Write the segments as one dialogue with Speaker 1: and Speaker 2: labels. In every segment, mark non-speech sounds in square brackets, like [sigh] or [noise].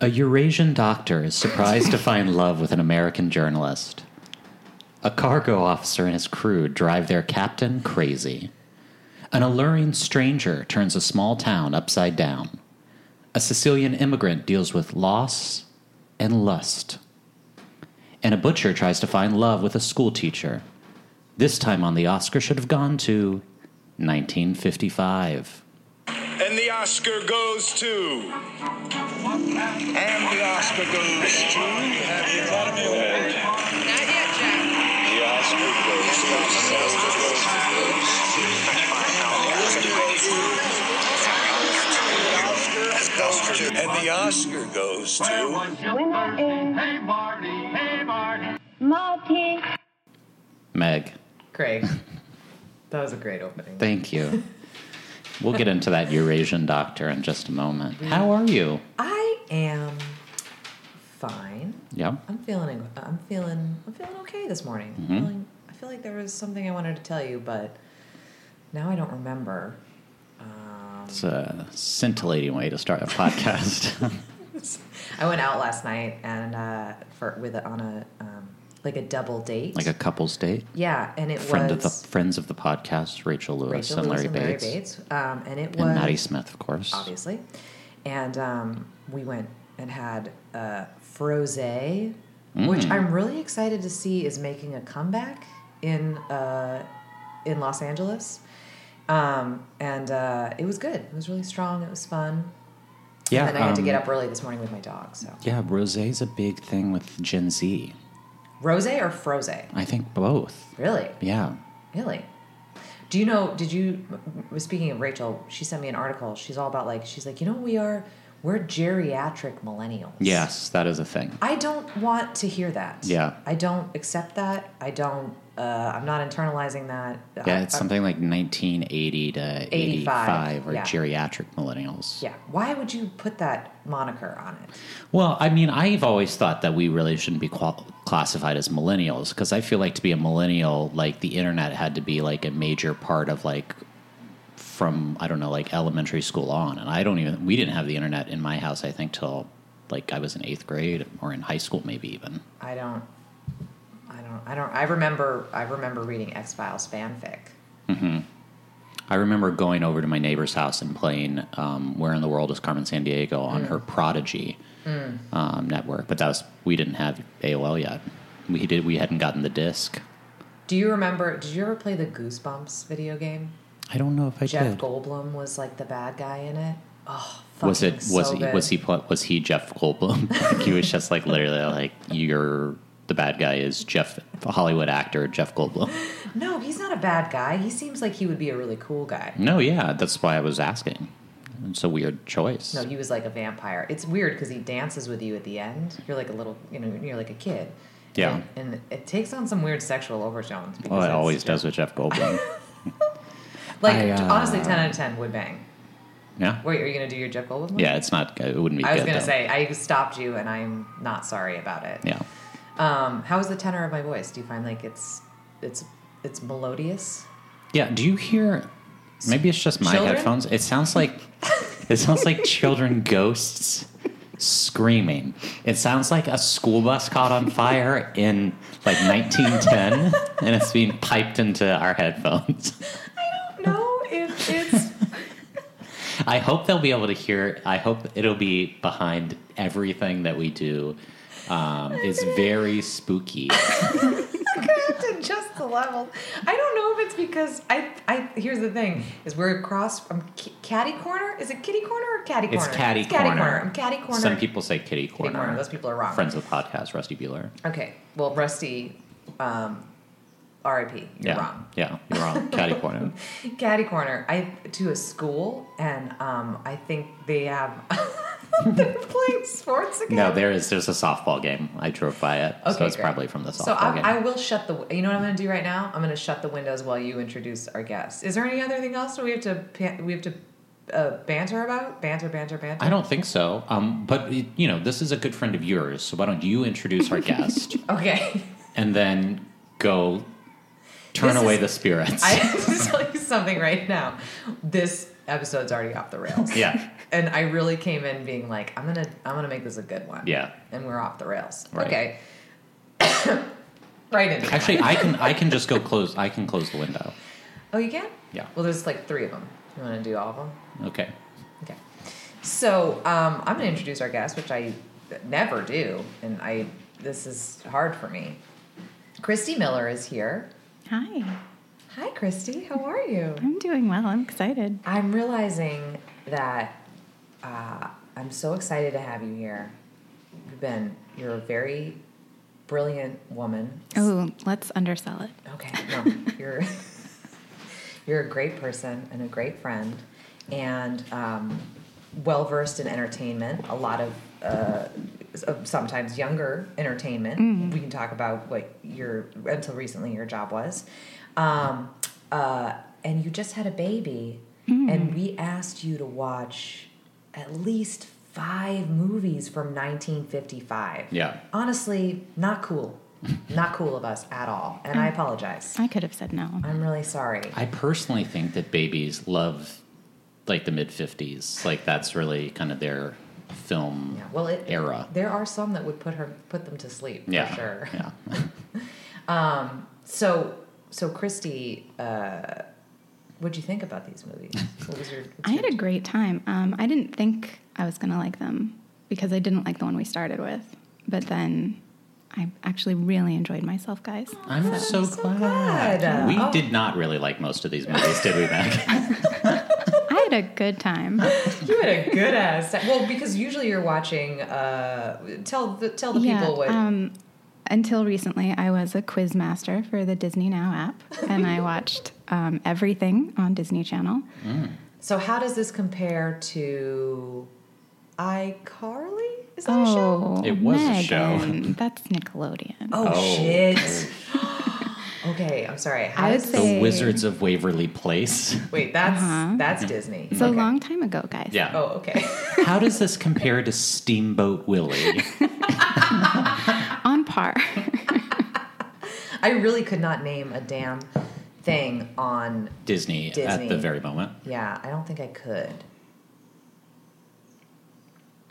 Speaker 1: A Eurasian doctor is surprised to find love with an American journalist. A cargo officer and his crew drive their captain crazy. An alluring stranger turns a small town upside down. A Sicilian immigrant deals with loss and lust. And a butcher tries to find love with a schoolteacher. This time on the Oscar should have gone to 1955.
Speaker 2: And the Oscar goes to. And the Oscar goes to.
Speaker 3: Not yet, Jack.
Speaker 2: The Oscar goes to. The Oscar goes to. And the Oscar goes to.
Speaker 4: Winner is. Hey, Marty. Hey, Marty. Marty.
Speaker 1: Meg,
Speaker 5: [laughs] Great. That was a great opening.
Speaker 1: thank you. we'll get into that Eurasian doctor in just a moment. How are you?
Speaker 5: I am fine.
Speaker 1: Yeah.
Speaker 5: I'm feeling. I'm feeling. I'm feeling okay this morning.
Speaker 1: Mm-hmm.
Speaker 5: I'm Feeling, I feel like there was something I wanted to tell you, but now I don't remember. Um,
Speaker 1: It's a scintillating way to start a
Speaker 5: [laughs]
Speaker 1: podcast.
Speaker 5: I went out last night and uh, for with a, on a um, like a double date.
Speaker 1: like a couple's date.
Speaker 5: yeah, and it
Speaker 1: Friend of the
Speaker 5: was
Speaker 1: friends of the podcast, Rachel Lewis,
Speaker 5: Rachel
Speaker 1: and,
Speaker 5: Lewis
Speaker 1: Larry Bates,
Speaker 5: Um, and it
Speaker 1: and
Speaker 5: was
Speaker 1: Maddie Smith, of course.
Speaker 5: obviously. And um, we went and had uh, Froze, which
Speaker 1: Mm.
Speaker 5: I'm really excited to see is making a comeback in uh, in Los Angeles. Um, and uh, it was good. It was really strong. It was fun.
Speaker 1: Yeah,
Speaker 5: and then I had to
Speaker 1: um,
Speaker 5: get up early this morning with my dog. So
Speaker 1: Yeah, rosé's a big thing with Gen Z.
Speaker 5: Rose or Froze?
Speaker 1: I think both.
Speaker 5: Really?
Speaker 1: Yeah.
Speaker 5: Really? Do you know? Did you? m- m- Speaking of Rachel, she sent me an article. She's all about like she's like you know we are we're geriatric millennials.
Speaker 1: Yes, that is a thing.
Speaker 5: I don't want to hear that.
Speaker 1: Yeah.
Speaker 5: I don't accept that. I don't. Uh, I'm not internalizing that.
Speaker 1: Yeah,
Speaker 5: I-
Speaker 1: it's
Speaker 5: I-
Speaker 1: something like 1980 to 85 or
Speaker 5: yeah.
Speaker 1: geriatric millennials.
Speaker 5: Yeah. Why would you put that moniker on it?
Speaker 1: Well, I mean, I've always thought that we really shouldn't be qual- classified as millennials because I feel like to be a millennial, like the internet had to be like a major part of like from I don't know, like elementary school on, and I don't even we didn't have the internet in my house. I think till like I was in eighth grade or in high school, maybe even.
Speaker 5: I don't. I don't. I don't. I remember. I remember reading X Files fanfic.
Speaker 1: I remember going over to my neighbor's house and playing um, "Where in the World Is Carmen San Diego" on her Prodigy um, network, but that was we didn't have AOL yet. We did. We hadn't gotten the disc.
Speaker 5: Do you remember? Did you ever play the Goosebumps video game?
Speaker 1: I don't know if I
Speaker 5: Jeff
Speaker 1: did.
Speaker 5: Goldblum was like the bad guy in it. Oh,
Speaker 1: was it
Speaker 5: fucking
Speaker 1: was
Speaker 5: so
Speaker 1: he
Speaker 5: good.
Speaker 1: was he pl- was he Jeff Goldblum? [laughs] like he was just like literally like you're the bad guy is Jeff Hollywood actor Jeff Goldblum.
Speaker 5: No, he's not a bad guy. He seems like he would be a really cool guy.
Speaker 1: No, yeah, that's why I was asking. It's a weird choice.
Speaker 5: No, he was like a vampire. It's weird because he dances with you at the end. You're like a little, you know, you're like a kid.
Speaker 1: Yeah.
Speaker 5: And, and it takes on some weird sexual overtones. Because
Speaker 1: well, it
Speaker 5: it's-
Speaker 1: always does with Jeff
Speaker 5: [laughs]
Speaker 1: Goldblum.
Speaker 5: Like,
Speaker 1: I, uh,
Speaker 5: honestly, 10 out of 10 would bang.
Speaker 1: yeah,
Speaker 5: Wait, are you going to do your Jeff Goldblum? one?
Speaker 1: yeah, it's not. It wouldn't be.
Speaker 5: I was
Speaker 1: good,
Speaker 5: going to
Speaker 1: though.
Speaker 5: say, I stopped you and I'm not sorry about it.
Speaker 1: Yeah,
Speaker 5: Um, how is the tenor of my voice? Do you find like it's, it's, it's melodious?
Speaker 1: yeah. Do you hear? Maybe it's just my
Speaker 5: Children?
Speaker 1: headphones. It sounds like it sounds like
Speaker 5: [laughs]
Speaker 1: children ghosts screaming. It sounds like a school bus caught on fire in like
Speaker 5: [laughs]
Speaker 1: 1910, and it's being piped into our headphones.
Speaker 5: No, it, it's,
Speaker 1: I hope they'll be able to hear. it. I hope it'll be behind everything that we do. Um, it's very spooky.
Speaker 5: to just the level. I don't know if it's because I. I here's the thing: is we're across from K- Caddy Corner. Is it Kitty Corner or Caddy Corner?
Speaker 1: It's catty
Speaker 5: Catty
Speaker 1: corner.
Speaker 5: I'm Caddy Corner.
Speaker 1: Some people say kitty corner.
Speaker 5: Kitty Corner. Those people are wrong.
Speaker 1: Friends of the podcast, Rusty Bueller.
Speaker 5: Okay. Well, Rusty, um, R.I.P. You're
Speaker 1: yeah.
Speaker 5: wrong.
Speaker 1: Yeah, you're
Speaker 5: [laughs]
Speaker 1: wrong. Catty corner.
Speaker 5: Caddy Corner. I to a school, and um, I think they have. [laughs] they're playing sports again.
Speaker 1: No, there is. There's a softball game. I drove by it, so it's
Speaker 5: great.
Speaker 1: probably from the softball
Speaker 5: So I,
Speaker 1: game.
Speaker 5: I will shut the. You know what I'm going to do right now? I'm going to shut the windows while you introduce our guest. Is there any other thing else that we have to pan- we have to uh, banter about? Banter, banter, banter.
Speaker 1: I don't think so. Um, but it- you know, this is a good friend of yours, so why don't you introduce
Speaker 5: [laughs]
Speaker 1: our guest
Speaker 5: okay. [laughs]
Speaker 1: and then go turn
Speaker 5: This
Speaker 1: away
Speaker 5: is-
Speaker 1: the spirits?
Speaker 5: I have to tell you something right now. This episode's already off the rails.
Speaker 1: Yeah.
Speaker 5: And I really came in being like, I'm gonna I'm gonna make this a good one.
Speaker 1: Yeah.
Speaker 5: And we're off the rails.
Speaker 1: Right.
Speaker 5: Okay. [coughs] right
Speaker 1: [laughs]
Speaker 5: into
Speaker 1: Actually, I can I can just go close. I can close the window.
Speaker 5: Oh, you can?
Speaker 1: Yeah.
Speaker 5: Well, there's like three of them. You want to do all of them?
Speaker 1: Okay.
Speaker 5: Okay. So um, I'm going to introduce our guest, which I never do, and I this is hard for me. Christy Miller is here.
Speaker 3: Hi,
Speaker 5: Hi, Christy. How are you?
Speaker 3: I'm doing well. I'm excited.
Speaker 5: I'm realizing that uh, I'm so excited to have you here. You've been you're a very brilliant woman.
Speaker 3: Oh, let's undersell it.
Speaker 5: Okay, no, [laughs] you're you're a great person and a great friend, and um, well versed in entertainment. A lot of uh, s- uh, sometimes younger entertainment. We can talk about what your until recently your job was, um, uh, and you just had a baby, and we asked you to watch at least five movies from 1955
Speaker 1: Yeah.
Speaker 5: honestly
Speaker 1: [laughs]
Speaker 5: not cool not cool of us at all and i apologize
Speaker 3: I could have said no.
Speaker 5: i'm really sorry
Speaker 1: I personally think that babies love like the mid fifties. Like that's really kind of their film
Speaker 5: yeah, well it,
Speaker 1: era.
Speaker 5: there are some that would put her put them to sleep
Speaker 1: yeah.
Speaker 5: for sure
Speaker 1: Yeah.
Speaker 5: so so christy uh what'd you think about these
Speaker 1: [laughs]
Speaker 5: movies what was your
Speaker 3: I had a great time. Um, I didn't think I was going to like them because I didn't like the one we started with. But then I actually really enjoyed myself, guys.
Speaker 1: I'm so, glad.
Speaker 5: glad.
Speaker 1: We
Speaker 5: Oh.
Speaker 1: did not really like most of these movies, did we,
Speaker 5: [laughs]
Speaker 1: Mac?
Speaker 3: I had a good time.
Speaker 5: you had a good ass time. well because usually you're watching uh tell the tell the people what
Speaker 3: Um, until recently, I was a quiz master for the Disney Now app, and I watched um, everything on Disney Channel.
Speaker 5: so how does this compare to icarly is that a show
Speaker 3: Oh,
Speaker 1: It was a show. [laughs]
Speaker 3: Megan, That's Nickelodeon.
Speaker 5: Oh,
Speaker 1: Oh.
Speaker 5: shit. [gasps] okay, I'm sorry. How
Speaker 3: I would
Speaker 5: does-
Speaker 3: say-
Speaker 1: the Wizards of Waverly Place.
Speaker 5: Wait, that's
Speaker 3: Uh-huh.
Speaker 5: that's
Speaker 1: Mm-hmm.
Speaker 5: Disney.
Speaker 3: It's a
Speaker 5: Okay.
Speaker 3: long time ago, guys.
Speaker 1: Yeah.
Speaker 5: Oh, okay. [laughs]
Speaker 1: How does this compare to Steamboat Willie?
Speaker 3: On par. [laughs]
Speaker 5: I really could not name a damn thing on.
Speaker 1: Disney, at
Speaker 5: Disney.
Speaker 1: the very moment.
Speaker 5: Yeah, I don't think I could.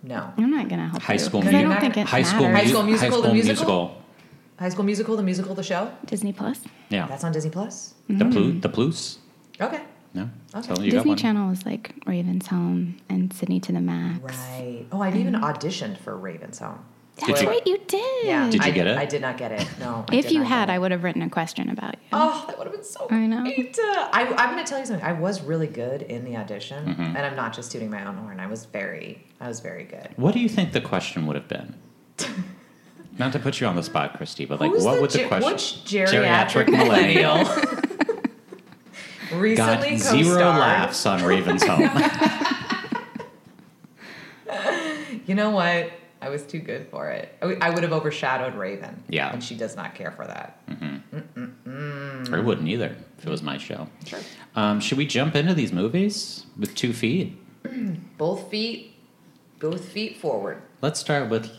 Speaker 5: No.
Speaker 3: I'm not gonna help
Speaker 1: High
Speaker 3: you,
Speaker 1: School
Speaker 3: 'cause I don't
Speaker 5: Musical.
Speaker 3: think it
Speaker 1: High School,
Speaker 3: matters.
Speaker 5: High School
Speaker 1: Mu-
Speaker 5: Musical,
Speaker 1: High
Speaker 5: the
Speaker 1: School
Speaker 5: musical?
Speaker 1: Musical.
Speaker 5: High School Musical, the musical, the show.
Speaker 3: Disney Plus.
Speaker 1: Yeah.
Speaker 5: That's on Disney Plus.
Speaker 1: The plu- the plus.
Speaker 5: Okay.
Speaker 1: No.
Speaker 5: Okay.
Speaker 1: So you got
Speaker 3: Disney
Speaker 1: one.
Speaker 3: Channel was like Raven's Home and Sydney to the Max.
Speaker 5: Right. Oh, I
Speaker 3: Mm-hmm.
Speaker 5: even auditioned for Raven's Home.
Speaker 3: That's
Speaker 1: you-
Speaker 3: right, you did.
Speaker 5: Yeah.
Speaker 1: Did you
Speaker 5: I,
Speaker 1: get it?
Speaker 5: I did not get it. No. I
Speaker 3: if
Speaker 5: did
Speaker 3: you
Speaker 5: not get
Speaker 3: had,
Speaker 5: it.
Speaker 3: I would have written a question about you.
Speaker 5: Oh, that would have been so
Speaker 3: I know.
Speaker 5: great. Uh, I, I'm going to tell you something. I was really good in the audition,
Speaker 1: Mm-hmm.
Speaker 5: and I'm not just tooting my own horn. I was very, I was very good.
Speaker 1: What do you think the question would have been? [laughs] Not to put you on the spot, Christy, but like,
Speaker 5: Who's
Speaker 1: what
Speaker 5: the
Speaker 1: would the
Speaker 5: ge-
Speaker 1: question?
Speaker 5: which geriatric millennial [laughs]
Speaker 1: got
Speaker 5: Recently co-starred.
Speaker 1: zero laughs on
Speaker 5: [laughs]
Speaker 1: Raven's Home.
Speaker 5: You know what? I was too good for it. I, w- I would have overshadowed Raven.
Speaker 1: Yeah.
Speaker 5: and she does not care for that.
Speaker 1: or
Speaker 5: Mm-hmm.
Speaker 1: wouldn't either if it was my show. Sure. Um, should we jump into these movies with two feet?
Speaker 5: Both feet, both feet forward.
Speaker 1: Let's start with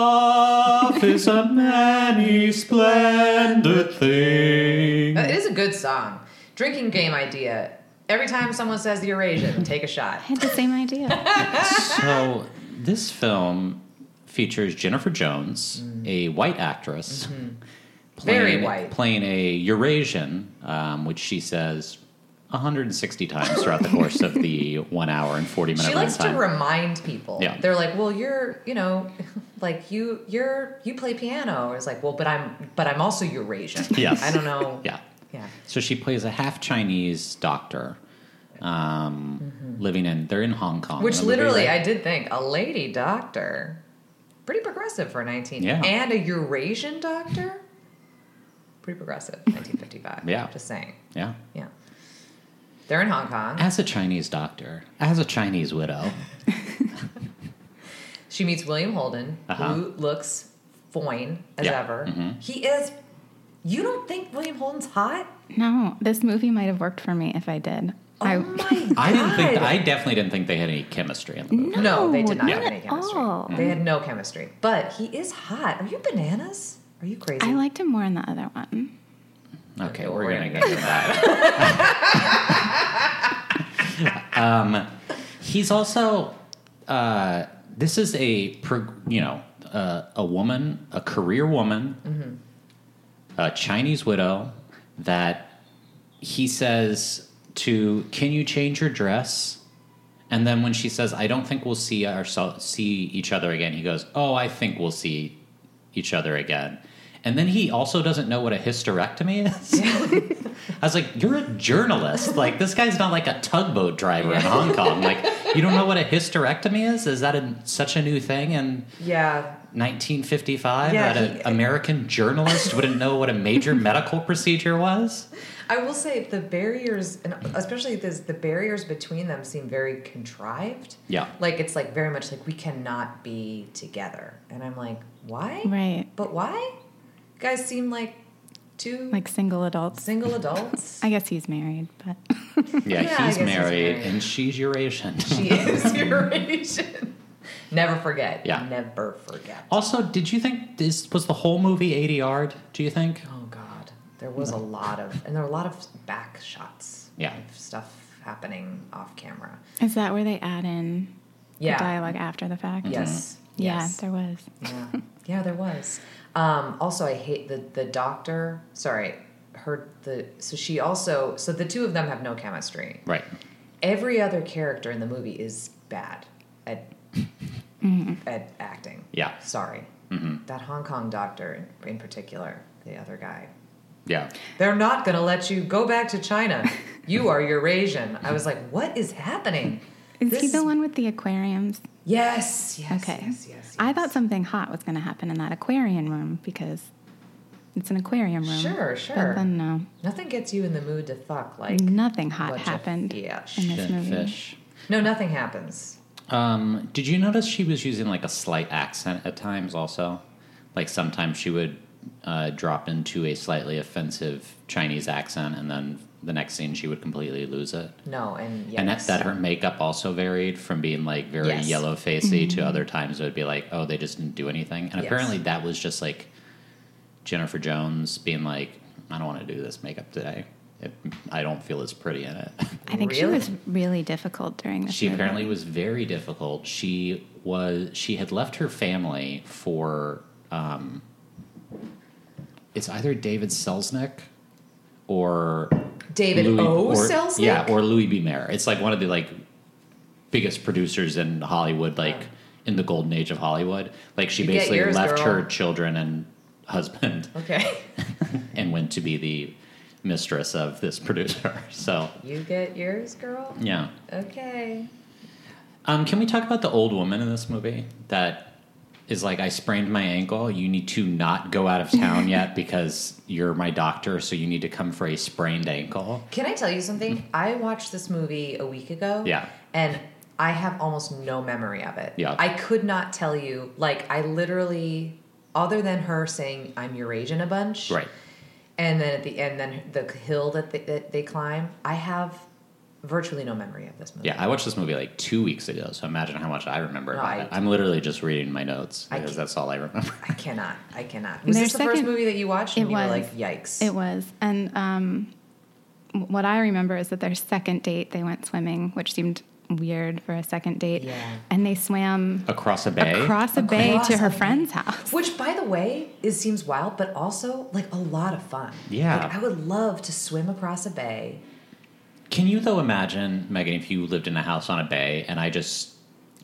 Speaker 1: Love is a many splendid thing.
Speaker 5: Uh, [laughs] It is a good song. Drinking game idea. Every time someone says the Eurasian, take a shot.
Speaker 3: I had the same
Speaker 5: [laughs]
Speaker 3: idea.
Speaker 1: so this film features Jennifer Jones, a white actress, playing,
Speaker 5: Mm-hmm. Very white.
Speaker 1: playing a Eurasian, um, which she says 160 times throughout the course of
Speaker 5: [laughs]
Speaker 1: the one hour and 40 minute
Speaker 5: She likes
Speaker 1: runtime.
Speaker 5: to remind people.
Speaker 1: Yeah.
Speaker 5: They're like, well, you're, you know, [laughs] like you, you're, you play piano. It's like, well, but I'm, but I'm also Eurasian.
Speaker 1: [laughs] Yes.
Speaker 5: I don't know.
Speaker 1: yeah.
Speaker 5: Yeah.
Speaker 1: So she plays a half Chinese doctor, um, living in they're in Hong Kong,
Speaker 5: Mm-hmm. Which
Speaker 1: in the movie,
Speaker 5: literally,
Speaker 1: right?
Speaker 5: I did think a lady doctor, pretty progressive for 19,
Speaker 1: Yeah.
Speaker 5: and a Eurasian doctor, pretty progressive, [laughs] 1955.
Speaker 1: Yeah.
Speaker 5: Just saying.
Speaker 1: yeah.
Speaker 5: Yeah. They're in Hong Kong.
Speaker 1: As a Chinese doctor, as a Chinese widow,
Speaker 5: She meets William Holden,
Speaker 1: Uh-huh.
Speaker 5: who looks fine as
Speaker 1: Yeah. Mm-hmm.
Speaker 5: ever. He is. You don't think William Holden's hot?
Speaker 3: no, this movie might have worked for me if I did.
Speaker 5: Oh
Speaker 3: I,
Speaker 5: my
Speaker 3: [laughs]
Speaker 5: god! [laughs]
Speaker 1: I didn't think I definitely didn't think they had any chemistry in the movie.
Speaker 3: no,
Speaker 5: No, they did not
Speaker 3: not
Speaker 5: have any
Speaker 3: at
Speaker 5: chemistry.
Speaker 3: all.
Speaker 5: They had no chemistry. But he is hot. Are you bananas? Are you crazy?
Speaker 3: I liked him more in the other one.
Speaker 1: Okay,
Speaker 5: Okay,
Speaker 1: we're
Speaker 5: we're
Speaker 1: gonna
Speaker 5: gonna
Speaker 1: get into that. Um, he's also uh, this is a pro- you know uh, a woman, a career woman, a Chinese widow that he says to, "Can you change your dress?" And then when she says, "I don't think we'll see ourselves see each other again," he goes, "Oh, I think we'll see each other again." And then he also doesn't know what a hysterectomy is.
Speaker 5: [laughs]
Speaker 1: I was like, "You're a journalist. Like this guy's not like a tugboat driver in Hong
Speaker 5: [laughs]
Speaker 1: Kong. Like you don't know what a hysterectomy is? Is that a, such a new thing?" And
Speaker 5: Yeah.
Speaker 1: 1955
Speaker 5: Yeah,
Speaker 1: that an
Speaker 5: he-
Speaker 1: American journalist wouldn't know what a
Speaker 5: [laughs]
Speaker 1: major medical procedure was?
Speaker 5: I will say the barriers, and especially this, the barriers between them seem very contrived.
Speaker 1: Yeah.
Speaker 5: Like it's like very much like we cannot be together, and I'm like, why?
Speaker 3: Right.
Speaker 5: But why? guys seem like two
Speaker 3: Like single adults.
Speaker 5: single
Speaker 3: [laughs]
Speaker 5: adults.
Speaker 3: I guess he's married, but [laughs]
Speaker 1: Yeah,
Speaker 5: I guess
Speaker 1: he's,
Speaker 5: he's
Speaker 1: married
Speaker 5: married.
Speaker 1: and she's Eurasian. [laughs]
Speaker 5: she is Eurasian. Never forget.
Speaker 1: Yeah.
Speaker 5: Never forget.
Speaker 1: also, did you think this was the whole movie 80 yard? Do you think?
Speaker 5: Oh God, there was a lot of, and there were a lot of back shots.
Speaker 1: Yeah.
Speaker 5: Of stuff happening off camera.
Speaker 3: is that where they add in
Speaker 5: Yeah.
Speaker 3: the dialogue after the fact?
Speaker 5: Yes.
Speaker 1: Mm-hmm.
Speaker 3: Yeah,
Speaker 5: Yes.
Speaker 3: there was.
Speaker 5: Yeah, yeah, there was. Um, also, I hate the the doctor. Sorry, her the so she also so the two of them have no chemistry.
Speaker 1: Right.
Speaker 5: Every other character in the movie is bad at
Speaker 3: Mm-hmm.
Speaker 5: at acting.
Speaker 1: Yeah. Mm-hmm.
Speaker 5: sorry. That Hong Kong doctor in, in particular, the other guy.
Speaker 1: Yeah.
Speaker 5: They're not gonna let you go back
Speaker 3: [laughs]
Speaker 5: to China. You are Eurasian. I was like, what is happening?
Speaker 3: Is he
Speaker 5: This-
Speaker 3: the one with the aquariums?
Speaker 5: Yes. Yes.
Speaker 3: Okay.
Speaker 5: Yes. Yes. yes.
Speaker 3: I thought something hot was going to happen in that aquarium room because it's an aquarium room.
Speaker 5: Sure,
Speaker 3: But
Speaker 5: sure.
Speaker 3: then no,
Speaker 5: Nothing gets you in the mood to fuck like
Speaker 3: nothing hot
Speaker 5: bunch of
Speaker 3: happened
Speaker 5: fish.
Speaker 3: in this
Speaker 1: Thin
Speaker 3: movie.
Speaker 1: fish.
Speaker 5: No, nothing happens.
Speaker 1: Um, did you notice she was using like a slight accent at times also? Like sometimes she would uh, drop into a slightly offensive Chinese accent and then the next scene she would completely lose it.
Speaker 5: No, and yes.
Speaker 1: And that, that her makeup also varied from being like very
Speaker 5: Yes.
Speaker 1: yellow facey to other times it would be like, oh, they just didn't do anything. And
Speaker 5: Yes.
Speaker 1: apparently that was just like Jennifer Jones being like, I don't want to do this makeup today. It, I don't feel as pretty in it. [laughs]
Speaker 3: I think she
Speaker 5: Really?
Speaker 3: was really difficult during this.
Speaker 1: she
Speaker 3: movie.
Speaker 1: apparently was very difficult. She was she had left her family for um, it's either David Selznick or
Speaker 5: David O.
Speaker 1: or-
Speaker 5: Selznick.
Speaker 1: Yeah, or Louis B. Mayer. It's like one of the like biggest producers in Hollywood, like in the golden age of Hollywood. Like she
Speaker 5: You get
Speaker 1: basically
Speaker 5: yours,
Speaker 1: left
Speaker 5: girl.
Speaker 1: her children and
Speaker 5: [laughs]
Speaker 1: husband
Speaker 5: okay.
Speaker 1: and went to be the mistress of this producer. [laughs] So
Speaker 5: You get yours, girl.
Speaker 1: yeah.
Speaker 5: Okay.
Speaker 1: Um, can we talk about the old woman in this movie that is like, I sprained my ankle. You need to not go out of town yet
Speaker 5: [laughs]
Speaker 1: because you're my doctor, so you need to come for a sprained ankle.
Speaker 5: Can I tell you something? I watched this movie a week ago.
Speaker 1: Mm-hmm. Yeah.
Speaker 5: And I have almost no memory of it.
Speaker 1: Yeah.
Speaker 5: I could not tell you. Like I literally, other than her saying I'm Eurasian a bunch.
Speaker 1: Right.
Speaker 5: And then at the end, then the hill that they, that they climb. I have virtually no memory of this movie.
Speaker 1: Yeah, I watched this movie like two weeks ago, so imagine how much I remember
Speaker 5: No,
Speaker 1: about
Speaker 5: I-
Speaker 1: it. I'm literally just reading my notes
Speaker 5: I
Speaker 1: because
Speaker 5: can't-
Speaker 1: that's all I remember.
Speaker 5: I cannot. I cannot. Was
Speaker 3: Their
Speaker 5: this the first
Speaker 3: second-
Speaker 5: movie that you watched? And
Speaker 3: It
Speaker 5: you
Speaker 3: was.
Speaker 5: were like, yikes.
Speaker 3: It was, and um, w- what I remember is that their second date they went swimming, which seemed weird for a second date.
Speaker 5: Yeah.
Speaker 3: And they swam
Speaker 1: [laughs] Across a bay.
Speaker 3: across a bay
Speaker 5: Across
Speaker 3: to her
Speaker 5: a bay.
Speaker 3: friend's house.
Speaker 5: Which, by the way, it seems wild, but also like a lot of fun.
Speaker 1: Yeah.
Speaker 5: Like, I would love to swim across a bay.
Speaker 1: Can you though imagine, Megan, if you lived in a house on a bay and I just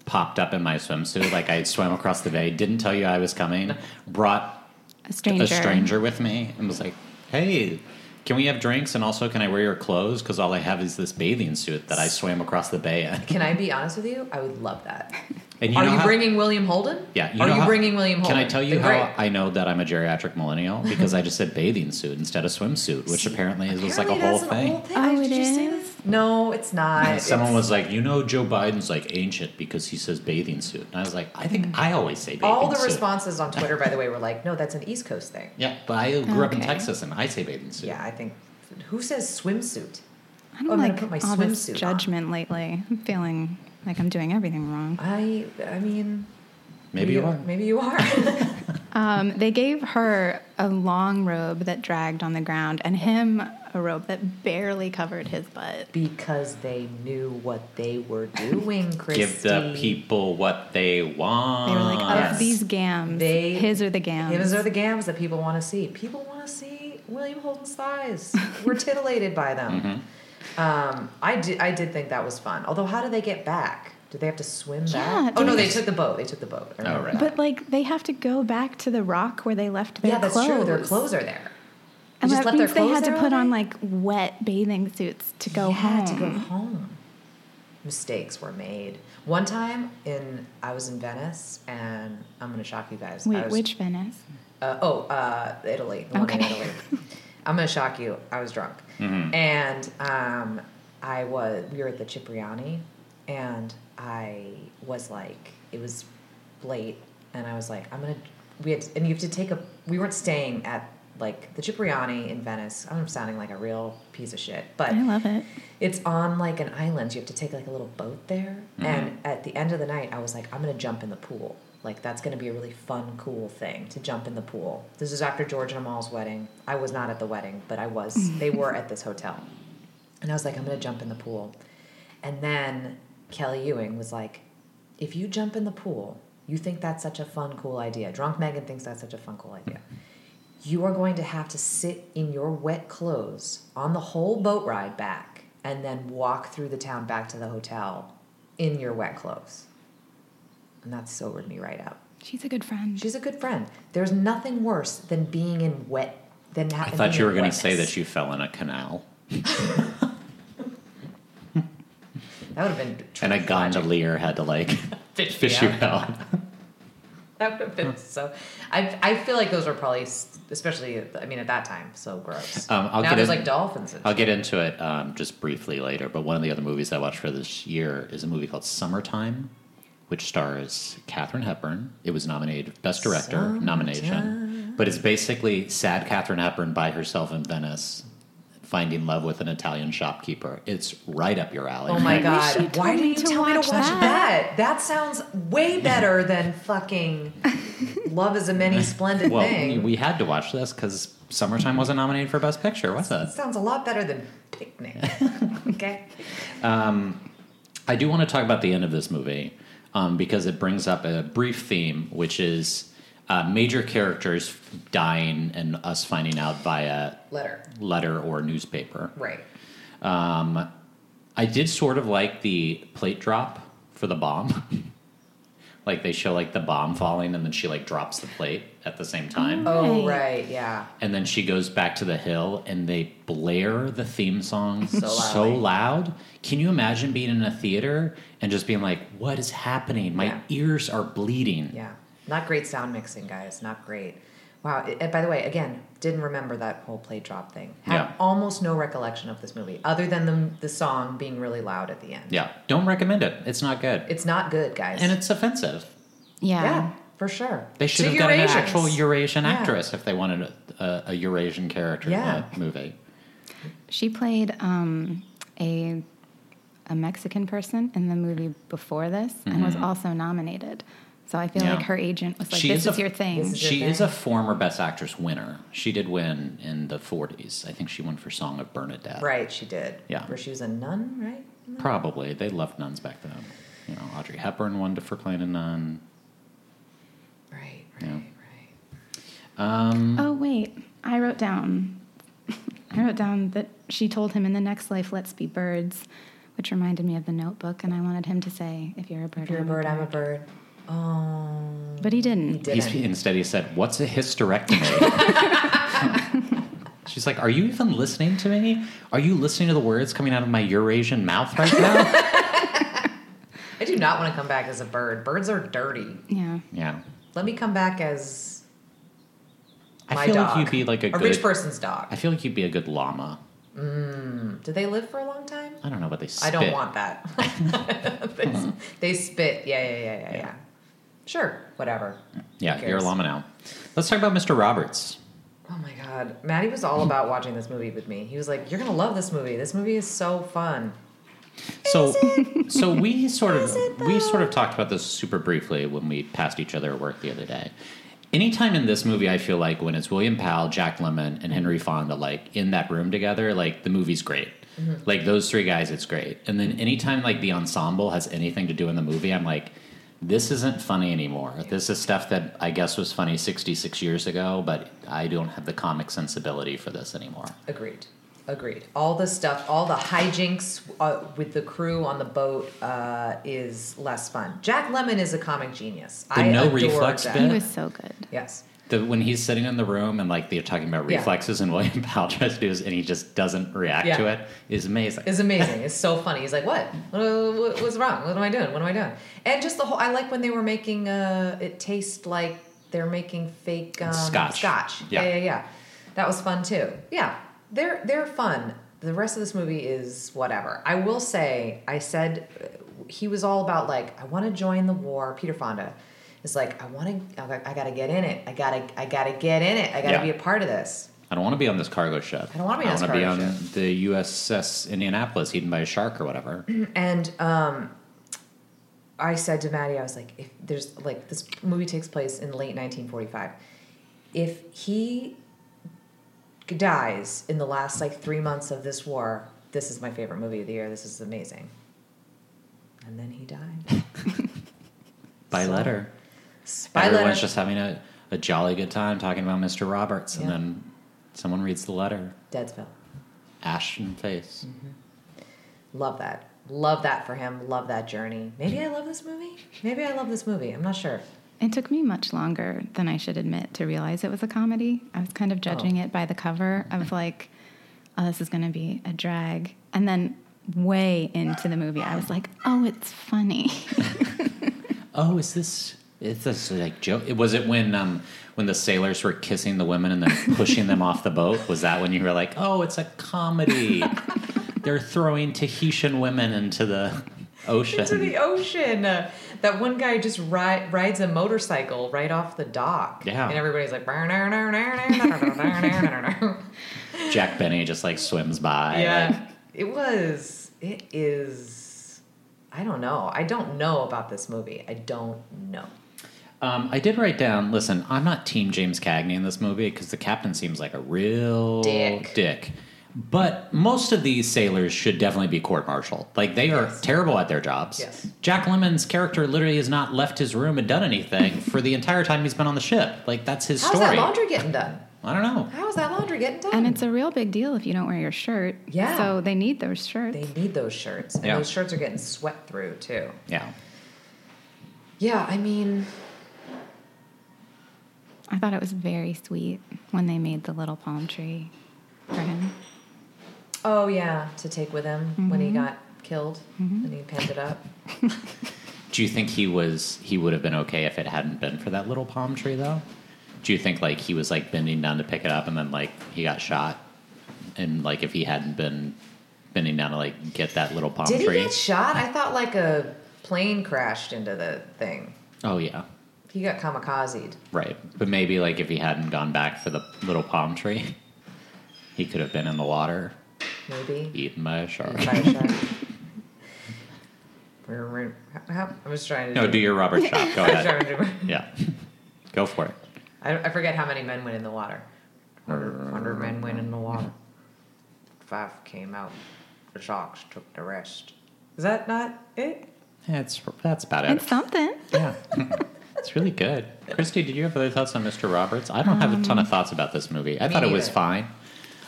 Speaker 1: popped up in my swimsuit, like I swam across the bay, didn't tell you I was coming, brought
Speaker 3: A stranger.
Speaker 1: a stranger with me, and was like, "Hey, can we have drinks? And also, can I wear your clothes? Because all I have is this bathing suit that I swam across the bay in." [laughs]
Speaker 5: Can I be honest with you? I would love that.
Speaker 1: And
Speaker 5: Are
Speaker 1: know
Speaker 5: you
Speaker 1: how-
Speaker 5: bringing William Holden?
Speaker 1: Yeah,
Speaker 5: Are
Speaker 1: know
Speaker 5: you
Speaker 1: how-
Speaker 5: bringing William Holden?
Speaker 1: Can I tell you
Speaker 5: Then
Speaker 1: how
Speaker 5: great.
Speaker 1: I know that I'm a geriatric millennial
Speaker 5: [laughs]
Speaker 1: because I just said bathing suit instead of swimsuit, which apparently, was like a
Speaker 5: Apparently
Speaker 1: whole
Speaker 5: that's an
Speaker 1: thing.
Speaker 5: old thing.
Speaker 3: Oh,
Speaker 5: Did
Speaker 3: it
Speaker 5: you see
Speaker 3: is?
Speaker 5: this? No, it's not.
Speaker 1: And
Speaker 5: It's-
Speaker 1: someone was like, "You know, Joe Biden's like ancient because he says bathing suit," and I was like, "I think I always say bathing
Speaker 5: Mm. All the
Speaker 1: suit."
Speaker 5: responses on Twitter, by the way, were like, no, that's an East Coast thing.
Speaker 1: yeah, but I grew up in
Speaker 3: Okay.
Speaker 1: Texas and I say bathing suit.
Speaker 5: Yeah, I think. Who says swimsuit?
Speaker 3: I don't
Speaker 5: Oh, I'm gonna
Speaker 3: like
Speaker 5: put my
Speaker 3: all this
Speaker 5: swimsuit on.
Speaker 3: judgment lately. I'm feeling like I'm doing everything wrong.
Speaker 5: I, I mean,
Speaker 1: maybe you are.
Speaker 5: Maybe you are. [laughs]
Speaker 3: Um, they gave her a long robe that dragged on the ground, and him a robe that barely covered his butt.
Speaker 5: because they knew what they were doing, Christy.
Speaker 1: Give the people what they want.
Speaker 3: They were like, "Of
Speaker 5: Yes.
Speaker 3: these gams,
Speaker 5: They-
Speaker 3: his are the gams."
Speaker 5: His are the gams that people want to see. People want to see William Holden's thighs.
Speaker 3: [laughs]
Speaker 5: We're titillated by them.
Speaker 1: Mm-hmm.
Speaker 5: Um, I did. I did think that was fun. Although, how do they get back? Do they have to swim
Speaker 3: Yeah,
Speaker 5: back? Oh no,
Speaker 3: they-
Speaker 5: they took the boat. They took the boat. I
Speaker 1: Oh,
Speaker 5: remember
Speaker 1: right.
Speaker 5: that.
Speaker 3: but like they have to go back to the rock where they left their
Speaker 5: yeah, that's
Speaker 3: clothes.
Speaker 5: true. Their clothes are there. They
Speaker 3: And
Speaker 5: just
Speaker 3: that
Speaker 5: left their
Speaker 3: means they
Speaker 5: clothes
Speaker 3: had to
Speaker 5: there
Speaker 3: put
Speaker 5: all
Speaker 3: on
Speaker 5: day?
Speaker 3: like wet bathing suits to go
Speaker 5: yeah,
Speaker 3: home.
Speaker 5: to go home. Mistakes were made. One time in I was in Venice, and I'm gonna shock you guys. I
Speaker 3: Wait,
Speaker 5: was-
Speaker 3: which Venice?
Speaker 5: Uh, oh, uh, Italy. The one in
Speaker 3: Okay.
Speaker 5: Italy. I'm gonna shock you. I was drunk, and um, I was. We were at the Cipriani, and I was like, it was late, and I was like, I'm gonna. We had, and you have to take a. We weren't staying at like the Cipriani in Venice. I'm sounding like a real piece of shit, but
Speaker 3: I love it.
Speaker 5: it's on like an island. You have to take like a little boat there.
Speaker 3: Mm-hmm.
Speaker 5: And at the end of the night, I was like, I'm gonna jump in the pool. Like that's gonna be a really fun, cool thing to jump in the pool. This is after George and Amal's wedding. I was not at the wedding, but I
Speaker 3: Mm.
Speaker 5: was. they were at this hotel, and I was like, I'm gonna jump in the pool. And then Kelly Ewing was like, If you jump in the pool, you think that's such a fun, cool idea. Drunk Megan thinks that's such a fun, cool idea you are going to have to sit in your wet clothes on the whole boat ride back and then walk through the town back to the hotel in your wet clothes. And that sobered me right up.
Speaker 3: She's a good friend.
Speaker 5: She's a good friend. There's nothing worse than being in wet than ha-
Speaker 1: I thought you were going to say
Speaker 5: that
Speaker 1: that you fell in a canal
Speaker 5: That would have been
Speaker 1: and a
Speaker 5: tragic.
Speaker 1: gondolier had to like
Speaker 5: [laughs] Fish
Speaker 1: fish
Speaker 5: me
Speaker 1: you out.
Speaker 5: That would have been so. I I feel like those were probably, s- especially I mean at that time, so gross.
Speaker 1: Um, I'll
Speaker 5: now
Speaker 1: get
Speaker 5: there's
Speaker 1: in-
Speaker 5: like dolphins. And
Speaker 1: I'll get into it um, just briefly later, but one of the other movies I watched for this year is a movie called Summertime, which stars Katherine Hepburn. It was nominated Best Director nomination, but it's basically sad Katherine Hepburn by herself in Venice finding love with an Italian shopkeeper. It's right up your alley.
Speaker 5: Oh my
Speaker 3: wish you
Speaker 5: god!
Speaker 3: told
Speaker 5: Why
Speaker 3: me
Speaker 5: did you
Speaker 3: to
Speaker 5: tell me to
Speaker 3: watch
Speaker 5: watch
Speaker 3: that.
Speaker 5: that? That sounds way better than fucking "Love Is a Many
Speaker 1: [laughs]
Speaker 5: Splendid
Speaker 1: Well, we, [laughs]
Speaker 5: Thing."
Speaker 1: we had to watch this because Summertime wasn't nominated for Best Picture, was it?
Speaker 5: That sounds a lot better than "Picnic." okay.
Speaker 1: I do want to talk about the end of this movie um, because it brings up a brief theme, which is uh, major characters dying and us finding out via
Speaker 5: Letter.
Speaker 1: letter or newspaper.
Speaker 5: Right.
Speaker 1: Um, I did sort of like the plate drop for the bomb. [laughs] like they show like the bomb falling and then she like drops the plate at the same time.
Speaker 5: Oh
Speaker 3: Right.
Speaker 5: right. Yeah.
Speaker 1: And then she goes back to the hill and they blare the theme
Speaker 5: [laughs]
Speaker 1: song so,
Speaker 5: loudly.
Speaker 1: loud. Can you imagine being in a theater and just being like, what is happening? My
Speaker 5: Yeah.
Speaker 1: ears are bleeding.
Speaker 5: Yeah. Not great sound mixing, guys. Not great. Wow. It, by the way, again, didn't remember that whole play drop thing. Had
Speaker 1: Yeah.
Speaker 5: almost no recollection of this movie, other than the the song being really loud at the end.
Speaker 1: Yeah. Don't recommend it. It's not good.
Speaker 5: It's not good, guys.
Speaker 1: and it's offensive.
Speaker 3: yeah.
Speaker 5: yeah, for sure.
Speaker 1: They should
Speaker 5: To
Speaker 1: have gotten an
Speaker 5: Eurasians.
Speaker 1: actual Eurasian
Speaker 5: Yeah.
Speaker 1: actress if they wanted a, a, a Eurasian character
Speaker 5: Yeah.
Speaker 1: in a movie.
Speaker 3: She played um, a a Mexican person in the movie before this and
Speaker 5: Mm-hmm.
Speaker 3: was also nominated. So I feel
Speaker 1: Yeah.
Speaker 3: like her agent was like,
Speaker 1: She
Speaker 3: "This
Speaker 1: is
Speaker 3: is,
Speaker 1: a-
Speaker 3: your thing."
Speaker 5: This is your
Speaker 1: She is
Speaker 5: thing.
Speaker 1: a former Best Actress winner. She did win in the 40s. I think she won for Song of Bernadette.
Speaker 5: Right, she did.
Speaker 1: Yeah.
Speaker 5: Where she was a nun, right?
Speaker 1: Probably. They loved nuns back then. You know, Audrey Hepburn won for playing a nun.
Speaker 5: Right, right,
Speaker 1: Yeah.
Speaker 5: right.
Speaker 1: Um,
Speaker 3: oh wait, I wrote down. [laughs] I wrote down that she told him in the next life, "Let's be birds," which reminded me of the Notebook, and I wanted him to say, "If you're a bird,
Speaker 5: If you're a
Speaker 3: I'm
Speaker 5: bird, I'm a bird. Oh.
Speaker 3: But he didn't.
Speaker 5: He
Speaker 1: he's,
Speaker 5: didn't.
Speaker 1: instead, he said, What's a
Speaker 5: [laughs]
Speaker 1: hysterectomy? She's like, Are you even listening to me? Are you listening to the words coming out of my Eurasian mouth right
Speaker 5: [laughs]
Speaker 1: now?
Speaker 5: I do not want to come back as a bird. Birds are dirty.
Speaker 3: Yeah.
Speaker 1: yeah.
Speaker 5: Let me come back as
Speaker 1: I
Speaker 5: my
Speaker 1: feel
Speaker 5: dog.
Speaker 1: like you'd be like a,
Speaker 5: a
Speaker 1: good.
Speaker 5: rich person's dog.
Speaker 1: I feel like you'd be a good llama.
Speaker 5: Do they live for a long time?
Speaker 1: I don't know what they spit. Uh-huh.
Speaker 5: I don't
Speaker 1: [laughs]
Speaker 5: want that. [laughs] they, they spit. Yeah, yeah, yeah, yeah, yeah. Sure, whatever.
Speaker 1: Yeah,
Speaker 5: Who
Speaker 1: you're a
Speaker 5: cares?
Speaker 1: llama now. Let's talk about Mr. Roberts.
Speaker 5: Oh my god. Maddie was all about watching this movie with me. He was like, You're gonna love this movie. This movie is so fun.
Speaker 1: So, so we sort of we sort of talked about this super briefly when we passed each other at work the other day. Anytime in this movie, I feel like when it's William Powell, Jack Lemmon, and Henry Fonda, like in that room together, like the movie's great. Like those three guys, it's great. And then anytime like the ensemble has anything to do in the movie, I'm like, this isn't funny anymore. This is stuff that I guess was funny 66 years ago, but I don't have the comic sensibility for this anymore.
Speaker 5: Agreed. Agreed. All the stuff, all the hijinks uh, with the crew on the boat uh, is less fun. Jack Lemon is a comic genius.
Speaker 1: The
Speaker 5: I
Speaker 1: no
Speaker 5: adore
Speaker 1: reflex
Speaker 5: that.
Speaker 3: He
Speaker 1: bit?
Speaker 3: was so good.
Speaker 5: Yes.
Speaker 1: The, when he's sitting in the room and like they're talking about
Speaker 5: Yeah.
Speaker 1: reflexes and William [laughs] Powell tries to do this and he just doesn't react
Speaker 5: Yeah.
Speaker 1: to it is amazing.
Speaker 5: It's amazing. It's so funny. He's like, what? What- what- What's wrong? What am I doing? What am I doing? And just the whole. I like when they were making uh, it taste like they're making fake um,
Speaker 1: Scotch.
Speaker 5: Scotch.
Speaker 1: Yeah.
Speaker 5: yeah, yeah, yeah. That was fun too. Yeah, they're they're fun. The rest of this movie is whatever. I will say, I said uh, he was all about like I want to join the war. Peter Fonda is like I want to. I got to get in it. I got to. I got to get in it. I got to
Speaker 1: Yeah.
Speaker 5: be a part of this.
Speaker 1: I don't want to be on this cargo ship.
Speaker 5: I don't wanna be on this
Speaker 1: wanna
Speaker 5: cargo
Speaker 1: on the USS Indianapolis eaten by a shark or
Speaker 5: [clears throat]
Speaker 1: whatever.
Speaker 5: And um, I said to Maddie, I was like, if there's like this movie takes place in late 1945, if he dies in the last like three months of this war, this is my favorite movie of the year. This is amazing. And then
Speaker 1: [laughs]
Speaker 5: he died.
Speaker 1: By letter.
Speaker 5: By
Speaker 1: Everyone's
Speaker 5: letter.
Speaker 1: just having a, a jolly good time talking about Mr. Roberts and
Speaker 5: Yeah.
Speaker 1: then someone reads the letter.
Speaker 5: Deadsville.
Speaker 1: Ash in face.
Speaker 5: Love that. Love that for him. Love that journey. Maybe I love this movie. Maybe I love this movie. I'm not sure.
Speaker 3: It took me much longer than I should admit to realize it was a comedy. I was
Speaker 5: Oh.
Speaker 3: kind of judging it by the cover. I
Speaker 5: [laughs]
Speaker 3: was like, oh, this is going to be a drag. And then way into the movie, I was like, oh, it's funny.
Speaker 5: [laughs]
Speaker 1: Oh, is this is this like joke? Was it when um when the sailors were kissing the women and [laughs] then pushing them off the boat? Was that when you were like, oh, it's a [laughs] comedy? They're throwing Tahitian women into the ocean.
Speaker 5: to the ocean. Uh, that one guy just ri- rides a motorcycle right off the dock.
Speaker 1: Yeah.
Speaker 5: And everybody's like, "Brr, nar, nar, nar, nar, nar, nar, nar, nar, nar, nar."
Speaker 1: [laughs] Jack Benny just like swims by. like,
Speaker 5: yeah. It was, it is, I don't know. I don't know about this movie. I don't know.
Speaker 1: Um, I did write down. Listen, I'm not Team James Cagney in this movie because the captain seems like a real
Speaker 5: Dick.
Speaker 1: But most of these sailors should definitely be court-martialed. Like they are terrible at their jobs.
Speaker 5: Yes.
Speaker 1: Jack Lemon's character literally has not left his room and done anything for the entire time he's been on the ship. Like that's his
Speaker 5: How's
Speaker 1: story.
Speaker 5: that laundry getting done?
Speaker 1: I don't know.
Speaker 5: How's that laundry getting done?
Speaker 3: and it's a real big deal if you don't wear your shirt.
Speaker 5: Yeah.
Speaker 3: So they need those shirts.
Speaker 5: they need those shirts. And
Speaker 1: Yeah.
Speaker 5: those shirts are getting sweat through, too.
Speaker 1: Yeah.
Speaker 5: Yeah, I mean,
Speaker 3: I thought it was very sweet when they made the little palm tree for him.
Speaker 5: Oh yeah, to take with him
Speaker 3: Mm-hmm.
Speaker 5: when he got killed and he pinned it up.
Speaker 1: Do you think he was he would have been okay if it hadn't been for that little palm tree though? Do you think like he was like bending down to pick it up and then like he got shot? And like if he hadn't been bending down to like get that little palm
Speaker 5: Did he
Speaker 1: tree.
Speaker 5: get shot? I thought like a plane crashed into the thing.
Speaker 1: oh yeah.
Speaker 5: He got kamikazed.
Speaker 1: Right. But maybe like if he hadn't gone back for the little palm tree, [laughs] he could have been in the water,
Speaker 5: Maybe.
Speaker 1: eaten by a shark.
Speaker 5: By a shark. How- I'm just trying to.
Speaker 1: No, do your Robert shot.
Speaker 5: [laughs]
Speaker 1: Go
Speaker 5: I'm
Speaker 1: ahead.
Speaker 5: trying to do-
Speaker 1: Yeah. Go for it.
Speaker 5: I, I forget how many men went in the water. Hundred hundred men went in the water. Five came out. The sharks took the rest. Is that not it?
Speaker 1: That's that's about it.
Speaker 3: It's something.
Speaker 1: Yeah. [laughs] it's really good. Christy, did you have other thoughts on Mr. Roberts? I don't have a ton of thoughts about this movie. I
Speaker 5: Um, me
Speaker 1: thought it was
Speaker 5: neither.
Speaker 1: fine.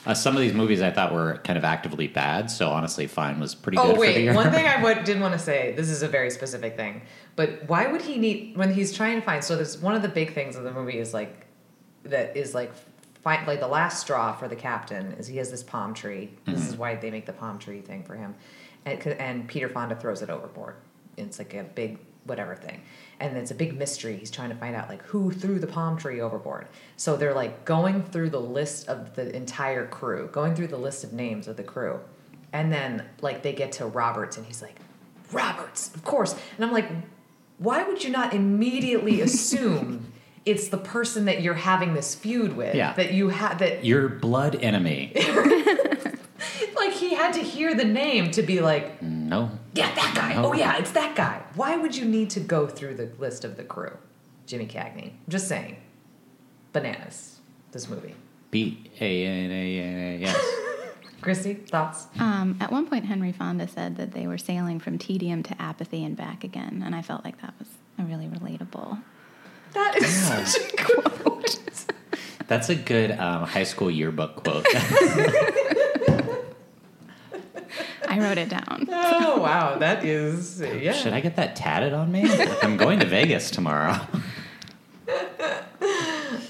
Speaker 1: Uh, some of these movies I thought were kind of actively bad, so honestly, fine was pretty
Speaker 5: Oh
Speaker 1: good for the
Speaker 5: wait,
Speaker 1: year.
Speaker 5: one thing I w- did want to say. This is a very specific thing, but why would he need when he's trying to find? So there's one of the big things of the movie is like that is like find like the last straw for the captain is he has this palm tree. This is why they make the palm tree thing for him, and, 'cause- and Peter Fonda throws it overboard. It's like a big whatever thing, and it's a big mystery. He's trying to find out like who threw the palm tree overboard. So they're like going through the list of the entire crew, going through the list of names of the crew. And then like they get to Roberts and he's like, Roberts, of course. And I'm like, why would you not
Speaker 1: [laughs]
Speaker 5: immediately assume it's the person that you're having this feud with?
Speaker 1: Yeah.
Speaker 5: That you had
Speaker 1: [laughs]
Speaker 5: that
Speaker 1: Your blood enemy.
Speaker 5: like he had to hear the name to be like,
Speaker 1: no.
Speaker 5: Yeah, that guy.
Speaker 1: No.
Speaker 5: Oh yeah, it's that guy. Why would you need to go through the list of the crew? Jimmy Cagney. Just saying. bananas. This movie.
Speaker 1: B A N A N A S.
Speaker 5: Christy, thoughts?
Speaker 3: Um, at one point, Henry Fonda said that they were sailing from tedium to apathy and back again, and I felt like that was a really relatable.
Speaker 5: That is
Speaker 1: Yeah.
Speaker 5: [laughs] such a
Speaker 3: [laughs]
Speaker 5: quote.
Speaker 1: That's a good um, high school yearbook quote. [laughs]
Speaker 3: I wrote it [laughs] down.
Speaker 5: oh wow, that is yeah.
Speaker 1: Should I get that tatted on me? Like, I'm going to Vegas tomorrow. [laughs]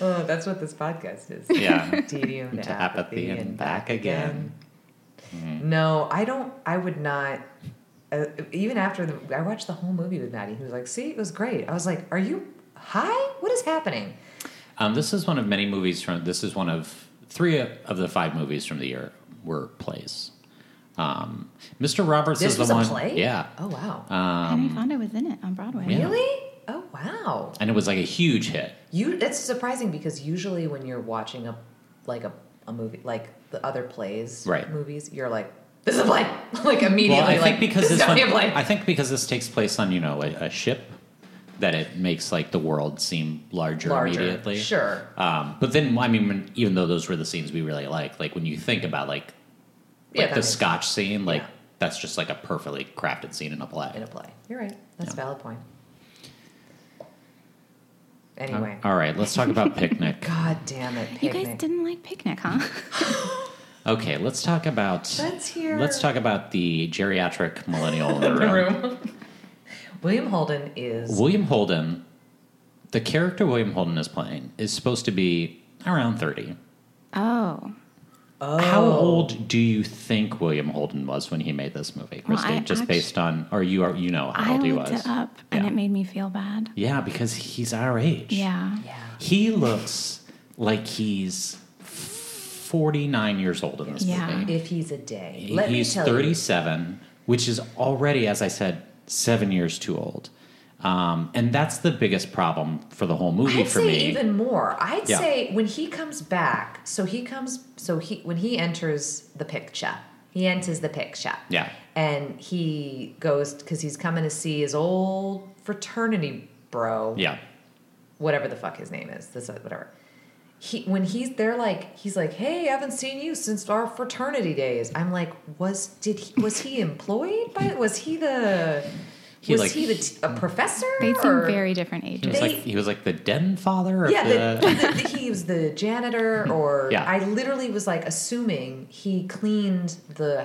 Speaker 5: Oh, that's what this podcast is.
Speaker 1: Yeah.
Speaker 5: [laughs] Tedium to,
Speaker 1: to apathy and back again. Mm-hmm.
Speaker 5: No, I don't. I would not. Uh, even after the, I watched the whole movie with Maddie, he was like, "See, it was great." I was like, "Are you high? What is happening?"
Speaker 1: Um, this is one of many movies from. This is one of three of the five movies from the year were plays. Um, Mr. Roberts
Speaker 5: This
Speaker 1: is
Speaker 5: was
Speaker 1: the
Speaker 5: a
Speaker 1: one.
Speaker 5: play.
Speaker 1: Yeah, Um,
Speaker 5: Oh wow.
Speaker 3: Henry Fonda was in it on Broadway.
Speaker 1: yeah.
Speaker 5: really? Oh wow.
Speaker 1: and it was like a huge hit.
Speaker 5: You. It's surprising because usually when you're watching a like a, a movie like the other plays
Speaker 1: Right.
Speaker 5: movies, you're like, "This is a play!" [laughs] like immediately.
Speaker 1: Well, I think
Speaker 5: like
Speaker 1: because
Speaker 5: this is
Speaker 1: this one,
Speaker 5: definitely a play.
Speaker 1: I think because this takes place on you know a, a ship, that it makes like the world seem larger,
Speaker 5: Larger.
Speaker 1: immediately.
Speaker 5: Sure.
Speaker 1: Um, but then, I mean, when, even though those were the scenes we really like, like when you think about like
Speaker 5: Yeah,
Speaker 1: like
Speaker 5: that
Speaker 1: the
Speaker 5: makes
Speaker 1: Scotch scene, like
Speaker 5: Yeah.
Speaker 1: that's just like a perfectly crafted scene in a play.
Speaker 5: in a play. You're right. That's a
Speaker 1: Yeah.
Speaker 5: valid point. Anyway.
Speaker 1: All right, let's talk about picnic.
Speaker 5: God damn it.
Speaker 3: You
Speaker 5: Picnic.
Speaker 3: guys didn't like Picnic, huh?
Speaker 1: Okay, let's talk about
Speaker 5: Let's hear-
Speaker 1: let's talk about the geriatric millennial in the
Speaker 5: [laughs] the
Speaker 1: room.
Speaker 5: room. [laughs] William Holden is
Speaker 1: William Holden, the character William Holden is playing, is supposed to be around thirty.
Speaker 3: [laughs] Oh.
Speaker 5: oh,
Speaker 1: How old do you think William Holden was when he made this movie,
Speaker 3: Well,
Speaker 1: Christy?
Speaker 3: I
Speaker 1: just
Speaker 3: actu-
Speaker 1: based on, or you are you know how
Speaker 3: I
Speaker 1: old he
Speaker 3: looked
Speaker 1: was?
Speaker 3: it up and
Speaker 1: Yeah.
Speaker 3: it made me feel bad.
Speaker 1: Yeah, because he's our age.
Speaker 3: Yeah.
Speaker 5: Yeah.
Speaker 1: He looks like he's 49 years old in this
Speaker 3: Yeah.
Speaker 1: movie.
Speaker 5: If he's a day. Let me
Speaker 1: he's
Speaker 5: tell
Speaker 1: 37, which is already, as I said, seven years too old. Um, and that's the biggest problem for the whole movie
Speaker 5: I'd
Speaker 1: for
Speaker 5: say
Speaker 1: me.
Speaker 5: even more. I'd
Speaker 1: Yeah.
Speaker 5: say when he comes back, so he comes so he when he enters the picture. He enters the picture.
Speaker 1: Yeah.
Speaker 5: And he goes because he's coming to see his old fraternity bro.
Speaker 1: yeah.
Speaker 5: whatever the fuck his name is, this whatever. He when he's they're like he's like, hey, I haven't seen you since our fraternity days. I'm like, was did he was he employed by was he the
Speaker 1: He,
Speaker 5: was
Speaker 1: like-
Speaker 5: he the t- a professor?
Speaker 3: They seem
Speaker 5: or-
Speaker 3: very different ages.
Speaker 1: He was,
Speaker 5: They-
Speaker 1: like, he was like the den father of
Speaker 5: yeah.
Speaker 1: the.
Speaker 5: The, the, he was the janitor, or
Speaker 1: [laughs] Yeah.
Speaker 5: I literally was like assuming he cleaned the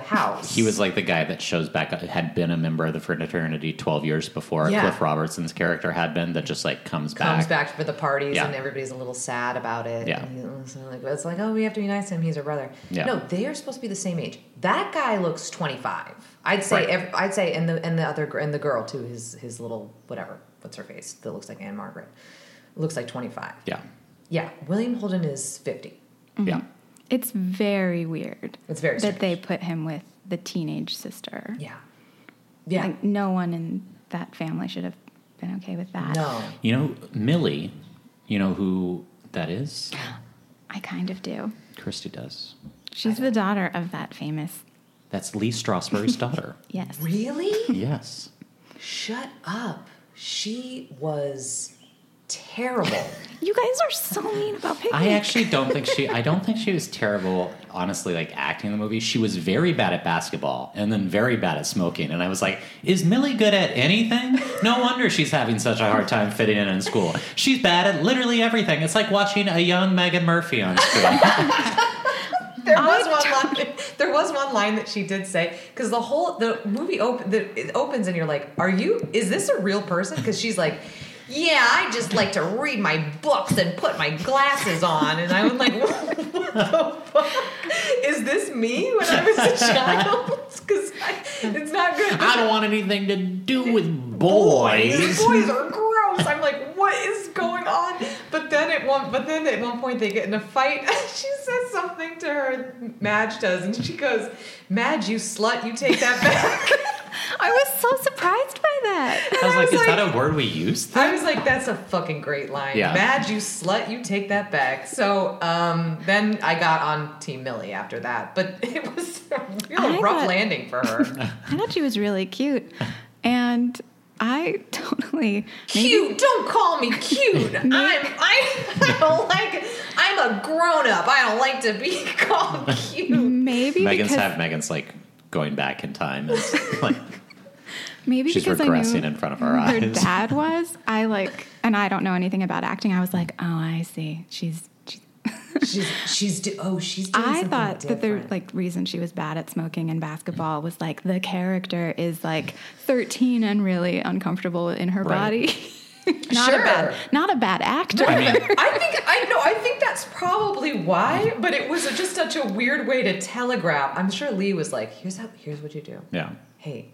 Speaker 1: [laughs]
Speaker 5: house.
Speaker 1: he was like the guy that shows back up, had been a member of the fraternity 12 years before
Speaker 5: Yeah.
Speaker 1: Cliff Robertson's character had been, that just like comes,
Speaker 5: comes back for the parties
Speaker 1: Yeah.
Speaker 5: and everybody's a little sad about it.
Speaker 1: Yeah.
Speaker 5: And he's like, it's like, oh, we have to be nice to him. He's our brother.
Speaker 1: Yeah.
Speaker 5: No, they are supposed to be the same age. That guy looks 25. I'd say,
Speaker 1: Right.
Speaker 5: ev- I'd say, and the and the other gr- and the girl too. His his little whatever, what's her face that looks like Anne Margaret, looks like 25.
Speaker 1: Yeah.
Speaker 5: Yeah. William Holden is 50.
Speaker 1: Yeah.
Speaker 3: It's very weird
Speaker 5: It's very
Speaker 3: that
Speaker 5: strange.
Speaker 3: they put him with the teenage sister.
Speaker 5: Yeah. Yeah.
Speaker 3: Like, no one in that family should have been okay with that.
Speaker 5: no.
Speaker 1: You know, Millie, you know who that
Speaker 5: [gasps]
Speaker 1: is?
Speaker 3: I kind of do.
Speaker 1: Christy does.
Speaker 3: She's the daughter of that famous,
Speaker 1: That's Lee
Speaker 5: [laughs]
Speaker 1: Strasberg's daughter.
Speaker 3: yes. [laughs]
Speaker 5: Really?
Speaker 1: Yes.
Speaker 5: Shut up. She was terrible.
Speaker 3: You guys are so mean about picnic.
Speaker 1: I actually don't think she I don't think she was terrible honestly like acting in the movie. She was very bad at basketball and then very bad at smoking and I was like, is Millie good at anything? No wonder she's having such a hard time fitting in in school. She's bad at literally everything. It's like watching a young Megan Murphy on screen.
Speaker 5: There was one line. [laughs] There was one line that she did say because the whole the movie op- the, it opens and you're like, "Are you? Is this a real person?" Because she's like, "Yeah, I just like to read my books and put my glasses on," and I was like, [laughs] "What, what the fuck is this me when I was a child?" [laughs] Because it's not good.
Speaker 1: I don't want anything to do with boys.
Speaker 5: These boys are gross. I'm like, what is going on? But then at one, but then at one point they get in a fight. [laughs] she says something to her. Madge does, and she goes, "Madge, you slut, you take that back." [laughs]
Speaker 3: I was so surprised by that.
Speaker 1: I was like,
Speaker 5: I was
Speaker 1: is that a word we use?
Speaker 5: I was like, that's a fucking great line.
Speaker 1: Yeah.
Speaker 5: Madge, you slut, you take that back. So um, then I got on Team Millie after that, but [laughs] it was a real
Speaker 3: I
Speaker 5: rough
Speaker 3: thought-
Speaker 5: landing for her.
Speaker 3: I thought she was really cute. And I [laughs] totally. Maybe,
Speaker 5: [laughs] cute, don't call me cute. I'm, I, I I don't like. I'm a grown up. I don't like to be [laughs] called cute.
Speaker 3: Maybe
Speaker 1: Megan's
Speaker 3: because
Speaker 1: have Megan's like going back in time and like
Speaker 3: maybe
Speaker 1: she's
Speaker 3: because I
Speaker 1: regressing
Speaker 3: knew
Speaker 1: in front of our
Speaker 3: her
Speaker 1: eyes.
Speaker 3: dad was. I like, and I don't know anything about acting. I was like, oh, I see. She's. she's
Speaker 5: She's she's do, oh she's doing
Speaker 3: I
Speaker 5: something
Speaker 3: thought that the
Speaker 5: different.
Speaker 3: like reason she was bad at smoking and basketball was like the character is like 13 and really uncomfortable in her
Speaker 1: Right.
Speaker 3: body. [laughs] not a bad,
Speaker 5: Sure.
Speaker 3: not a bad actor.
Speaker 5: I think I know. I think that's probably why. But it was just such a weird way to telegraph. I'm sure Lee was like, "Here's how. Here's what you do.
Speaker 1: yeah.
Speaker 5: Hey,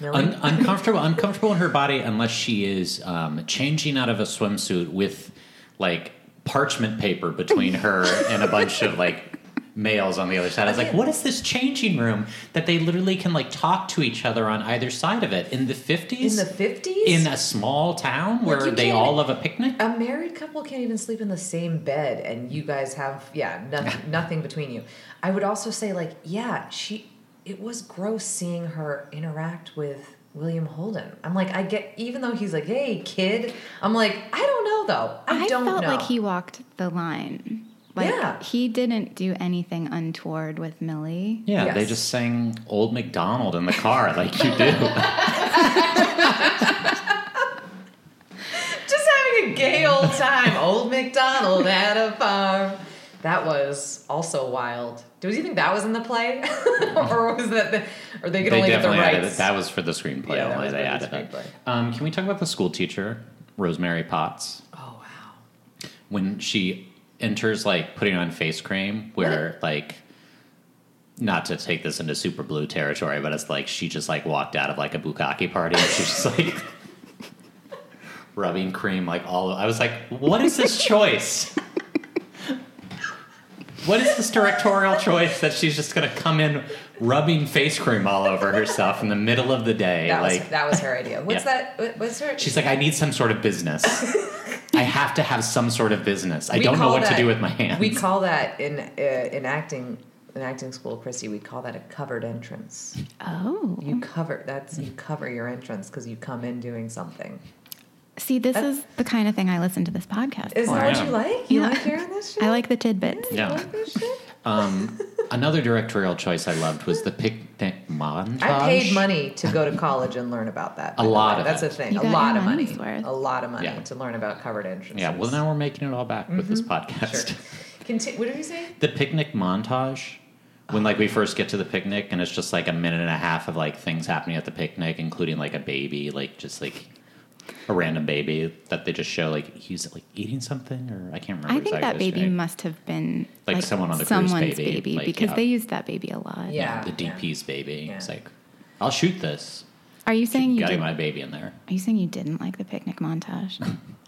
Speaker 5: Millie,
Speaker 1: Un-
Speaker 5: [laughs]
Speaker 1: uncomfortable, uncomfortable in her body unless she is um, changing out of a swimsuit with like parchment paper between her and a bunch of like males on the other side. I was like, what is this changing room that they literally can like talk to each other on either side of it in the
Speaker 5: in
Speaker 1: fifties?
Speaker 5: the '50s,
Speaker 1: in a small town where
Speaker 5: you
Speaker 1: they
Speaker 5: can't Oh,
Speaker 1: all have a picnic.
Speaker 5: a married couple can't even sleep in the same bed and you guys have yeah
Speaker 3: [laughs]
Speaker 5: nothing nothing between you i would also say like yeah she it was gross seeing her interact with william holden i'm like i get even though he's like hey kid i'm like i don't know though i,
Speaker 3: I
Speaker 5: don't
Speaker 3: felt
Speaker 5: know
Speaker 3: like he walked the line. Like
Speaker 5: Yeah.
Speaker 3: he didn't do anything untoward with Millie.
Speaker 1: Yeah, they
Speaker 5: Yes.
Speaker 1: just sang Old McDonald in the car like you
Speaker 5: [laughs]
Speaker 1: do.
Speaker 5: just having a gay old time old mcdonald at a farm that was also wild do you think that was in the play [laughs] or was that the, or they could
Speaker 1: they
Speaker 5: only get the
Speaker 1: definitely added
Speaker 5: rights
Speaker 1: it. That was for the screenplay
Speaker 5: Yeah, that
Speaker 1: only.
Speaker 5: was
Speaker 1: They
Speaker 5: for
Speaker 1: added
Speaker 5: the
Speaker 1: it. Um, can we talk about the school teacher, Rosemary Potts,
Speaker 5: oh wow
Speaker 1: when she enters like putting on face cream, where like not to take this into super blue territory, but it's like she just like walked out of like a bukkake party and she's just like [laughs] rubbing cream like all. I was like, what is this choice? [laughs] What is this directorial choice that she's just gonna come in rubbing face cream all over herself in the middle of the day?
Speaker 5: That
Speaker 1: like
Speaker 5: was that was
Speaker 1: [laughs]
Speaker 5: her idea. What's
Speaker 1: Yeah.
Speaker 5: that? what- What's her?
Speaker 1: She's like, I need some sort of
Speaker 5: [laughs]
Speaker 1: business. I have to have some sort of business. I
Speaker 5: we
Speaker 1: don't know
Speaker 5: call
Speaker 1: what to
Speaker 5: that-
Speaker 1: do with my hands.
Speaker 5: We call that in uh, in acting in acting school, Christy. We call that a covered entrance.
Speaker 3: Oh.
Speaker 5: You cover that's you cover your entrance because you come in doing something.
Speaker 3: See, this is the kind of thing I listen to this podcast
Speaker 5: Is
Speaker 3: for.
Speaker 5: that
Speaker 1: Yeah.
Speaker 5: what you like? You
Speaker 3: Oh, Yeah.
Speaker 5: like hearing this shit?
Speaker 3: I like the tidbits.
Speaker 1: [laughs]
Speaker 5: You
Speaker 1: Yeah.
Speaker 5: like this shit?
Speaker 1: um,
Speaker 5: [laughs]
Speaker 1: another directorial choice I loved was the picnic montage.
Speaker 5: I paid money to go to college and learn about that. by
Speaker 1: A
Speaker 5: the
Speaker 1: lot
Speaker 5: way.
Speaker 1: of
Speaker 5: That's
Speaker 1: it.
Speaker 5: a thing.
Speaker 3: You
Speaker 5: a
Speaker 3: got
Speaker 5: lot
Speaker 3: your
Speaker 5: of money.
Speaker 3: money's worth.
Speaker 5: A lot of money
Speaker 1: Yeah.
Speaker 5: to learn about covered entrances.
Speaker 1: Yeah, well, now we're making it all back with this podcast.
Speaker 5: Mm-hmm. Sure. Conti- what did you say?
Speaker 1: [laughs] The picnic montage. When like we first get to the picnic and it's just like a minute and a half of like things happening at the picnic, including like a baby, like just like a random baby that they just show like he's like eating something or I can't remember.
Speaker 3: I think
Speaker 1: exactly
Speaker 3: that
Speaker 1: his
Speaker 3: baby
Speaker 1: name.
Speaker 3: must have been
Speaker 1: Like someone on the cruise
Speaker 3: someone's
Speaker 1: baby,
Speaker 3: baby,
Speaker 1: like,
Speaker 3: because
Speaker 1: yeah.
Speaker 3: they used that baby a lot.
Speaker 5: Yeah.
Speaker 1: the
Speaker 5: yeah.
Speaker 1: DP's baby.
Speaker 5: Yeah.
Speaker 1: It's like, I'll shoot this.
Speaker 3: Are you saying you
Speaker 1: Getting
Speaker 3: did,
Speaker 1: my
Speaker 3: Are
Speaker 1: baby in there.
Speaker 3: you saying you didn't like the picnic
Speaker 1: [laughs]
Speaker 3: montage?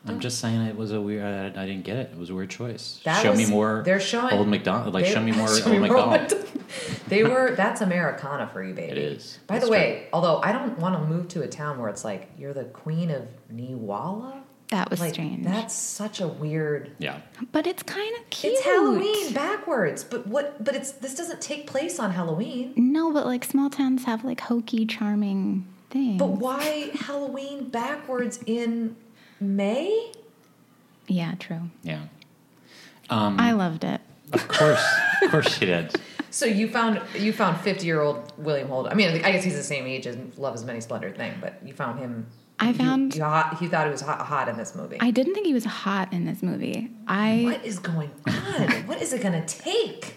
Speaker 1: I'm just saying it was a weird. I, I didn't get it. It was a weird choice.
Speaker 5: That
Speaker 1: show
Speaker 5: was-
Speaker 1: me more.
Speaker 5: they're showing-
Speaker 1: old McDonald. Like
Speaker 5: They-
Speaker 1: show
Speaker 5: [laughs]
Speaker 1: me more
Speaker 5: Show
Speaker 1: old
Speaker 5: more
Speaker 1: McDonald.
Speaker 5: [laughs] they were that's Americana for you, baby.
Speaker 1: It is.
Speaker 5: By
Speaker 1: That's
Speaker 5: the way, although I don't want to move to a town where it's like you're the queen of Niwala.
Speaker 3: That was
Speaker 5: like,
Speaker 3: strange.
Speaker 5: That's such a weird.
Speaker 1: Yeah,
Speaker 3: but it's kind of cute.
Speaker 5: It's Halloween backwards, but what? But it's this doesn't take place on Halloween.
Speaker 3: No, but like small towns have like hokey, charming things.
Speaker 5: But why [laughs] Halloween backwards in May?
Speaker 3: yeah, true.
Speaker 1: yeah. Um,
Speaker 3: I loved it.
Speaker 1: of course, of course she did.
Speaker 5: So you found you found fifty year old William Holden. I mean, I guess he's the same age as Love Is a Many Splendor thing, but you found him.
Speaker 3: I
Speaker 5: you-
Speaker 3: found-
Speaker 5: you, hot, you thought he was hot, hot in this movie.
Speaker 3: I didn't think he was hot in this movie. I
Speaker 5: what is going on?
Speaker 3: [laughs]
Speaker 5: what is it gonna take?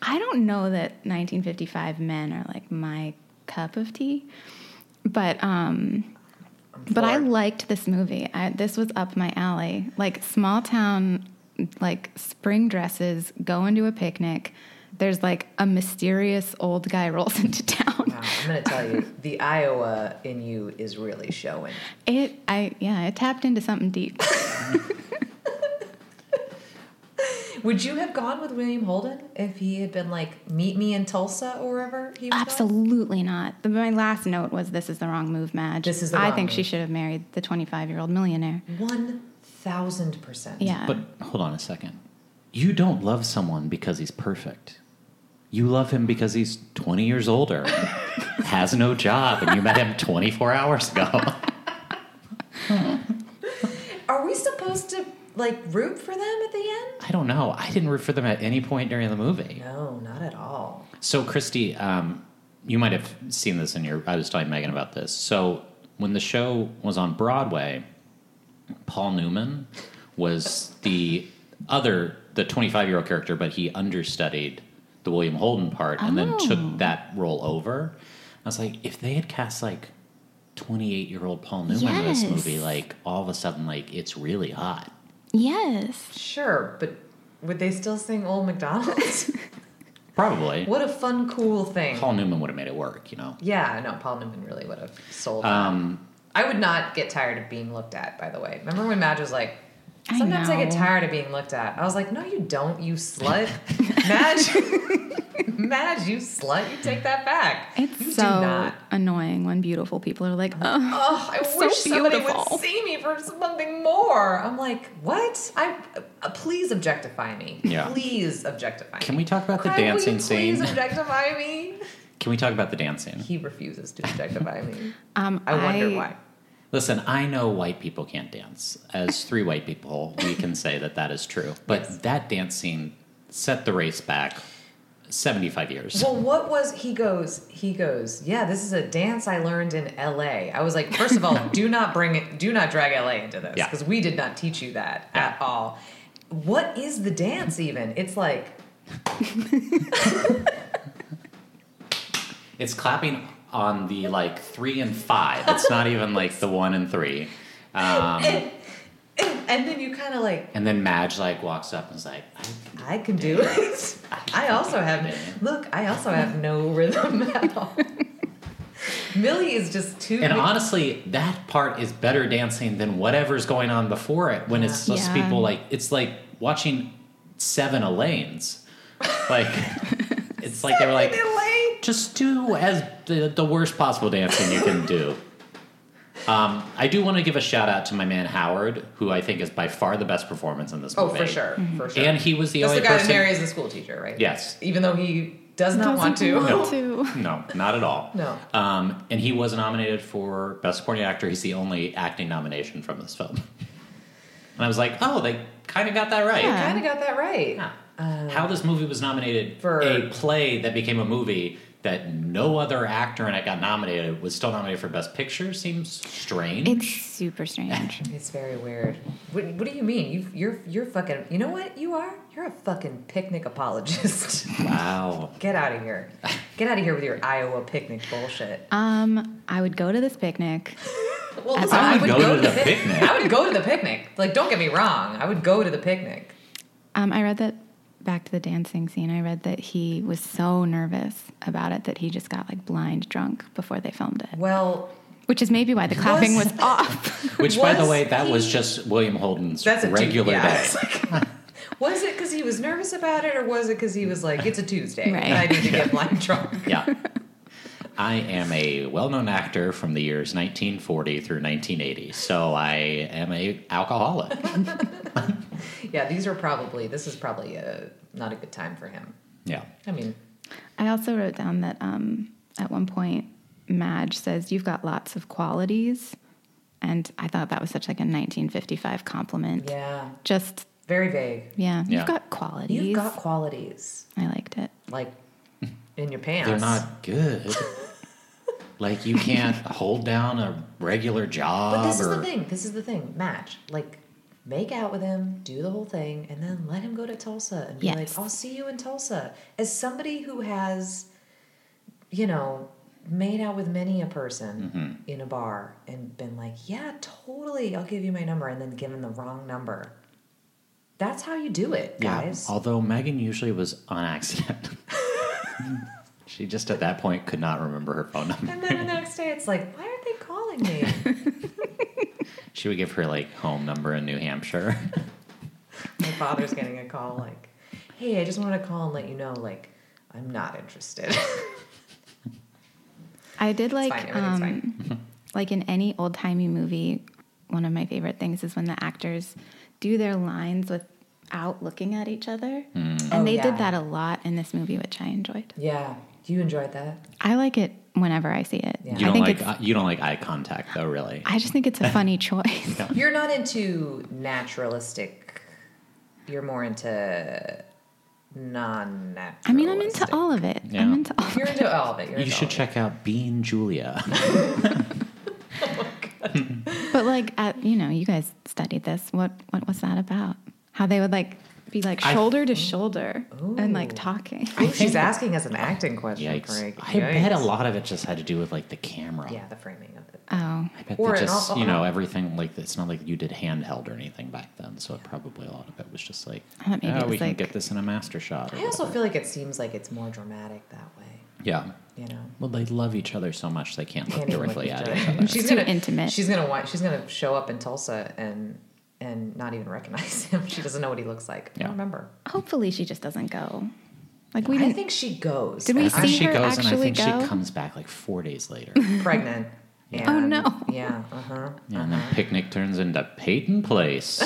Speaker 3: I don't know that 1955 men are like my cup of tea, but um, but I
Speaker 5: floored.
Speaker 3: liked this movie. I, this was up my alley. Like small town, like spring dresses, going to a picnic. There's like a mysterious old guy [laughs] rolls into town.
Speaker 5: Wow, I'm gonna tell you, the Iowa in you is really showing.
Speaker 3: It, I yeah, it tapped into something
Speaker 5: [laughs]
Speaker 3: deep.
Speaker 5: Would you have gone with William Holden if he had been like, meet me in Tulsa or wherever he was? going?
Speaker 3: Absolutely not. The, my last note was, "This is the wrong move, Madge."
Speaker 5: This is the
Speaker 3: I
Speaker 5: wrong
Speaker 3: think she
Speaker 5: move.
Speaker 3: should have married the 25 year old millionaire.
Speaker 5: One thousand percent.
Speaker 3: Yeah,
Speaker 1: But hold on a second. You don't love someone because he's perfect. You love him because he's 20 years
Speaker 3: [laughs]
Speaker 1: older, has no job, and you met him [laughs] 24 hours ago.
Speaker 5: Are we supposed to like root for them at the end?
Speaker 1: I don't know. I didn't root for them at any point during the movie.
Speaker 5: No, not at all.
Speaker 1: So, Christy, um, you might have seen this in your. I was telling Megan about this. So, when the show was on Broadway, Paul Newman was the other, the 25 year old character, but he understudied the William Holden part and then took that role over. I was like, if they had cast like 28 year old Paul Newman in this
Speaker 4: Yes.
Speaker 1: movie, like all of a sudden, like it's really hot.
Speaker 4: Yes.
Speaker 5: Sure, but would they still sing
Speaker 3: [laughs]
Speaker 5: Old McDonald's?
Speaker 1: Probably.
Speaker 5: what a fun, cool thing.
Speaker 1: Paul Newman would have made it work, you know?
Speaker 5: Yeah, no, Paul Newman really would have sold.
Speaker 1: Um,
Speaker 5: I would not get tired of being looked at, by the way. Remember when Madge was like,
Speaker 3: I
Speaker 5: Sometimes I, get
Speaker 3: know.
Speaker 5: tired of being looked at. I was like, No, you don't, you slut. [laughs] Madge [laughs] Madge, you slut, you take that back.
Speaker 3: It's
Speaker 5: you do
Speaker 3: so
Speaker 5: not. annoying
Speaker 3: annoying when beautiful people are like, oh,
Speaker 5: Oh, I
Speaker 3: So
Speaker 5: wish somebody
Speaker 3: beautiful.
Speaker 5: would see me for something more. I'm like, what? I uh, please objectify me.
Speaker 1: Yeah.
Speaker 5: Please objectify
Speaker 1: Can
Speaker 5: me.
Speaker 1: we talk about the
Speaker 5: Craig, will you
Speaker 1: dancing scene?
Speaker 5: Please objectify me.
Speaker 1: Can we talk about the dancing?
Speaker 5: He refuses to objectify me.
Speaker 3: um, [laughs]
Speaker 5: I wonder why.
Speaker 1: Listen, I know white people can't dance. As three white people, we can say that that is true. But that dance scene set the race back 75 years.
Speaker 5: Well, what was he goes? He goes. Yeah, this is a dance I learned in L.A. I was like, first of all,
Speaker 1: [laughs]
Speaker 5: do not bring it. Do not drag L.A. into this
Speaker 1: Yeah.
Speaker 5: because we did not teach you that at all. What is the dance even? It's like
Speaker 1: It's clapping on the like three and five. It's not even like the one and three. Um,
Speaker 5: and then you kind of like
Speaker 1: and then Madge like walks up and is like,
Speaker 5: I can do it.
Speaker 1: [laughs]
Speaker 5: I also have look. I also have no rhythm [laughs] at all. Millie is just too.
Speaker 1: and honestly, that part is better dancing than whatever's going on before it when it's just
Speaker 3: Yeah.
Speaker 1: people like, it's like watching seven Elaines.
Speaker 3: [laughs]
Speaker 1: Like, it's like they were
Speaker 5: [laughs]
Speaker 1: like,
Speaker 5: Elaine.
Speaker 1: just do as the, the worst possible dancing you can do. Um, I do want to give a shout out to my man Howard, who I think is by far the best performance in this
Speaker 5: Oh,
Speaker 1: movie.
Speaker 5: for sure, for sure.
Speaker 1: Mm-hmm. And he was the
Speaker 5: That's
Speaker 1: only
Speaker 5: the guy
Speaker 1: person.
Speaker 5: that marries the school teacher, right?
Speaker 1: Yes.
Speaker 5: Even though he does not want to.
Speaker 1: No. No, not at all.
Speaker 5: [laughs] No.
Speaker 1: Um, and he was nominated for best supporting actor. He's the only acting nomination from this film. And I was like, oh, they kind of got that right.
Speaker 3: Yeah.
Speaker 5: Kind of got that right.
Speaker 1: Yeah. How this movie was nominated
Speaker 5: Uh, For-
Speaker 1: for a play that became a movie that no other actor in it got nominated was still nominated for Best Picture seems strange.
Speaker 3: it's super
Speaker 5: [laughs]
Speaker 3: strange.
Speaker 5: It's very weird. What, what do you mean? You, you're you're fucking. You know what you are? You're a fucking picnic apologist. [laughs]
Speaker 1: wow.
Speaker 5: Get out of here. Get out of here with your Iowa picnic bullshit.
Speaker 3: Um, I would go to this picnic.
Speaker 5: Well,
Speaker 3: listen, I would
Speaker 1: go to the
Speaker 5: pic-
Speaker 1: picnic.
Speaker 5: I would go to the picnic. Like, don't get me wrong. I would go to the picnic.
Speaker 3: Um, I read that back to the dancing scene. I read that he was so nervous about it that he just got like blind drunk before they filmed it,
Speaker 5: Well,
Speaker 3: which is maybe why the clapping
Speaker 5: Was- [laughs]
Speaker 3: was off.
Speaker 1: Which, by the
Speaker 5: Was
Speaker 1: way, that was
Speaker 5: he-
Speaker 1: just William Holden's
Speaker 5: that's a tu-
Speaker 1: regular
Speaker 5: yeah,
Speaker 1: day.
Speaker 5: [laughs] it's like- was it because he was nervous about it, or was it because he was like, "It's a Tuesday,
Speaker 3: Right.
Speaker 5: and I need to get blind [laughs] drunk"?
Speaker 1: yeah. I am a well-known actor from the years 1940 through 1980, so I am a alcoholic.
Speaker 5: Yeah, these are probably. This is probably uh not a good time for him.
Speaker 1: Yeah.
Speaker 5: I mean,
Speaker 3: I also wrote down that um, at one point Madge says, "You've got lots of qualities," and I thought that was such like a 1955 compliment.
Speaker 5: yeah,
Speaker 3: Just
Speaker 5: very vague.
Speaker 3: yeah,
Speaker 1: Yeah.
Speaker 3: you've got qualities.
Speaker 5: You've got qualities,
Speaker 3: I liked it.
Speaker 5: like in your pants.
Speaker 1: They're not
Speaker 5: [laughs]
Speaker 1: good. like you can't hold down a regular job
Speaker 5: But this is
Speaker 1: or
Speaker 5: the thing. This is the thing. Match. Like, make out with him, do the whole thing, and then let him go to Tulsa and be like,
Speaker 3: Yes.
Speaker 5: I'll see you in Tulsa. As somebody who has, you know, made out with many a
Speaker 1: Mm-hmm.
Speaker 5: person in a bar and been like, yeah, totally, I'll give you my number, and then give him the wrong number. That's how you do it, guys.
Speaker 1: Although Megan usually was on accident. [laughs] she just at that point could not remember her phone number.
Speaker 5: and then the next day, it's like, why aren't they
Speaker 1: [laughs]
Speaker 5: calling me?
Speaker 1: She would give her like home number in New Hampshire.
Speaker 5: My father's getting a call like, "Hey, I just wanted to call and let you know like I'm not interested." [laughs]
Speaker 3: I did like
Speaker 5: fine, everything's
Speaker 3: um, like in any old timey movie, one of my favorite things is when the actors do their lines without looking at each other. And
Speaker 5: Oh,
Speaker 1: Mm.
Speaker 3: they
Speaker 5: yeah.
Speaker 3: did that a lot in this movie, which I enjoyed.
Speaker 5: yeah. You enjoyed that?
Speaker 3: I like it whenever I see it.
Speaker 5: Yeah.
Speaker 1: You
Speaker 3: I
Speaker 1: don't
Speaker 3: think
Speaker 1: like
Speaker 3: it's.
Speaker 1: uh, you don't like eye contact though, really.
Speaker 3: I just think it's a funny [laughs] choice.
Speaker 5: You're not into naturalistic. You're more into non-natural.
Speaker 3: I mean, I'm into all of it.
Speaker 1: Yeah.
Speaker 3: I'm into all.
Speaker 5: You're into all of it. You're
Speaker 1: you
Speaker 5: into
Speaker 1: should
Speaker 5: all of
Speaker 1: check out Bean Julia.
Speaker 3: But like, at, you know, you guys studied this. What what was that about? How they would like be like
Speaker 1: I-
Speaker 3: shoulder to shoulder
Speaker 5: Oh.
Speaker 3: and like talking.
Speaker 1: [laughs]
Speaker 5: it. She's asking us an acting question.
Speaker 1: Yikes!
Speaker 5: Craig.
Speaker 1: I bet a
Speaker 5: Yikes.
Speaker 1: lot of it just had to do with like the camera.
Speaker 5: Yeah, the framing of it.
Speaker 3: Oh,
Speaker 1: I bet
Speaker 5: Or
Speaker 1: they
Speaker 5: an
Speaker 1: just
Speaker 5: al-
Speaker 1: you know everything like it's not like you did handheld or anything back then, so it probably a lot of it was just like
Speaker 3: I thought maybe
Speaker 1: oh
Speaker 3: it was
Speaker 1: we can
Speaker 3: like-
Speaker 1: get this in a master shot. or
Speaker 5: I also
Speaker 1: whatever."
Speaker 5: feel like it seems like it's more dramatic that way.
Speaker 1: yeah.
Speaker 5: You know.
Speaker 1: Well, they love each other so much they can't look
Speaker 5: Can't even look
Speaker 1: directly
Speaker 5: each
Speaker 1: at
Speaker 5: other.
Speaker 1: each other.
Speaker 5: [laughs] She's
Speaker 3: too
Speaker 5: gonna
Speaker 3: intimate.
Speaker 5: She's gonna wa- she's gonna show up in Tulsa and and not even recognize [laughs] him. She doesn't know what he looks like. I
Speaker 1: Yeah.
Speaker 5: don't remember.
Speaker 3: hopefully she just doesn't go. Like we
Speaker 5: I
Speaker 3: didn't.
Speaker 5: think she goes.
Speaker 3: Did we
Speaker 5: I
Speaker 1: I
Speaker 5: think
Speaker 1: think
Speaker 3: see
Speaker 1: she
Speaker 3: her
Speaker 1: goes and I
Speaker 3: actually
Speaker 1: think
Speaker 3: go?
Speaker 1: she comes back like four days later.
Speaker 5: she's pregnant?
Speaker 3: [laughs]
Speaker 5: Yeah.
Speaker 3: Oh, no.
Speaker 5: Yeah. Uh huh.
Speaker 1: Yeah, and then Picnic turns into Peyton
Speaker 5: [laughs]
Speaker 1: Place.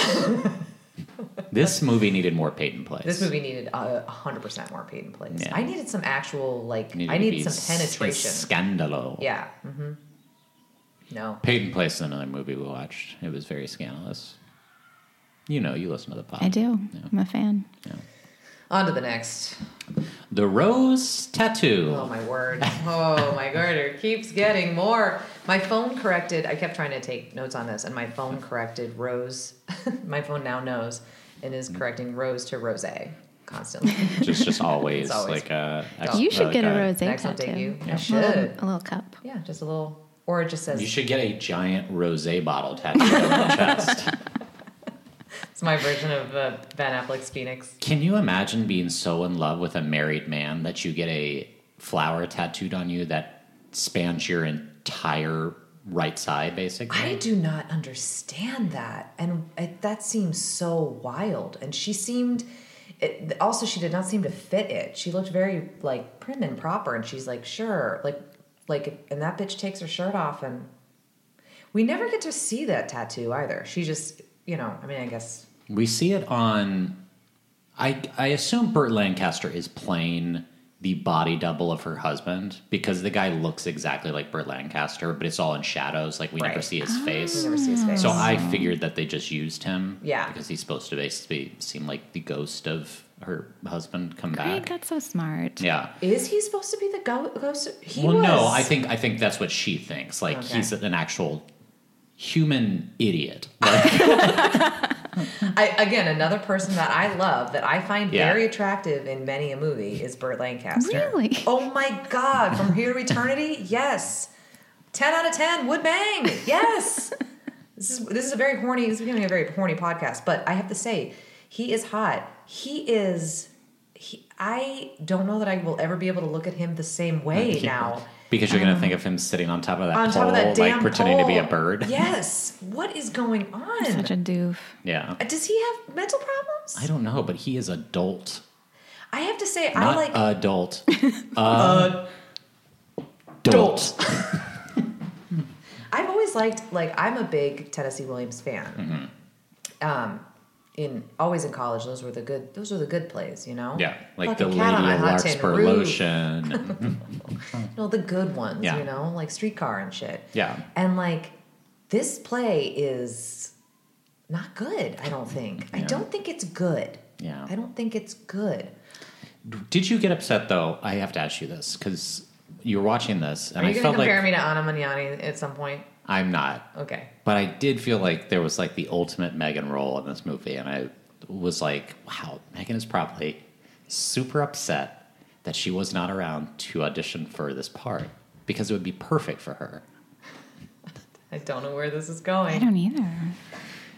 Speaker 1: this movie needed more Peyton Place.
Speaker 5: This movie needed a hundred percent more paid in place.
Speaker 1: Yeah.
Speaker 5: I needed some actual like.
Speaker 1: Needed
Speaker 5: I
Speaker 1: to be
Speaker 5: needed
Speaker 1: s-
Speaker 5: some penetration.
Speaker 1: Scandalo.
Speaker 5: yeah. Mm-hmm. No.
Speaker 1: Peyton Place is another movie we watched. It was very scandalous. You know, you listen to the pod.
Speaker 3: I do.
Speaker 1: Yeah.
Speaker 3: I'm a fan.
Speaker 5: On to the next.
Speaker 1: The Rose Tattoo.
Speaker 5: Oh my word. Oh my god, it keeps getting more. My phone corrected, I kept trying to take notes on this, and my phone corrected Rose. [laughs] my phone now knows and is correcting Rose to Rose
Speaker 1: [laughs]
Speaker 5: constantly.
Speaker 1: Just,
Speaker 5: [laughs]
Speaker 1: just always,
Speaker 5: It's always-
Speaker 1: like a.
Speaker 5: Oh,
Speaker 3: You should
Speaker 1: like
Speaker 3: get a rose
Speaker 5: Next I'll take
Speaker 3: tattoo.
Speaker 5: you. I
Speaker 3: A
Speaker 5: should.
Speaker 3: little- A little cup.
Speaker 5: Yeah, just a little. Or it just says,
Speaker 1: You should get a giant rose bottle tattoo on
Speaker 3: [laughs]
Speaker 1: your chest.
Speaker 5: it's my version of uh, Van Affleck's Phoenix.
Speaker 1: Can you imagine being so in love with a married man that you get a flower tattooed on you that spans your entire right side, basically?
Speaker 5: I do not understand that, and it, that seems so wild. And she seemed, it, also, she did not seem to fit it. She looked very like prim and proper, and she's like, sure, like, like, and that bitch takes her shirt off, and we never get to see that tattoo either. She just, you know, I mean, I guess
Speaker 1: We see it on. I I assume Burt Lancaster is playing the body double of her husband because the guy looks exactly like Burt Lancaster, but it's all in shadows. Like we never
Speaker 5: Right.
Speaker 1: see his
Speaker 5: we
Speaker 1: face.
Speaker 5: never see his face.
Speaker 1: So I figured that they just used him.
Speaker 5: Yeah.
Speaker 1: Because he's supposed to basically seem like the ghost of her husband come
Speaker 3: Greg,
Speaker 1: back.
Speaker 3: that's so smart.
Speaker 1: Yeah.
Speaker 5: is he supposed to be the go- ghost? He
Speaker 1: well,
Speaker 5: was.
Speaker 1: no, I think I think that's what she thinks. Like
Speaker 5: Okay.
Speaker 1: he's an actual human idiot. Like,
Speaker 5: I, again, another person that I love that I find
Speaker 1: Yeah.
Speaker 5: very attractive in many a movie is Burt Lancaster.
Speaker 3: Really?
Speaker 5: Oh my God! From here
Speaker 3: [laughs]
Speaker 5: to eternity, yes. Ten out of ten would bang. Yes. this is this is a very horny. This is becoming a very horny podcast, but I have to say, he is hot. He is. He, I don't know that I will ever be able to look at him the same way now.
Speaker 1: because you're gonna think of him sitting on top of that
Speaker 5: Um,
Speaker 1: pole,
Speaker 5: On top of that damn
Speaker 1: like pretending to be a
Speaker 5: pole.
Speaker 1: bird. [laughs]
Speaker 5: Yes. What is going on?
Speaker 3: Such a doof.
Speaker 1: Yeah.
Speaker 5: Does he have mental problems?
Speaker 1: I don't know, but he is adult.
Speaker 5: I have to say, I
Speaker 1: Not
Speaker 5: like. [laughs]
Speaker 1: adult. Uh, adult.
Speaker 5: I've always liked like I'm a big Tennessee Williams fan.
Speaker 1: Mm-hmm.
Speaker 5: Um, in always in college, those were the good those were the good plays, you know.
Speaker 1: Yeah, like
Speaker 5: Fucking
Speaker 1: the
Speaker 5: Cat
Speaker 1: lady
Speaker 5: on a
Speaker 1: of
Speaker 5: Hot Tin
Speaker 1: Larkspur
Speaker 5: Roof.
Speaker 1: lotion.
Speaker 5: No, the good ones,
Speaker 1: Yeah.
Speaker 5: you know, like Streetcar and shit.
Speaker 1: Yeah.
Speaker 5: And like this play is not good. I don't think. I
Speaker 1: Yeah.
Speaker 5: don't think it's good.
Speaker 1: Yeah.
Speaker 5: I don't think it's good.
Speaker 1: [laughs] Did you get upset though? I have to ask you this because you were watching this, and
Speaker 5: Are
Speaker 1: I
Speaker 5: you gonna
Speaker 1: felt like
Speaker 5: compare me to Anna Magnani at some point?
Speaker 1: I'm not.
Speaker 5: Okay.
Speaker 1: But I did feel like there was like the ultimate Megan role in this movie, and I was like, wow, Megan is probably super upset that she was not around to audition for this part because it would be perfect for her.
Speaker 5: I don't know where this is
Speaker 3: I
Speaker 5: going.
Speaker 3: don't either.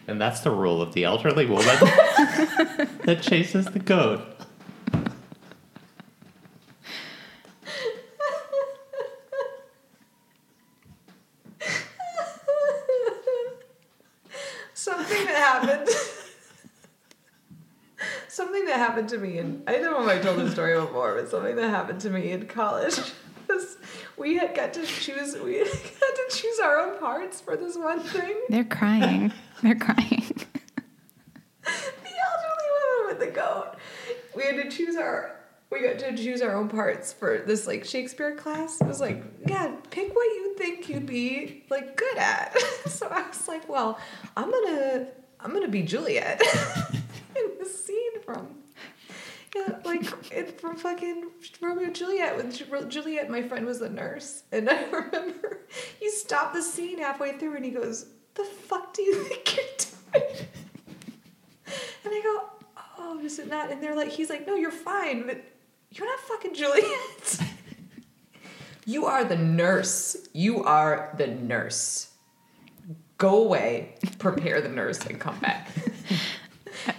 Speaker 1: And that's the rule of the elderly [laughs] woman that chases the goat.
Speaker 5: something that happened. [laughs] something that happened to me in I don't know if I've told this story before, but something that happened to me in college. [laughs] was We had got to choose. We had to choose our own parts for this one thing.
Speaker 3: They're
Speaker 5: [laughs]
Speaker 3: crying. They're crying.
Speaker 4: [laughs]
Speaker 5: The elderly woman with the goat. We had to choose our
Speaker 4: we got to choose our own parts for this like Shakespeare class. It was like, yeah, pick what you think you'd be like good at. [laughs] so I was like, well, I'm gonna I'm gonna be Juliet [laughs] in the scene from yeah, like it, from fucking Romeo and Juliet. With Ju- Juliet, my friend was a nurse, and I [laughs] remember you stop the scene halfway through, and he goes, "The fuck do you think you're doing?" And I go, "Oh, is it not?" And they're like, "He's like, no, you're fine, but you're not fucking Juliet.
Speaker 5: [laughs] You are the nurse. You are the nurse. Go away, prepare the nurse, and come back. [laughs]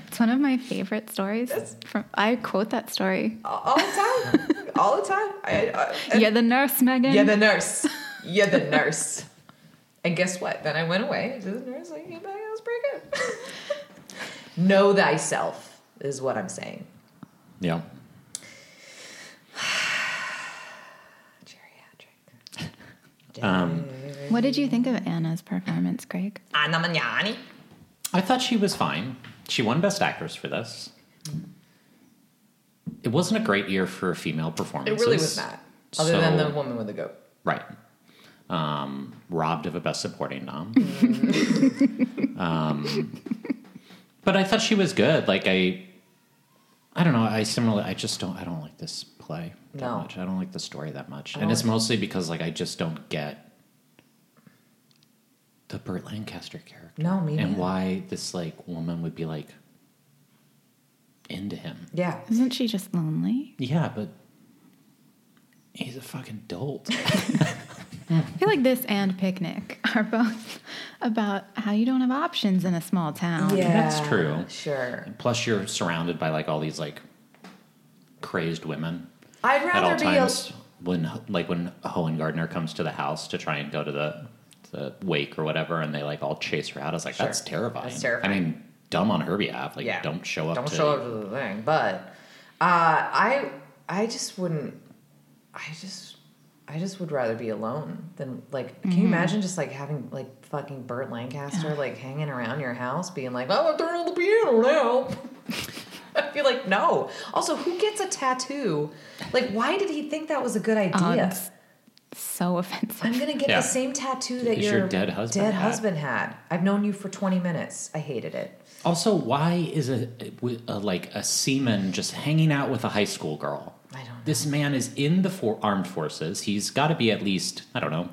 Speaker 3: It's one of my favorite stories. From, I quote that story.
Speaker 5: Uh,
Speaker 4: all, all the time, all the time." I, I, and-
Speaker 3: You're the nurse, Megan.
Speaker 5: You're the nurse. You're the
Speaker 4: nurse.
Speaker 5: nurse. And guess what? Then I went away to the nurse. I came back. I was pretty good. [laughs] know thyself is what I'm saying.
Speaker 1: Yeah.
Speaker 5: Geriatric.
Speaker 1: Um,
Speaker 3: what did you think of Anna's performance, Greg?
Speaker 5: Anna Magnani.
Speaker 1: I thought she was fine. She won Best Actress for this. It wasn't a great year for female
Speaker 5: It
Speaker 1: performances.
Speaker 5: really was not. Other than
Speaker 1: So-
Speaker 5: the woman with the goat.
Speaker 1: Right. Um, robbed of a Best Supporting nom. um, but I thought she was good. Like I, I don't know. I similarly, I just don't. I don't like this play that
Speaker 5: No.
Speaker 1: much. I don't like the story that much,
Speaker 5: don't
Speaker 1: and it's
Speaker 5: like-
Speaker 1: mostly because like I just don't get the Burt Lancaster character
Speaker 5: No, me
Speaker 1: and
Speaker 5: neither.
Speaker 1: why this like woman would be like into him.
Speaker 5: Yeah.
Speaker 3: Isn't she just lonely?
Speaker 1: Yeah, but he's a fucking dolt.
Speaker 3: I feel like this and Picnic [laughs] are both about how you don't have options in a small town.
Speaker 1: that's true.
Speaker 5: Sure.
Speaker 1: Plus, you're surrounded by like all these like crazed women
Speaker 5: I'd
Speaker 1: at all
Speaker 5: rather be a,
Speaker 1: times. When like when Hohengartner comes to the house to try and go to the the wake or whatever, and they like all chase her out. I was like,
Speaker 5: Sure.
Speaker 1: that's terrifying.
Speaker 5: That's terrifying.
Speaker 1: I mean, dumb on her behalf. Like,
Speaker 5: Yeah.
Speaker 1: don't show up.
Speaker 5: Don't
Speaker 1: to,
Speaker 5: show up to the thing. But uh, I I just wouldn't. I just I just would rather be alone than like. Can you imagine just like having like fucking Burt Lancaster like hanging around your house, being like, "Oh, "I'm gonna turn on the piano now." [laughs] I'd be like, no. Also, who gets a tattoo? Like, why did he think that was a good
Speaker 3: Oh,
Speaker 5: idea?
Speaker 3: it's so offensive.
Speaker 5: I'm gonna get
Speaker 1: Yeah.
Speaker 5: the same tattoo that
Speaker 1: Is
Speaker 5: your,
Speaker 1: your dead husband
Speaker 5: dead
Speaker 1: had.
Speaker 5: husband had. I've known you for 20 minutes. I hated it.
Speaker 1: Also, why is a, a like a seaman just hanging out with a high school girl?
Speaker 5: I don't know.
Speaker 1: This man is in the for- armed forces. He's got to be at least I don't know,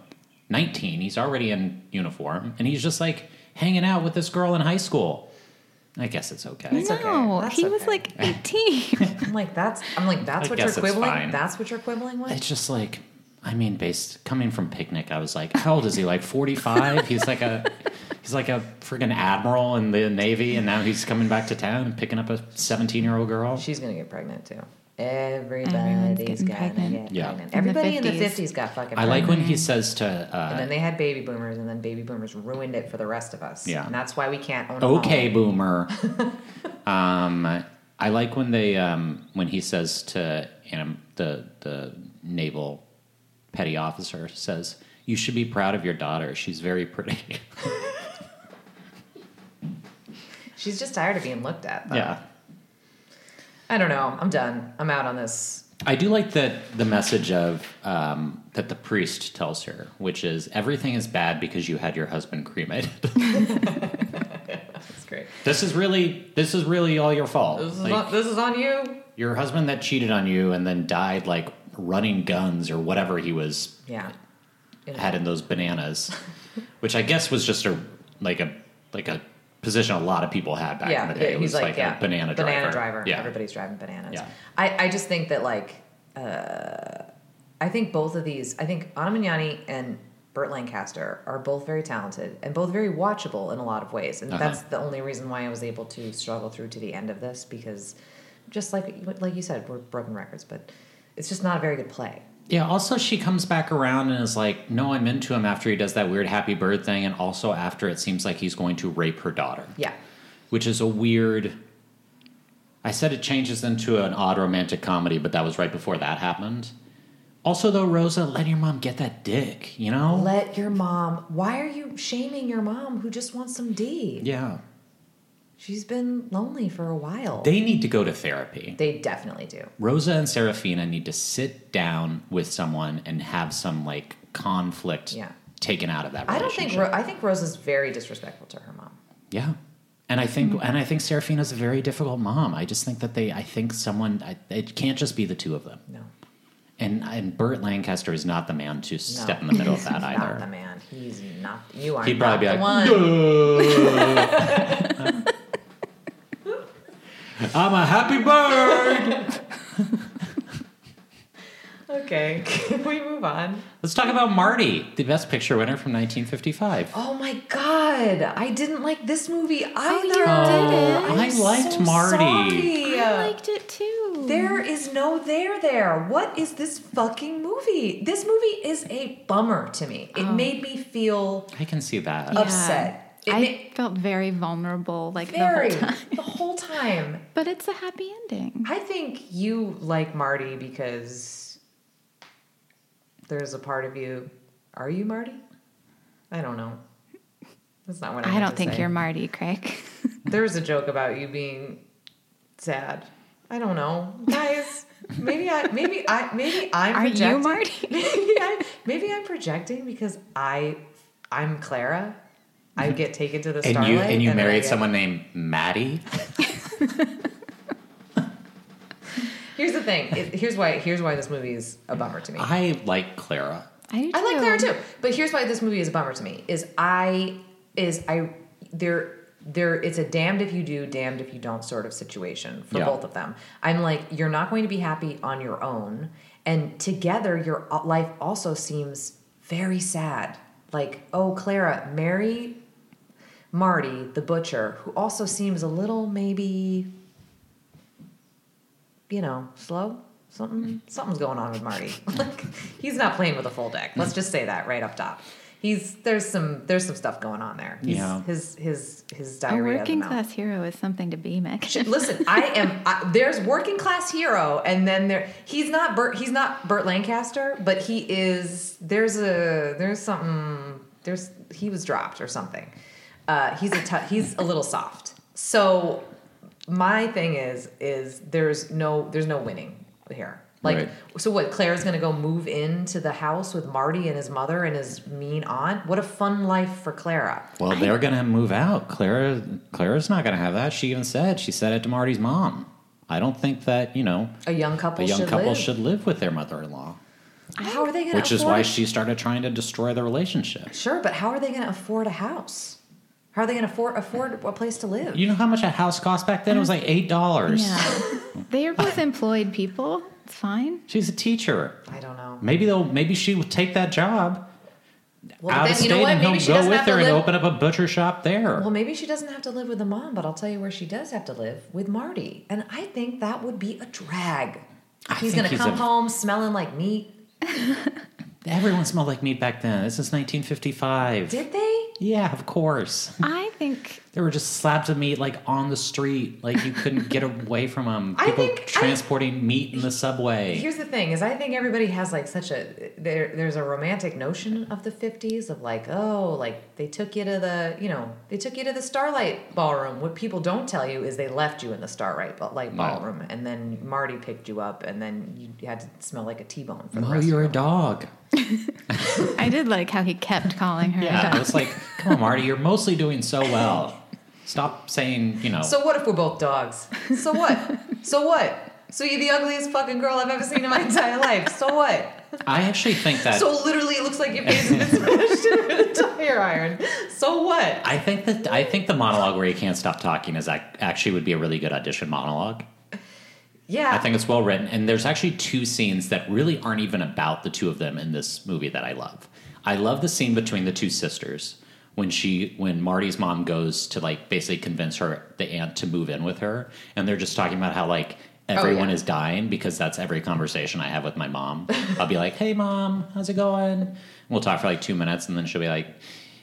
Speaker 1: nineteen. He's already in uniform, and he's just like hanging out with this girl in high school. I guess it's okay.
Speaker 5: okay.
Speaker 3: no,
Speaker 5: That's
Speaker 3: he was
Speaker 5: okay. [laughs]
Speaker 3: like 18.
Speaker 5: I'm like, that's. I'm like, that's
Speaker 1: I
Speaker 5: what you're
Speaker 1: guess it's fine.
Speaker 5: quibbling. That's what you're quibbling with.
Speaker 1: It's just like, I mean, based coming from picnic, I was like, how old is he? Like forty five? He's like a he's like a friggin' admiral in the navy, and now he's coming back to town and picking up a seventeen year old girl.
Speaker 5: She's gonna get pregnant too. Everybody's
Speaker 3: getting
Speaker 5: gonna
Speaker 3: pregnant.
Speaker 5: get
Speaker 1: Yeah.
Speaker 5: pregnant.
Speaker 3: the
Speaker 5: Everybody in the
Speaker 3: 50s.
Speaker 5: fifties got fucking.
Speaker 1: I like
Speaker 5: pregnant.
Speaker 1: when he says to uh,
Speaker 5: And then they had baby boomers, and then baby boomers ruined it for the rest of us.
Speaker 1: Yeah.
Speaker 5: And that's why we can't own. a
Speaker 1: okay
Speaker 5: home. [laughs]
Speaker 1: boomer um i like when they um when he says to Anna, the the naval petty officer says you should be proud of your daughter she's very pretty [laughs]
Speaker 5: She's just tired of being looked at. Though.
Speaker 1: yeah
Speaker 5: I don't know. I'm done. I'm out on this.
Speaker 1: i do like that the message of um that the priest tells her which is everything is bad because you had your husband cremated [laughs]
Speaker 5: That's great.
Speaker 1: this is really this is really all your fault
Speaker 5: This is,
Speaker 1: Like,
Speaker 5: on, this is on you.
Speaker 1: your husband that cheated on you and then died like running guns or whatever he was
Speaker 5: Yeah. You know.
Speaker 1: had in those bananas, which I guess was just a like a like a position a lot of people had back in
Speaker 5: yeah,
Speaker 1: the day. It was
Speaker 5: he's like,
Speaker 1: like,
Speaker 5: yeah,
Speaker 1: a banana driver.
Speaker 5: banana driver.
Speaker 1: Yeah,
Speaker 5: everybody's driving bananas.
Speaker 1: Yeah.
Speaker 5: I, I just think that like, uh, I think both of these, I think Anna Magnani and Burt Lancaster are both very talented and both very watchable in a lot of ways, and
Speaker 1: Uh-huh.
Speaker 5: that's the only reason why I was able to struggle through to the end of this because, just like like you said, we're broken records, but it's just not a very good play.
Speaker 1: yeah. Also, she comes back around and is like, "No, I'm into him." After he does that weird happy bird thing, and also after it seems like he's going to rape her daughter,
Speaker 5: Yeah,
Speaker 1: which is a weird. I said it changes into an odd romantic comedy, but that was right before that happened. Also, though, Rosa, let your mom get that dick, you know?
Speaker 5: let your mom. Why are you shaming your mom who just wants some D?
Speaker 1: yeah.
Speaker 5: She's been lonely for a while.
Speaker 1: They need to go to therapy.
Speaker 5: They definitely do.
Speaker 1: Rosa and Serafina need to sit down with someone and have some like conflict
Speaker 5: Yeah.
Speaker 1: taken out of that
Speaker 5: I don't
Speaker 1: relationship.
Speaker 5: think Ro- I think Rosa's very disrespectful to her mom.
Speaker 1: Yeah. And I think
Speaker 5: Hmm.
Speaker 1: and I think Serafina's a very difficult mom. I just think that they I think someone I, it can't just be the two of them.
Speaker 5: No,
Speaker 1: And and Burt Lancaster is not the man to step in the
Speaker 5: [laughs]
Speaker 1: middle of that
Speaker 5: he's
Speaker 1: either.
Speaker 5: not the man. He's not. You are.
Speaker 1: He'd probably be
Speaker 5: not
Speaker 1: like,
Speaker 5: the one.
Speaker 1: "Duh." [laughs] I'm a happy bird.
Speaker 5: Okay, [laughs] can we move on?
Speaker 1: Let's talk about Marty, the best picture winner from 1955.
Speaker 5: Oh my god, I didn't like this movie either.
Speaker 3: [laughs] Oh,
Speaker 5: Oh.
Speaker 3: didn't?
Speaker 1: Oh, I liked Marty.
Speaker 5: sorry.
Speaker 3: I liked it too.
Speaker 5: There is no there there. What is this fucking movie? This movie is a bummer to me. It
Speaker 3: Oh.
Speaker 5: made me feel
Speaker 1: I can see that.
Speaker 5: Yeah. upset. It
Speaker 3: I
Speaker 5: ma-
Speaker 3: felt very vulnerable, like
Speaker 5: very
Speaker 3: the whole time. [laughs]
Speaker 5: the whole time.
Speaker 3: But it's a happy ending.
Speaker 5: I think you like Marty because there's a part of you. Are you Marty? I don't know. That's not what I
Speaker 3: I
Speaker 5: meant
Speaker 3: don't
Speaker 5: to
Speaker 3: think
Speaker 5: say.
Speaker 3: you're Marty, Craig. [laughs]
Speaker 5: There was a joke about you being sad. I don't know, guys. Maybe I, maybe I, maybe I'm.
Speaker 3: Are
Speaker 5: projecting.
Speaker 3: you Marty?
Speaker 5: [laughs] Maybe I'm, maybe I'm projecting because I, I'm Clara. I get taken to the
Speaker 1: Mm-hmm. and
Speaker 5: starlight,
Speaker 1: you and you
Speaker 5: then I
Speaker 1: married
Speaker 5: get-
Speaker 1: someone named Maddie.
Speaker 5: Here's the thing. It- here's why. Here's why this movie is a bummer to me.
Speaker 1: I like Clara.
Speaker 3: I do too.
Speaker 5: I like Clara too, but here's why this movie is a bummer to me: is I is I there there it's a damned if you do, damned if you don't sort of situation for
Speaker 1: Yeah.
Speaker 5: both of them. I'm like, you're not going to be happy on your own, and together your o- life also seems very sad. Like, oh, Clara, marry Marty the butcher, who also seems a little maybe, you know, slow. Something something's going on with Marty. [laughs] Like he's not playing with a full deck. Let's just say that right up top. He's there's some there's some stuff going on there. He's,
Speaker 1: Yeah.
Speaker 5: His his his
Speaker 3: A
Speaker 5: diarrhea. of the
Speaker 3: working
Speaker 5: mouth.
Speaker 3: class hero is something to be, Meg.
Speaker 5: Listen, I am. I, there's working class hero, and then there he's not Bert. He's not Burt Lancaster, but he is. There's a there's something. There's he was dropped or something. Uh, he's a tou- he's a little soft. So my thing is is there's no there's no winning here. Like
Speaker 1: Right.
Speaker 5: so, what Claire's gonna go move into the house with Marty and his mother and his mean aunt. What a fun life for Clara.
Speaker 1: Well, they're gonna move out. Clara Clara's not gonna have that. She even said she said it to Marty's mom. I don't think that, you know,
Speaker 5: A young couple.
Speaker 1: a young
Speaker 5: should
Speaker 1: couple
Speaker 5: live.
Speaker 1: should live with their mother in law.
Speaker 5: How are they gonna?
Speaker 1: Which is why
Speaker 5: afford-
Speaker 1: she started trying to destroy the relationship.
Speaker 5: Sure, but how are they going to afford a house? How are they going to afford afford a place to live?
Speaker 1: You know how much a house cost back then? It was like eight dollars.
Speaker 3: yeah. [laughs] They are both employed people. It's fine.
Speaker 1: She's a teacher.
Speaker 5: I don't know.
Speaker 1: Maybe they'll maybe she would take that job
Speaker 5: Well,
Speaker 1: out
Speaker 5: then,
Speaker 1: of state
Speaker 5: you know what?
Speaker 1: and
Speaker 5: Maybe
Speaker 1: he'll
Speaker 5: she
Speaker 1: go
Speaker 5: doesn't
Speaker 1: with
Speaker 5: have to
Speaker 1: her and
Speaker 5: live.
Speaker 1: open up a butcher shop there.
Speaker 5: well, maybe she doesn't have to live with the mom, but I'll tell you where she does have to live with Marty, and I think that would be a drag.
Speaker 1: I
Speaker 5: he's
Speaker 1: think
Speaker 5: going to
Speaker 1: he's
Speaker 5: come
Speaker 1: a-
Speaker 5: home smelling like meat.
Speaker 1: Everyone smelled like meat back then. This is 1955.
Speaker 5: Did they?
Speaker 1: yeah, of course.
Speaker 3: I think
Speaker 1: There were just slabs of meat like on the street, like you couldn't get away from them.
Speaker 5: [laughs] I
Speaker 1: People
Speaker 5: think- I-
Speaker 1: transporting meat in the subway.
Speaker 5: Here's the thing: is I think everybody has like such a there. There's a romantic notion of the '50s of like, oh, like they took you to the, you know, they took you to the Starlight Ballroom. What people don't tell you is they left you in the Starlight ba- like
Speaker 1: No.
Speaker 5: Ballroom, and then Marty picked you up, and then you had to smell like a T-bone for the
Speaker 1: Oh,
Speaker 5: rest.
Speaker 1: you're a
Speaker 5: of your [laughs]
Speaker 1: dog.
Speaker 3: I did like how he kept calling her.
Speaker 1: Yeah,
Speaker 3: a
Speaker 1: I was like, come on, Marty, you're mostly doing so well. Stop saying, you know.
Speaker 5: So what if we're both dogs? So what? so what? So you're the ugliest fucking girl I've ever seen in my entire life. So what?
Speaker 1: I actually think that.
Speaker 5: So literally, it looks like your face has been smashed into [laughs] a tire iron. So what?
Speaker 1: I think that I think the monologue where you can't stop talking is ac- actually would be a really good audition monologue.
Speaker 5: Yeah.
Speaker 1: I think it's well written, and there's actually two scenes that really aren't even about the two of them in this movie that I love. I love the scene between the two sisters when she when Marty's mom goes to like basically convince her the aunt to move in with her, and they're just talking about how like everyone
Speaker 5: Oh, yeah.
Speaker 1: is dying because that's every conversation I have with my mom. I'll be like, "Hey, mom, how's it going?" And we'll talk for like two minutes, and then she'll be like.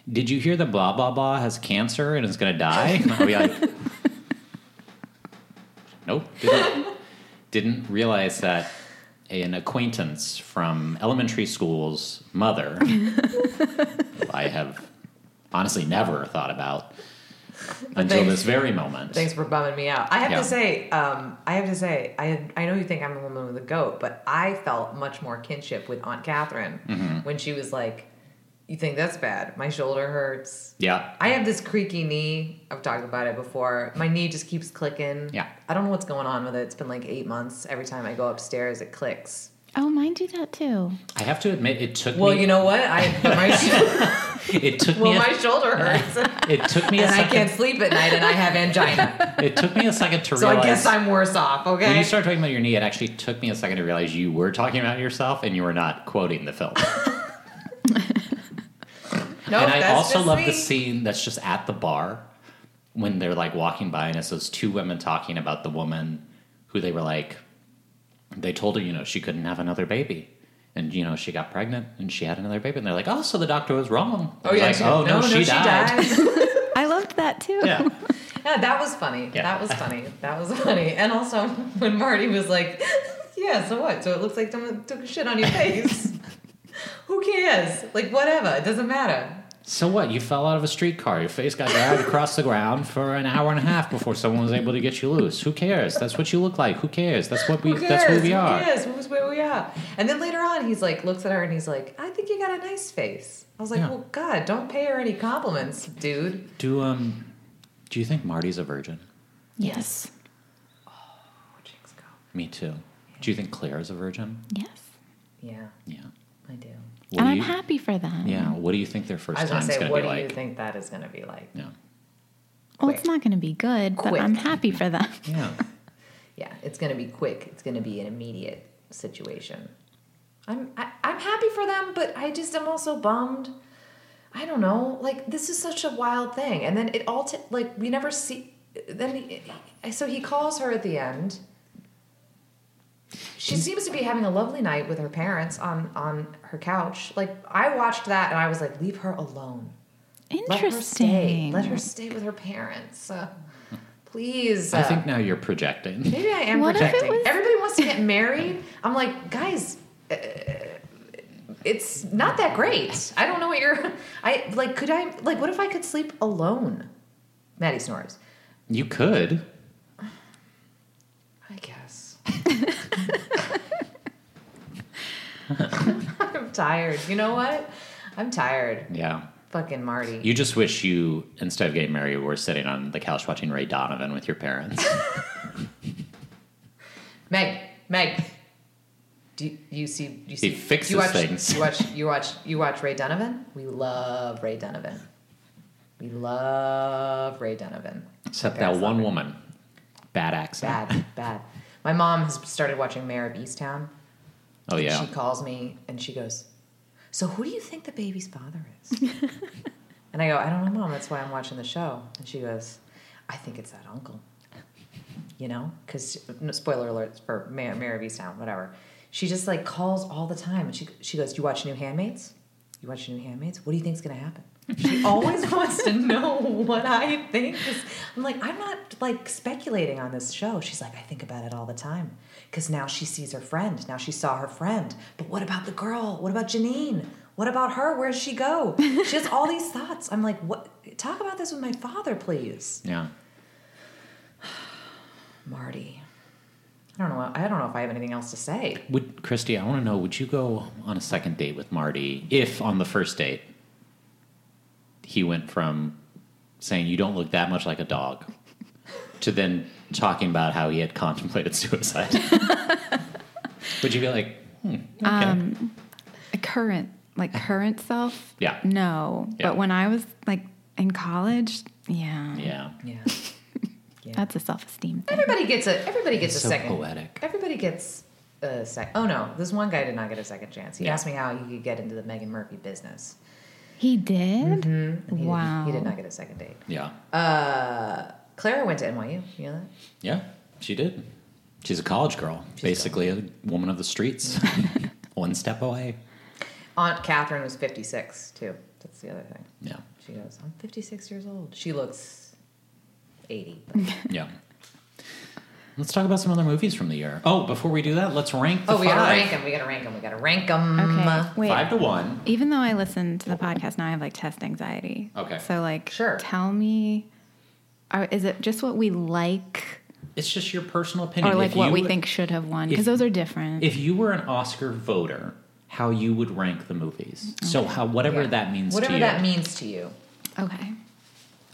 Speaker 1: Did you hear that blah blah blah has cancer and is gonna die? And I'll be like, [laughs] Nope. Didn't, didn't realize that an acquaintance from elementary school's mother, who I have honestly never thought about, until
Speaker 5: thanks-
Speaker 1: this very moment.
Speaker 5: Thanks for bumming me out. I have
Speaker 1: Yeah.
Speaker 5: to say, um, I have to say, I I know you think I'm a woman with a goat, but I felt much more kinship with Aunt Catherine
Speaker 1: Mm-hmm.
Speaker 5: when she was like, "You think that's bad? My shoulder hurts.
Speaker 1: Yeah.
Speaker 5: I have this creaky knee. I've talked about it before. My knee just keeps clicking.
Speaker 1: Yeah.
Speaker 5: I don't know what's going on with it. It's been like eight months. Every time I go upstairs, it clicks.
Speaker 3: Oh, mine do that too.
Speaker 1: I have to admit, it took
Speaker 5: Well,
Speaker 1: me.
Speaker 5: you know what? I
Speaker 1: [laughs]
Speaker 5: my,
Speaker 1: it took
Speaker 5: well,
Speaker 1: me.
Speaker 5: my
Speaker 1: a,
Speaker 5: shoulder hurts, [laughs] and
Speaker 1: it took me a
Speaker 5: I
Speaker 1: second.
Speaker 5: can't sleep at night, and I
Speaker 1: [laughs]
Speaker 5: have angina.
Speaker 1: It took me a second to
Speaker 5: [laughs] So I
Speaker 1: realize.
Speaker 5: guess I'm worse off.
Speaker 1: when
Speaker 5: Okay.
Speaker 1: you started talking about your knee, it actually took me a second to realize you were talking about yourself and you were not quoting the
Speaker 5: [laughs]
Speaker 1: film.
Speaker 5: Nope,
Speaker 1: and I
Speaker 5: Oh, that's
Speaker 1: also
Speaker 5: just
Speaker 1: love
Speaker 5: me.
Speaker 1: the scene that's just at the bar when they're like walking by and it's those two women talking about the woman who they were like they told her, you know, she couldn't have another baby. And you know, she got pregnant and she had another baby and they're like, Oh, so the doctor was wrong.
Speaker 5: Oh
Speaker 1: It was
Speaker 5: yeah.
Speaker 1: like,
Speaker 5: she-
Speaker 1: oh no, she, died.
Speaker 3: I loved that too.
Speaker 1: [laughs] Yeah.
Speaker 5: Yeah, that was funny.
Speaker 1: Yeah.
Speaker 5: That was funny. That was funny. And also when Marty was like, "Yeah, so what? So it looks like someone took a shit on your
Speaker 1: [laughs]
Speaker 5: face. Who cares? Like whatever. It doesn't matter."
Speaker 1: So what? You fell out of a streetcar. Your face got dragged across the ground for an hour and a half before someone was able to get you loose. Who cares? That's what you look like. Who cares? That's what we.
Speaker 5: Who cares?
Speaker 1: That's who we are.
Speaker 5: Who cares? Who's where we are? And then later on, he's like, looks at her and he's like, "I think you got a nice face." I was like,
Speaker 1: Yeah.
Speaker 5: "Well, God, don't pay her any compliments, dude."
Speaker 1: Do um, do you think Marty's a virgin?
Speaker 3: Yes.
Speaker 5: Oh, jinx, go.
Speaker 1: Me too. Do you think Claire is a virgin?
Speaker 3: Yes.
Speaker 5: Yeah,
Speaker 1: Yeah.
Speaker 5: I do.
Speaker 1: What
Speaker 3: and
Speaker 1: do
Speaker 3: I'm
Speaker 1: you,
Speaker 3: happy for that.
Speaker 1: Yeah. What do you think their first
Speaker 5: I was
Speaker 1: time
Speaker 5: gonna
Speaker 1: is
Speaker 5: say,
Speaker 1: going
Speaker 5: what
Speaker 1: to
Speaker 5: do
Speaker 1: be
Speaker 5: you
Speaker 1: like?
Speaker 5: think that is gonna be like?
Speaker 1: Yeah.
Speaker 3: Well, it's not going to be good, but
Speaker 5: Quick.
Speaker 3: I'm happy for [laughs] them.
Speaker 1: Yeah.
Speaker 5: yeah, it's gonna be quick. It's gonna be an immediate situation. I'm I, I'm happy for them, but I just am also bummed. I don't know. Like this is such a wild thing, and then it all t- like we never see. Then he, so he calls her at the end. She seems to be having a lovely night with her parents on on her couch. Like I watched that and I was like, leave her alone. Let her stay.
Speaker 3: Interesting.
Speaker 5: Let her stay with her parents. Uh, please.
Speaker 1: I
Speaker 5: uh,
Speaker 1: think now you're projecting.
Speaker 5: Maybe I am
Speaker 3: What if it
Speaker 5: projecting.
Speaker 3: was-
Speaker 5: Everybody wants to get married. I'm like, guys, uh, it's not that great. I don't know what you're. [laughs] I like. Could I like? What if I could sleep alone? Maddie snores.
Speaker 1: You could.
Speaker 5: I
Speaker 3: [laughs]
Speaker 5: guess. [laughs] I'm tired. You know what? I'm tired.
Speaker 1: Yeah.
Speaker 5: Fucking Marty.
Speaker 1: You just wish you, instead of getting married, were sitting on the couch watching Ray Donovan with your parents.
Speaker 5: Meg, Meg. Do you, you see? You see?
Speaker 1: fixes
Speaker 5: you watch,
Speaker 1: things.
Speaker 5: You watch. You watch. You watch Ray Donovan. We love Ray Donovan. We love Ray Donovan.
Speaker 1: Except that one woman. Bad accent.
Speaker 5: Bad, bad. My mom has started watching Mayor of Easttown.
Speaker 1: Oh yeah.
Speaker 5: She calls me and she goes, "So who do you think the baby's father is?" and I go, "I don't know, mom. That's why I'm watching the show." And she goes, "I think it's that uncle." You know, because spoiler alert for Mayor, Mayor of Easttown, whatever. She just like calls all the time, and she she goes, "You watch New Handmaids? You watch New Handmaids? What do you think's gonna happen?" She always [laughs] wants to know what I think. 'Cause I'm like, I'm not like speculating on this show. She's like, I think about it all the time. Because now she sees her friend. Now she saw her friend. But what about the girl? What about Janine? What about her? Where does she go? She has all these thoughts. I'm like, what? Talk about this with my father, please.
Speaker 1: Yeah.
Speaker 5: Marty. I don't know. I don't know if I have anything else to say.
Speaker 1: Would Christy, I want to know, would you go on a second date with Marty if on the first date he went from saying you don't look that much like a dog to then talking about how he had [laughs] contemplated suicide? would you be like, hmm, okay.
Speaker 3: A current, like current self.
Speaker 1: Yeah.
Speaker 3: No,
Speaker 1: Yeah.
Speaker 3: but when I was like in college, yeah,
Speaker 1: yeah.
Speaker 5: Yeah.
Speaker 3: that's a self-esteem thing.
Speaker 5: Everybody gets a. Everybody gets
Speaker 1: It's
Speaker 5: a
Speaker 1: so
Speaker 5: second.
Speaker 1: poetic.
Speaker 5: Everybody gets a sec. Oh no, this one guy did not get a second chance. He
Speaker 1: Yeah.
Speaker 5: asked me how he could get into the Megan Murphy business.
Speaker 3: He did.
Speaker 1: Mm-hmm.
Speaker 5: He did-
Speaker 3: wow.
Speaker 5: he did not get a second date.
Speaker 1: Yeah.
Speaker 5: Uh, Clara went to NYU. You know that?
Speaker 1: Yeah, she did. She's a college girl, basically a woman of the streets, [laughs] one step away.
Speaker 5: Aunt Catherine was 56 too. That's the other thing.
Speaker 1: Yeah.
Speaker 5: She goes, I'm 56 years old. She looks
Speaker 3: [laughs]
Speaker 5: 80. but-
Speaker 1: Yeah. Let's talk about some other movies from the year. Oh, before we do that, let's rank the
Speaker 5: oh, we gotta
Speaker 1: five.
Speaker 5: rank them. We gotta rank them. We gotta rank them.
Speaker 3: Okay.
Speaker 1: Mm-hmm.
Speaker 3: Wait.
Speaker 1: Five to one.
Speaker 3: Even though I listen to the podcast now, I have like test anxiety.
Speaker 1: Okay.
Speaker 3: So like,
Speaker 5: Sure.
Speaker 3: Tell me are, is it just what we like
Speaker 1: It's just your personal opinion.
Speaker 3: or like
Speaker 1: If
Speaker 3: what
Speaker 1: you-
Speaker 3: we think should have won?
Speaker 1: if-
Speaker 3: Because those are different.
Speaker 1: If you were an Oscar voter, how you would rank the movies.
Speaker 3: Mm-hmm.
Speaker 1: So how whatever
Speaker 5: Yeah.
Speaker 1: that means
Speaker 5: Whatever
Speaker 1: to you.
Speaker 5: that means to you.
Speaker 3: okay.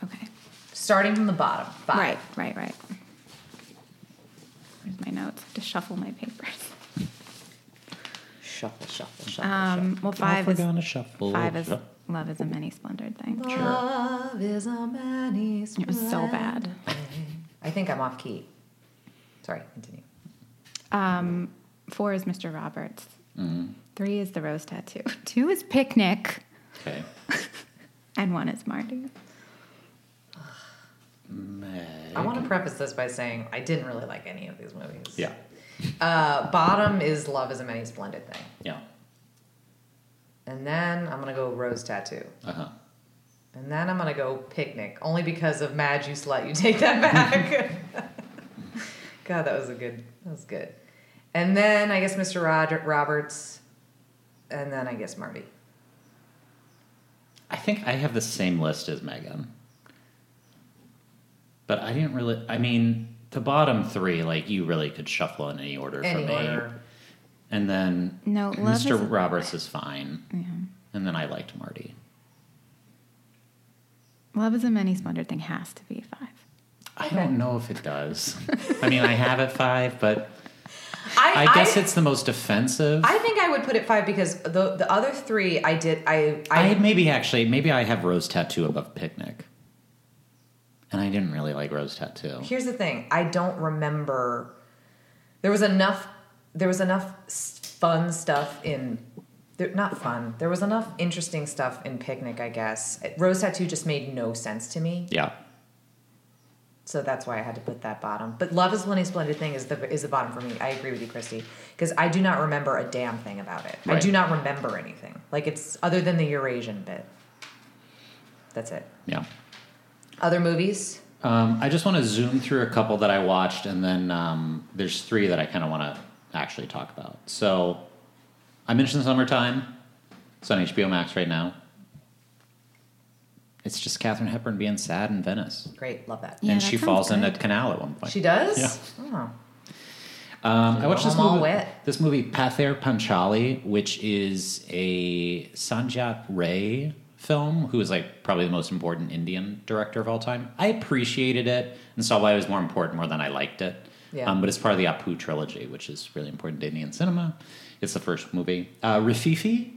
Speaker 3: Okay.
Speaker 5: Starting from the bottom. Five.
Speaker 3: Right, right, right. Where's my notes? I have to shuffle my papers.
Speaker 5: Shuffle, shuffle, shuffle.
Speaker 3: Um, well,
Speaker 1: Off
Speaker 3: five
Speaker 1: we're
Speaker 3: is
Speaker 1: gonna shuffle.
Speaker 3: five is
Speaker 1: Shuff-
Speaker 3: love is a many splendored thing.
Speaker 1: sure.
Speaker 5: Love is a many
Speaker 3: It was so bad.
Speaker 5: I think I'm off key. Sorry, continue.
Speaker 3: Um, four is Mr. Roberts.
Speaker 1: Mm-hmm.
Speaker 3: Three is the rose tattoo. [laughs] Two is picnic,
Speaker 1: Okay.
Speaker 3: and one is Marty.
Speaker 5: I want to preface this by saying I didn't really like any of these movies.
Speaker 1: Yeah.
Speaker 5: Uh, bottom is Love is a Many Splendid Thing.
Speaker 1: Yeah.
Speaker 5: And then I'm going to go Rose Tattoo.
Speaker 1: Uh huh.
Speaker 5: And then I'm going to go Picnic, only because of Mad You Slut, you
Speaker 1: [laughs]
Speaker 5: take that back. God, that was a good, that was good. And then I guess Mr. Rod- Roberts. And then I guess Marty.
Speaker 1: I think I have the same list as Megan. But I didn't really. I mean, the bottom three, like you really could shuffle in any order
Speaker 5: Any
Speaker 1: for me.
Speaker 5: order.
Speaker 1: And then
Speaker 3: No, love
Speaker 1: Mr.
Speaker 3: is-
Speaker 1: Roberts is fine.
Speaker 3: Yeah.
Speaker 1: And then I liked Marty.
Speaker 3: Love is a many splendored thing has to be five.
Speaker 1: I don't know if it does. I mean, I have it five, but
Speaker 5: I,
Speaker 1: I guess
Speaker 5: I,
Speaker 1: it's the most offensive.
Speaker 5: I think I would put it five because the the other three I did I I,
Speaker 1: I maybe actually maybe I have Rose Tattoo above Picnic, and I didn't really like Rose Tattoo.
Speaker 5: here's the thing I don't remember there was enough there was enough s- fun stuff in there, not fun there was enough interesting stuff in picnic I guess rose tattoo just made no sense to me
Speaker 1: Yeah,
Speaker 5: so that's why I had to put that bottom but love is Lenny splendid thing is the is the bottom for me I agree with you Christy because I do not remember a damn thing about it I
Speaker 1: Right.
Speaker 5: do not remember anything like it's other than the Eurasian bit that's it
Speaker 1: yeah.
Speaker 5: other movies
Speaker 1: Um, I just want to zoom through a couple that I watched, and then um, there's three that I kind of want to actually talk about. So I mentioned Summertime. It's on HBO Max right now. It's just Katherine Hepburn being sad in Venice,
Speaker 5: Great, love that.
Speaker 3: Yeah,
Speaker 1: and
Speaker 3: that
Speaker 1: she
Speaker 3: sounds
Speaker 1: falls in a
Speaker 3: good.
Speaker 1: canal at one point.
Speaker 5: She does?
Speaker 1: Yeah.
Speaker 5: Oh.
Speaker 1: Um, I watched
Speaker 5: Well,
Speaker 1: this
Speaker 5: I'm all
Speaker 1: movie,
Speaker 5: wet.
Speaker 1: this movie Pather Panchali, which is a Sanjat Ray film, who is like probably the most important Indian director of all time. I appreciated it and saw why it was more important more than I liked it.
Speaker 5: Yeah.
Speaker 1: Um, but it's part of the Apu trilogy, which is really important to Indian cinema. It's the first movie. Uh, Rafifi,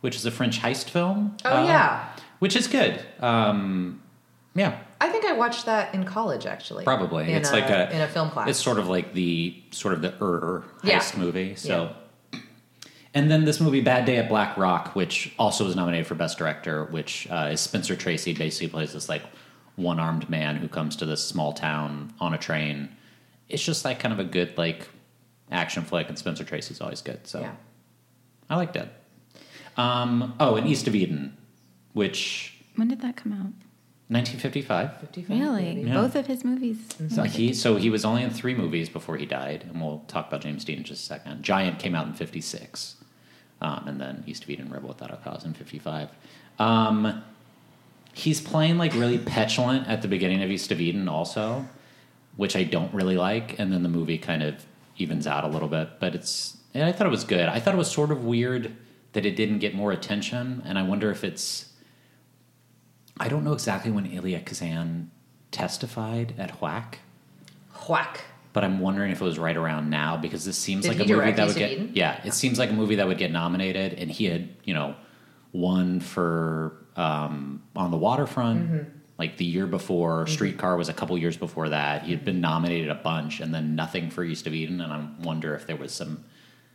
Speaker 1: which is a French heist film.
Speaker 5: Oh,
Speaker 1: uh,
Speaker 5: yeah.
Speaker 1: Which is good. Um, yeah,
Speaker 5: I think I watched that in college, actually.
Speaker 1: Probably.
Speaker 5: In
Speaker 1: it's like a
Speaker 5: in a film class.
Speaker 1: It's sort of like the sort of the er
Speaker 5: Yeah.
Speaker 1: heist movie. So and then this movie Bad Day at Black Rock, which also was nominated for Best Director, which uh, is Spencer Tracy basically plays this like one armed man who comes to this small town on a train. It's just like kind of a good like action flick and Spencer Tracy's always good. So
Speaker 5: yeah.
Speaker 1: I liked it. Um, oh, and East of Eden, which
Speaker 3: When did that come out?
Speaker 1: 1955.
Speaker 5: 55
Speaker 3: Really?
Speaker 5: maybe.
Speaker 1: Yeah.
Speaker 3: Both of his movies.
Speaker 1: So he so he was only in three movies before he died, and we'll talk about James Dean in just a second. Giant came out in '56, um, and then East of Eden Rebel Without a Cause in '55. Um, he's playing like really petulant at the beginning of East of Eden, also, which I don't really like. And then the movie kind of evens out a little bit, but it's and I thought it was good. I thought it was sort of weird that it didn't get more attention, and I wonder if it's I don't know exactly when Ilya Kazan testified at Whack
Speaker 5: Whack.
Speaker 1: but I'm wondering if it was right around now because this seems
Speaker 5: Did
Speaker 1: like
Speaker 5: he
Speaker 1: a movie
Speaker 5: direct
Speaker 1: that
Speaker 5: East
Speaker 1: would
Speaker 5: of
Speaker 1: get
Speaker 5: Eden?
Speaker 1: yeah, it seems like a movie that would get nominated, and he had you know won for um, on the waterfront
Speaker 5: Mm-hmm.
Speaker 1: like the year before. Streetcar was a couple years before that. He had been nominated a bunch, and then nothing for East of Eden, and I wonder if there was some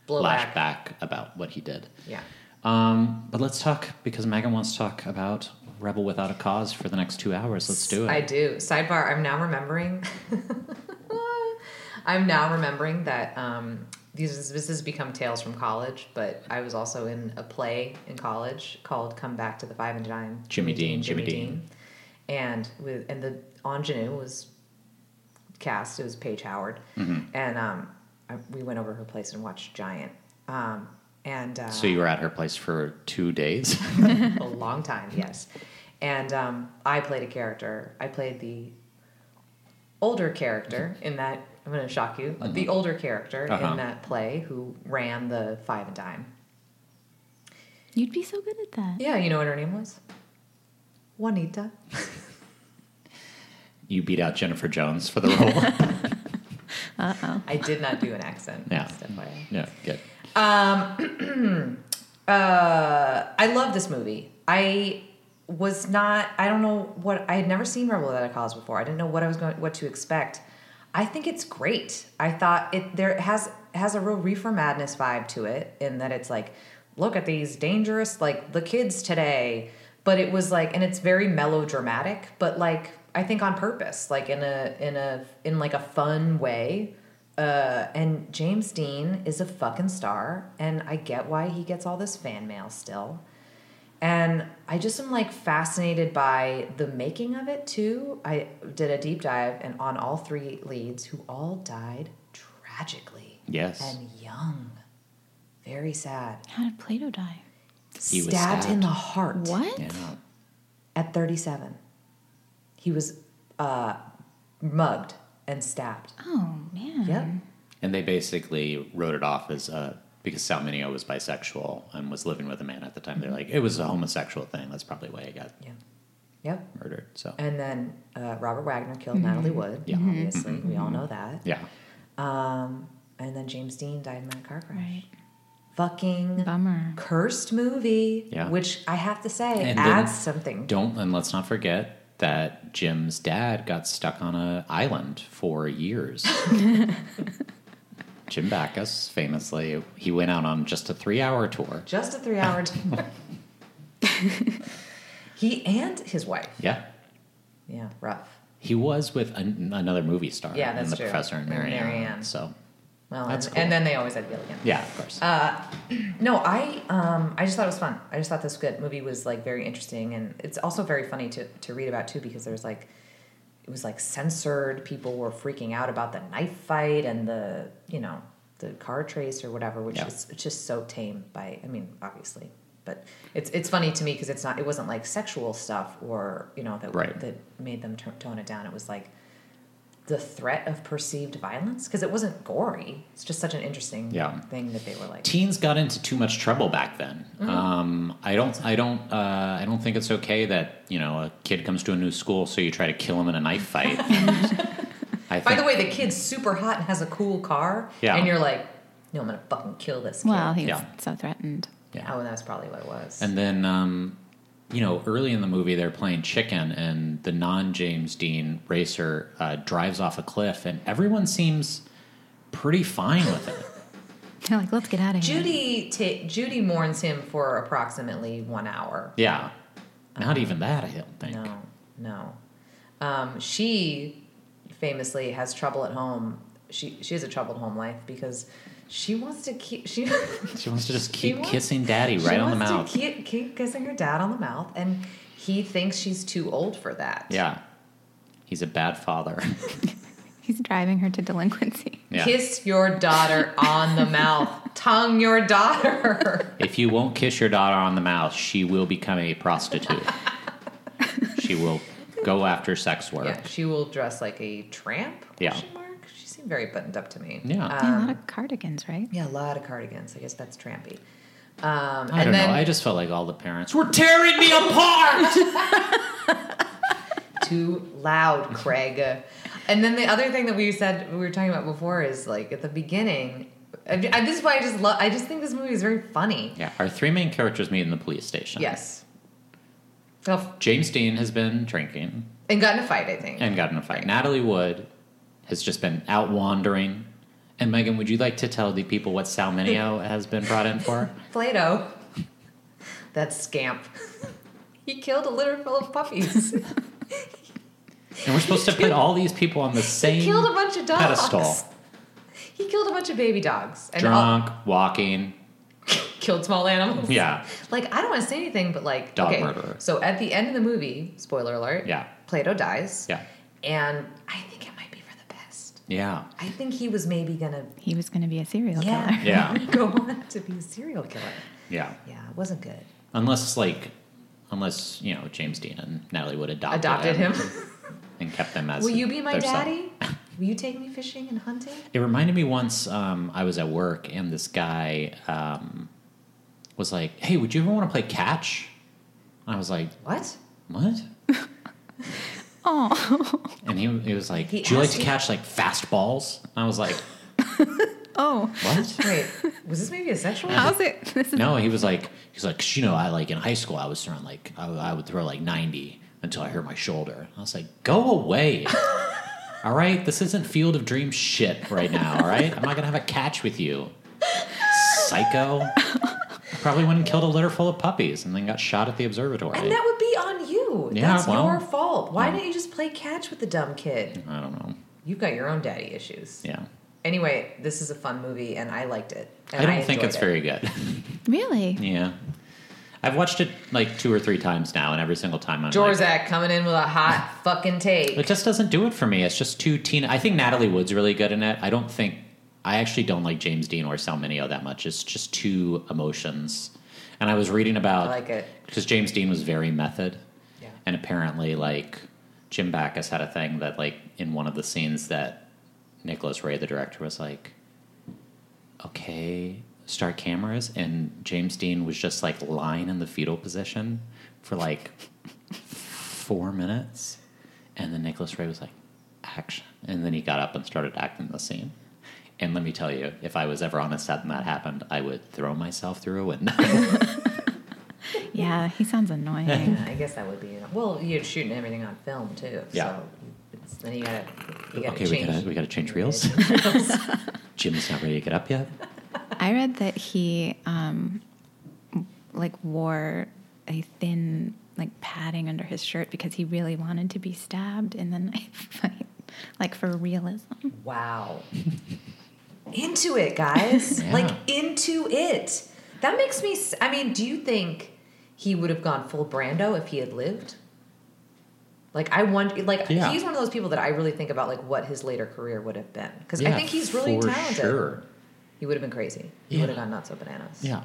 Speaker 5: Blowback.
Speaker 1: flashback about what he did.
Speaker 5: Yeah.
Speaker 1: Um, but let's talk because Megan wants to talk about Rebel Without a Cause for the next two hours. Let's do it.
Speaker 5: I do. Sidebar, I'm now remembering. [laughs] I'm now remembering that um, these, this has become Tales from College, but I was also in a play in college called Come Back to the Five and Dime.
Speaker 1: Jimmy Dean, Jimmy Dean.
Speaker 5: And with and the ingenue was cast. It was Paige Howard,
Speaker 1: Mm-hmm.
Speaker 5: and um, I, we went over her place and watched Giant. Um, and uh,
Speaker 1: so you were at her place for two days. [laughs]
Speaker 5: a long time, yes. And um, I played a character. I played the older character in that. I'm going to shock you. The older character
Speaker 1: Mm-hmm. Uh-huh.
Speaker 5: in that play who ran the five and dime.
Speaker 3: You'd be so good at that.
Speaker 5: Yeah, you know what her name was?
Speaker 1: [laughs]
Speaker 5: Juanita.
Speaker 1: You beat out Jennifer Jones for the
Speaker 5: [laughs]
Speaker 1: role.
Speaker 5: I did not do an accent.
Speaker 1: Yeah.
Speaker 5: just FYI.
Speaker 1: yeah, good.
Speaker 5: Um, [clears throat] Uh, I love this movie. I was not. I don't know what I had never seen Rebel Without a Cause before. I didn't know what I was going, what to expect. I think it's great. I thought it there has has a real reefer madness vibe to it in that it's like, look at these dangerous like the kids today. But it was like, and it's very melodramatic, but like I think on purpose, like in a in a in like a fun way. Uh, and James Dean is a fucking star, and I get why he gets all this fan mail still. And I just am like fascinated by the making of it too. I did a deep dive and on all three leads who all died tragically.
Speaker 1: Yes.
Speaker 5: And young. Very sad.
Speaker 3: How did Plato die?
Speaker 1: He was
Speaker 5: stabbed, in
Speaker 1: stabbed.
Speaker 5: the heart
Speaker 3: What?
Speaker 1: Yeah.
Speaker 5: at 37. He was uh, mugged and stabbed.
Speaker 3: Oh man.
Speaker 5: Yep.
Speaker 1: And they basically wrote it off as uh, because Salminio was bisexual and was living with a man at the time. They're like, it was a homosexual thing. That's probably why he got
Speaker 5: Yeah. Yep.
Speaker 1: murdered. So,
Speaker 5: And then uh, Robert Wagner killed
Speaker 3: Mm-hmm.
Speaker 5: Natalie Wood.
Speaker 1: Yeah.
Speaker 5: Obviously, we all know that.
Speaker 1: yeah.
Speaker 5: Um, and then James Dean died in that car crash.
Speaker 3: Right.
Speaker 5: Fucking
Speaker 3: Bummer.
Speaker 5: cursed movie.
Speaker 1: Yeah.
Speaker 5: Which I have to say
Speaker 1: And then-
Speaker 5: adds something.
Speaker 1: Don't, and let's not forget that Jim's dad got stuck on an island for
Speaker 5: [laughs]
Speaker 1: years. Jim Backus, famously, he went out on just a three hour tour.
Speaker 5: Just a
Speaker 1: [laughs]
Speaker 5: three hour tour. he and his wife.
Speaker 1: Yeah.
Speaker 5: Yeah, rough.
Speaker 1: He was with an, another movie star.
Speaker 5: Yeah, that's
Speaker 1: and the
Speaker 5: true.
Speaker 1: professor and
Speaker 5: And
Speaker 1: Marianne.
Speaker 5: Marianne.
Speaker 1: So,
Speaker 5: Well,
Speaker 1: That's
Speaker 5: and,
Speaker 1: cool.
Speaker 5: and then they always had Bill again.
Speaker 1: yeah, of course.
Speaker 5: No, I um, I just thought it was fun. I just thought this good movie was like very interesting, and it's also very funny to to read about too because there's like it was like censored. People were freaking out about the knife fight and the you know the car trace or whatever, which
Speaker 1: Yeah.
Speaker 5: is it's just so tame. By I mean, obviously, but it's it's funny to me because it's not it wasn't like sexual stuff or you know that
Speaker 1: Right.
Speaker 5: that made them t- tone it down. It was like the threat of perceived violence because it wasn't gory. It's just such an interesting
Speaker 1: Yeah.
Speaker 5: thing that they were like.
Speaker 1: teens got into too much trouble back then.
Speaker 5: Mm-hmm.
Speaker 1: Um, I don't, I don't, uh, I don't think it's okay that you know a kid comes to a new school, so you try to kill him in a knife
Speaker 5: [laughs]
Speaker 1: fight. And I think,
Speaker 5: By the way, the kid's super hot and has a cool car,
Speaker 1: Yeah.
Speaker 5: and you're like, "No, I'm gonna fucking kill this." Kid.
Speaker 3: Well, he was
Speaker 1: Yeah.
Speaker 3: so threatened. [laughs]
Speaker 5: oh, and that's probably what it was.
Speaker 1: and then um, you know, early in the movie, they're playing chicken, and the non-James Dean racer uh, drives off a cliff, and everyone seems pretty fine with
Speaker 5: [laughs]
Speaker 1: it.
Speaker 3: They're like, let's get out of here.
Speaker 5: Judy ta Judy mourns him for approximately one hour.
Speaker 1: Yeah, not even that. I don't think.
Speaker 5: No, no. Um, she famously has trouble at home. She she has a troubled home life because she wants to keep she [laughs]
Speaker 1: She wants to just
Speaker 5: She
Speaker 1: keep
Speaker 5: wants-
Speaker 1: kissing Daddy right
Speaker 5: she
Speaker 1: on the
Speaker 5: wants
Speaker 1: mouth.
Speaker 5: To keep, keep kissing her dad on the mouth, and he thinks she's too old for that.
Speaker 1: yeah, he's a bad father. [laughs]
Speaker 3: He's driving her to delinquency.
Speaker 1: Yeah.
Speaker 5: Kiss your daughter on the mouth.
Speaker 1: [laughs]
Speaker 5: Tongue your daughter.
Speaker 1: If you won't kiss your daughter on the mouth, she will become a
Speaker 5: [laughs]
Speaker 1: prostitute. she will go after sex work.
Speaker 5: Yeah, she will dress like a tramp.
Speaker 1: Yeah.
Speaker 5: Question mark. She seemed very buttoned up to me.
Speaker 1: Yeah.
Speaker 5: Uh,
Speaker 3: Yeah, a lot of cardigans, right?
Speaker 5: yeah, a lot of cardigans. I guess that's trampy. Um,
Speaker 1: I
Speaker 5: and
Speaker 1: don't
Speaker 5: then
Speaker 1: know. I just felt like all the parents were tearing me apart.
Speaker 5: too
Speaker 1: [laughs]
Speaker 5: loud, Craig. and then the other thing that we said we were talking about before is like at the beginning. I, I- this is why I just love. I just think this movie is very funny.
Speaker 1: [laughs] yeah, our three main characters meet in the police station.
Speaker 5: Yes. Oh,
Speaker 1: James Dean has been drinking
Speaker 5: and got in a fight. I think.
Speaker 1: and got in a fight. Natalie Wood has just been out wandering. And Megan, would you like to tell the people what
Speaker 5: [laughs]
Speaker 1: Salminio has been brought in for?
Speaker 5: Plato, that scamp. he killed a litter full
Speaker 1: [laughs]
Speaker 5: of puppies.
Speaker 1: And we're supposed to put all these people on the same
Speaker 5: he killed a bunch of dogs.
Speaker 1: pedestal.
Speaker 5: He killed a bunch of baby dogs and all-
Speaker 1: Drunk, walking.
Speaker 5: killed small animals.
Speaker 1: Yeah.
Speaker 5: Like I don't want to say anything, but like
Speaker 1: Dog
Speaker 5: okay.
Speaker 1: murderer.
Speaker 5: So at the end of the movie, spoiler alert.
Speaker 1: Yeah.
Speaker 5: Plato dies.
Speaker 1: Yeah.
Speaker 5: And I think it might be for the best.
Speaker 1: Yeah.
Speaker 5: I think he was maybe gonna
Speaker 3: He was going to be a serial
Speaker 5: yeah [laughs]
Speaker 3: killer.
Speaker 1: Yeah.
Speaker 5: go on to be a serial killer.
Speaker 1: Yeah.
Speaker 5: Yeah, it wasn't good.
Speaker 1: Unless like unless, you know, James Dean and Natalie would adopt
Speaker 5: Adopted him.
Speaker 1: and kept them [laughs] as.
Speaker 5: Will you be my
Speaker 1: their son.
Speaker 5: daddy? Will you take me fishing and hunting?
Speaker 1: It reminded me once um, I was at work and this guy um, was like, "Hey, would you ever want to play catch?" And I was like,
Speaker 5: What?
Speaker 1: "What?"
Speaker 3: [laughs] Oh, [laughs]
Speaker 1: And he, he was like,
Speaker 5: He
Speaker 1: "Do you like
Speaker 5: asked
Speaker 1: to
Speaker 5: you-
Speaker 1: catch like fastballs?" And I was like,
Speaker 3: oh,
Speaker 1: "What?"
Speaker 5: Wait, was this maybe a
Speaker 3: [laughs]
Speaker 5: sexual?
Speaker 3: how's it? This is
Speaker 1: No, he was like, he's like, 'Cause, you know, I like in high school, I was throwing like, I, I would throw like 90 until I hurt my shoulder. I was like, go
Speaker 5: [laughs]
Speaker 1: away. all right. This isn't Field of Dreams shit right now. All right. I'm not going to have a catch with you. Psycho. Probably went and killed a litter full of puppies and then got shot at the observatory.
Speaker 5: And that would be on you.
Speaker 1: Yeah,
Speaker 5: That's
Speaker 1: well,
Speaker 5: your fault. Why didn't you just play catch with the dumb kid?
Speaker 1: I don't know.
Speaker 5: You've got your own daddy issues.
Speaker 1: Yeah.
Speaker 5: Anyway, this is a fun movie and I liked it. And
Speaker 1: I don't think
Speaker 5: enjoyed
Speaker 1: it's
Speaker 5: it.
Speaker 1: very good. [laughs]
Speaker 3: really
Speaker 1: yeah. I've watched it like two or three times now, and every single time I'm like,
Speaker 5: Jorzak coming in with
Speaker 1: [laughs]
Speaker 5: a hot fucking take.
Speaker 1: It just doesn't do it for me. It's just too teen. I think Natalie Wood's really good in it. I don't think I actually don't like James Dean or Sal Mineo that much. It's just two emotions. And I was reading about
Speaker 5: I like it.
Speaker 1: because James Dean was very method,
Speaker 5: Yeah.
Speaker 1: and apparently like Jim Backus had a thing that like in one of the scenes that Nicholas Ray, the director, was like, "Okay, start cameras," and James Dean was just like lying in the fetal position for like four minutes, and then Nicholas Ray was like, "Action!" And then he got up and started acting the scene. And let me tell you, if I was ever on a set and that happened, I would throw myself through a window. [laughs]
Speaker 3: yeah he sounds annoying
Speaker 5: Yeah, I guess that would be. Well, you're shooting everything on film too.
Speaker 1: Yeah.
Speaker 5: So it's, then you gotta, you gotta
Speaker 1: okay, we
Speaker 5: change.
Speaker 1: gotta we gotta change reels. Jim's not ready to get up yet.
Speaker 3: I read that he um, like wore a thin like padding under his shirt because he really wanted to be stabbed in the [laughs] knife fight, like for realism.
Speaker 5: Wow. [laughs] into it, guys.
Speaker 1: Yeah.
Speaker 5: Like into it. That makes me. s- I mean, do you think he would have gone full Brando if he had lived? Like I wonder. Like
Speaker 1: Yeah.
Speaker 5: he's one of those people that I really think about. Like what his later career would have been. Because I
Speaker 1: Yeah,
Speaker 5: think he's really
Speaker 1: for
Speaker 5: talented.
Speaker 1: Sure.
Speaker 5: He would have been crazy. He
Speaker 1: Yeah.
Speaker 5: would have gone nuts so bananas.
Speaker 1: Yeah.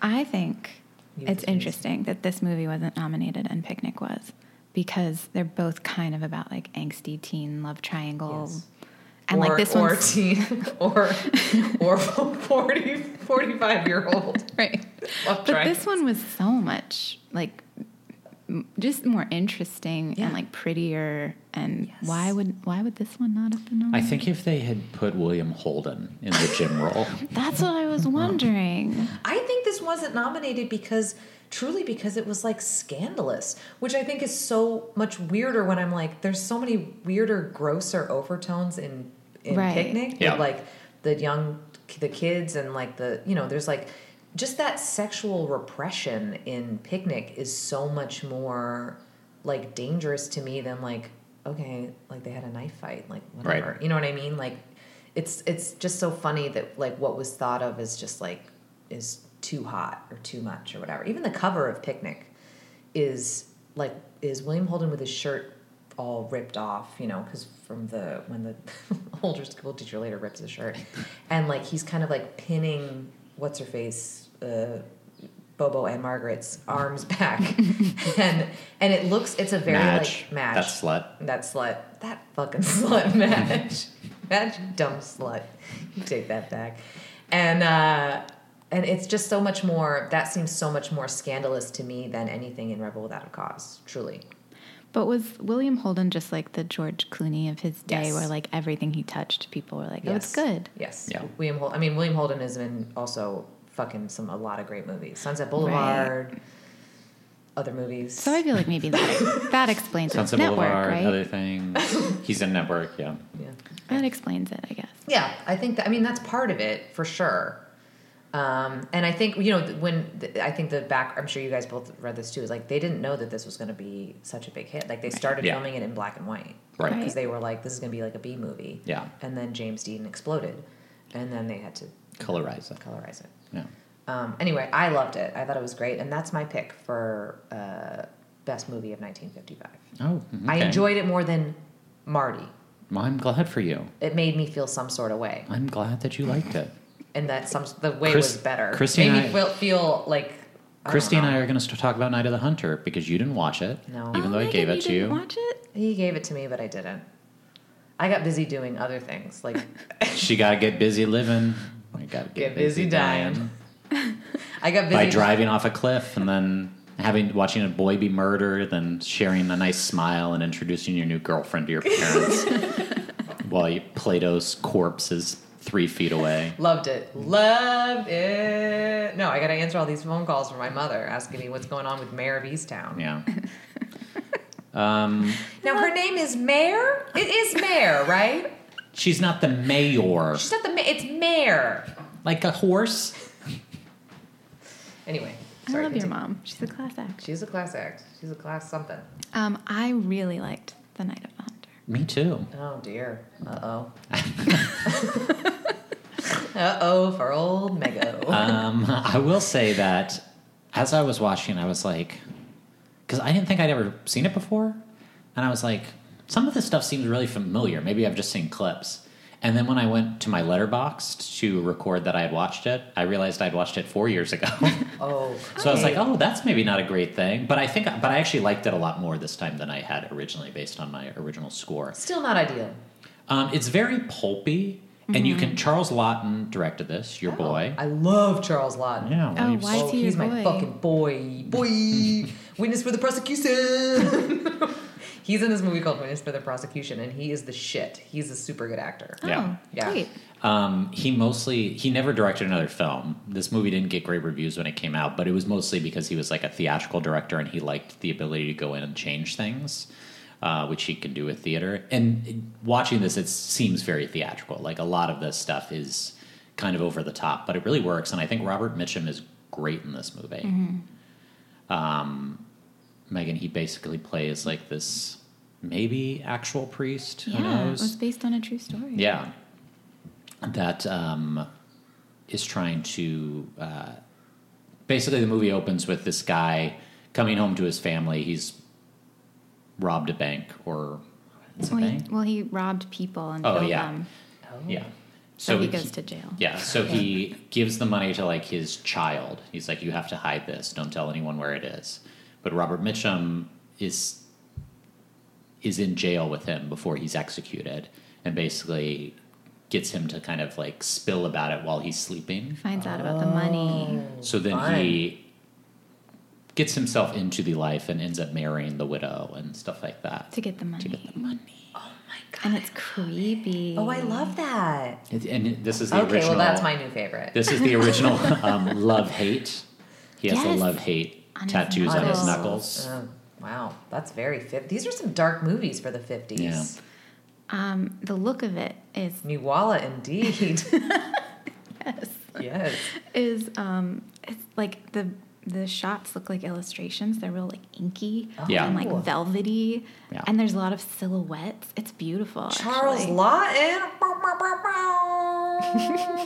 Speaker 3: I think
Speaker 5: You
Speaker 3: it's
Speaker 5: just need-
Speaker 3: interesting that this movie wasn't nominated and Picnic was because they're both kind of about like angsty teen love triangle.
Speaker 5: Yes.
Speaker 3: And
Speaker 5: or,
Speaker 3: like this
Speaker 5: [laughs] or
Speaker 3: one's
Speaker 5: teen, or or 40, 45 year
Speaker 3: [laughs]
Speaker 5: old.
Speaker 3: [laughs] right.
Speaker 5: Love
Speaker 3: But this one was so much like m- just more interesting
Speaker 5: Yeah.
Speaker 3: and like prettier. And
Speaker 5: Yes.
Speaker 3: why would why would this one not have been on?
Speaker 1: I think if they had put William Holden in the Jim role,
Speaker 3: That's what I was wondering.
Speaker 5: I think this wasn't nominated because truly because it was like scandalous, which I think is so much weirder when I'm like, there's so many weirder, grosser overtones in in
Speaker 3: Right.
Speaker 5: picnic. with,
Speaker 1: Yeah.
Speaker 5: Like the young the kids and like the you know, there's like just that sexual repression in picnic is so much more like dangerous to me than like, okay, like they had a knife fight, like whatever. You know what I mean? Like it's it's just so funny that like what was thought of as just like is too hot or too much or whatever. Even the cover of Picnic is like is William Holden with his shirt all ripped off, you know, because from the when the [laughs] older school teacher later rips his shirt, and like he's kind of like pinning what's her face. Uh, Bobo and
Speaker 1: [laughs]
Speaker 5: Margaret's arms back, and and it looks it's a very
Speaker 1: Madge,
Speaker 5: like match
Speaker 1: that slut.
Speaker 5: that slut. That fucking slut, [laughs] Madge. Madge, you dumb slut. You take that back. And uh, and it's just so much more. That seems so much more scandalous to me than anything in Rebel Without a Cause. Truly,
Speaker 3: But was William Holden just like the George Clooney of his day,
Speaker 5: Yes.
Speaker 3: where like everything he touched, people were like, "Oh, it's
Speaker 5: Yes.
Speaker 3: good."
Speaker 5: Yes.
Speaker 1: Yeah.
Speaker 5: William Holden. I mean, William Holden is in also fucking some a lot of great movies. Sunset Boulevard. Other movies.
Speaker 3: So I feel like maybe that that explains it.
Speaker 1: Sunset
Speaker 3: Network,
Speaker 1: Boulevard,
Speaker 3: right?
Speaker 1: other thing. He's in Network. Yeah.
Speaker 5: yeah.
Speaker 3: That explains it, I guess.
Speaker 5: Yeah, I think that. I mean, that's part of it for sure. Um, and I think you know th- when th- I think the back. I'm sure you guys both read this too. Is like they didn't know that this was going to be such a big hit. Like they started
Speaker 1: Yeah.
Speaker 5: filming it in black and white,
Speaker 1: Right.
Speaker 5: Because they were like, this is going to be like a B movie.
Speaker 1: Yeah.
Speaker 5: And then James Dean exploded, and then they had to
Speaker 1: Colorize it.
Speaker 5: colorize it.
Speaker 1: Yeah.
Speaker 5: Um, anyway, I loved it. I thought it was great, and that's my pick for uh, best movie of 1955.
Speaker 1: Oh.
Speaker 5: I
Speaker 1: okay.
Speaker 5: enjoyed it more than Marty.
Speaker 1: Well, I'm glad for you.
Speaker 5: It made me feel some sort of way.
Speaker 1: I'm glad that you liked it.
Speaker 5: and that some the way
Speaker 1: Chris-
Speaker 5: was better.
Speaker 1: Christy
Speaker 5: Made
Speaker 1: and
Speaker 5: me
Speaker 1: I-
Speaker 5: feel, feel like
Speaker 1: Christy and I are going to talk about Night of the Hunter because you didn't watch it,
Speaker 5: No.
Speaker 1: even though
Speaker 3: Oh,
Speaker 1: I gave it to you.
Speaker 3: Watch it.
Speaker 5: He gave it to me, but I didn't. I got busy doing other things.
Speaker 1: [laughs]
Speaker 5: Like,
Speaker 1: She got to get busy living. I got to get,
Speaker 5: Get busy dying. I got busy.
Speaker 1: by driving off a cliff and then having watching a boy be murdered, then sharing a nice smile and introducing your new girlfriend to your parents while you, Plato's corpse is three feet away.
Speaker 5: Loved it. Loved it. No, I got to answer all these phone calls from my mother asking me what's going on with Mayor of Easttown.
Speaker 1: Yeah. Um,
Speaker 5: Now, her name is Mayor? It is Mayor, right?
Speaker 1: she's not the mayor,
Speaker 5: She's not the ma- It's Mayor.
Speaker 1: like a horse.
Speaker 5: Anyway.
Speaker 3: I
Speaker 5: sorry,
Speaker 3: love your
Speaker 5: continue.
Speaker 3: mom. She's a class act.
Speaker 5: She's a class act. She's a class something.
Speaker 3: Um, I really liked The Night of the Hunter.
Speaker 1: Me too.
Speaker 5: Oh, dear. Uh-oh. [laughs] Uh-oh for old Mego.
Speaker 1: [laughs] Um, I will say that as I was watching, I was like, because I didn't think I'd ever seen it before, and I was like, some of this stuff seems really familiar. Maybe I've just seen clips. And then when I went to my letterbox to record that I had watched it, I realized I'd watched it four years ago. [laughs]
Speaker 5: oh.
Speaker 1: so I was like,
Speaker 5: great.
Speaker 1: oh, that's maybe not a great thing. But I think, but I actually liked it a lot more this time than I had originally, based on my original score.
Speaker 5: Still not ideal.
Speaker 1: Um, it's very pulpy, and you can. Charles Lawton directed this, your boy.
Speaker 5: I love Charles Lawton.
Speaker 1: yeah, well,
Speaker 3: Oh,
Speaker 1: you've
Speaker 3: why
Speaker 5: Oh,
Speaker 3: is he
Speaker 5: he's
Speaker 3: your
Speaker 5: my
Speaker 3: boy?
Speaker 5: fucking boy.
Speaker 1: [laughs]
Speaker 5: Boy. Witness for the prosecution. [laughs] he's in this movie called Witness for the Prosecution, and he is the shit. He's a super good actor.
Speaker 1: Yeah.
Speaker 3: Oh,
Speaker 5: Yeah.
Speaker 3: great.
Speaker 1: Um, he mostly he never directed another film. This movie didn't get great reviews when it came out, but it was mostly because he was like a theatrical director and he liked the ability to go in and change things, uh, which he can do with theater. And uh, watching this, it seems very theatrical. Like a lot of this stuff is kind of over the top, but it really works. And I think Robert Mitchum is great in this movie.
Speaker 3: Mm-hmm.
Speaker 1: Um, Megan, he basically plays like this maybe actual priest.
Speaker 3: Yeah,
Speaker 1: who knows?
Speaker 3: it was based on a true story.
Speaker 1: yeah that um, is trying to uh, basically the movie opens with this guy coming home to his family he's robbed a bank or it's a
Speaker 3: Well he,
Speaker 1: bank
Speaker 3: well, he robbed people and
Speaker 1: Oh,
Speaker 3: killed
Speaker 1: yeah.
Speaker 3: them,
Speaker 5: Oh.
Speaker 1: yeah
Speaker 3: so, he goes to jail.
Speaker 1: yeah so he gives the money to like his child he's like you have to hide this don't tell anyone where it is but robert mitchum is is in jail with him before he's executed and basically gets him to kind of like spill about it while he's sleeping
Speaker 3: Finds out about the money.
Speaker 1: so then he gets himself into the life and ends up marrying the widow and stuff like that
Speaker 3: To get the money.
Speaker 1: to get the money
Speaker 3: And it's creepy.
Speaker 5: Oh, I love that.
Speaker 1: It- and this is the
Speaker 5: Okay,
Speaker 1: original
Speaker 5: well, that's my new favorite.
Speaker 1: This
Speaker 3: [laughs]
Speaker 1: is the original um, love hate. He has the
Speaker 3: Yes.
Speaker 1: love hate
Speaker 3: On his
Speaker 1: tattoes on his
Speaker 3: knuckles.
Speaker 1: knuckles.
Speaker 5: Oh, wow, that's very fit. These are some dark movies for the 50s.
Speaker 1: Yeah.
Speaker 3: Um, the look of it is
Speaker 1: [laughs]
Speaker 5: Nuwala, indeed. yes.
Speaker 3: is um, it's like the the shots look like illustrations. They're real like inky
Speaker 5: Oh.
Speaker 1: Yeah.
Speaker 3: and like velvety,
Speaker 1: Yeah.
Speaker 3: and there's a lot of silhouettes. It's beautiful.
Speaker 5: Charles
Speaker 3: actually.
Speaker 5: Lawton. [laughs]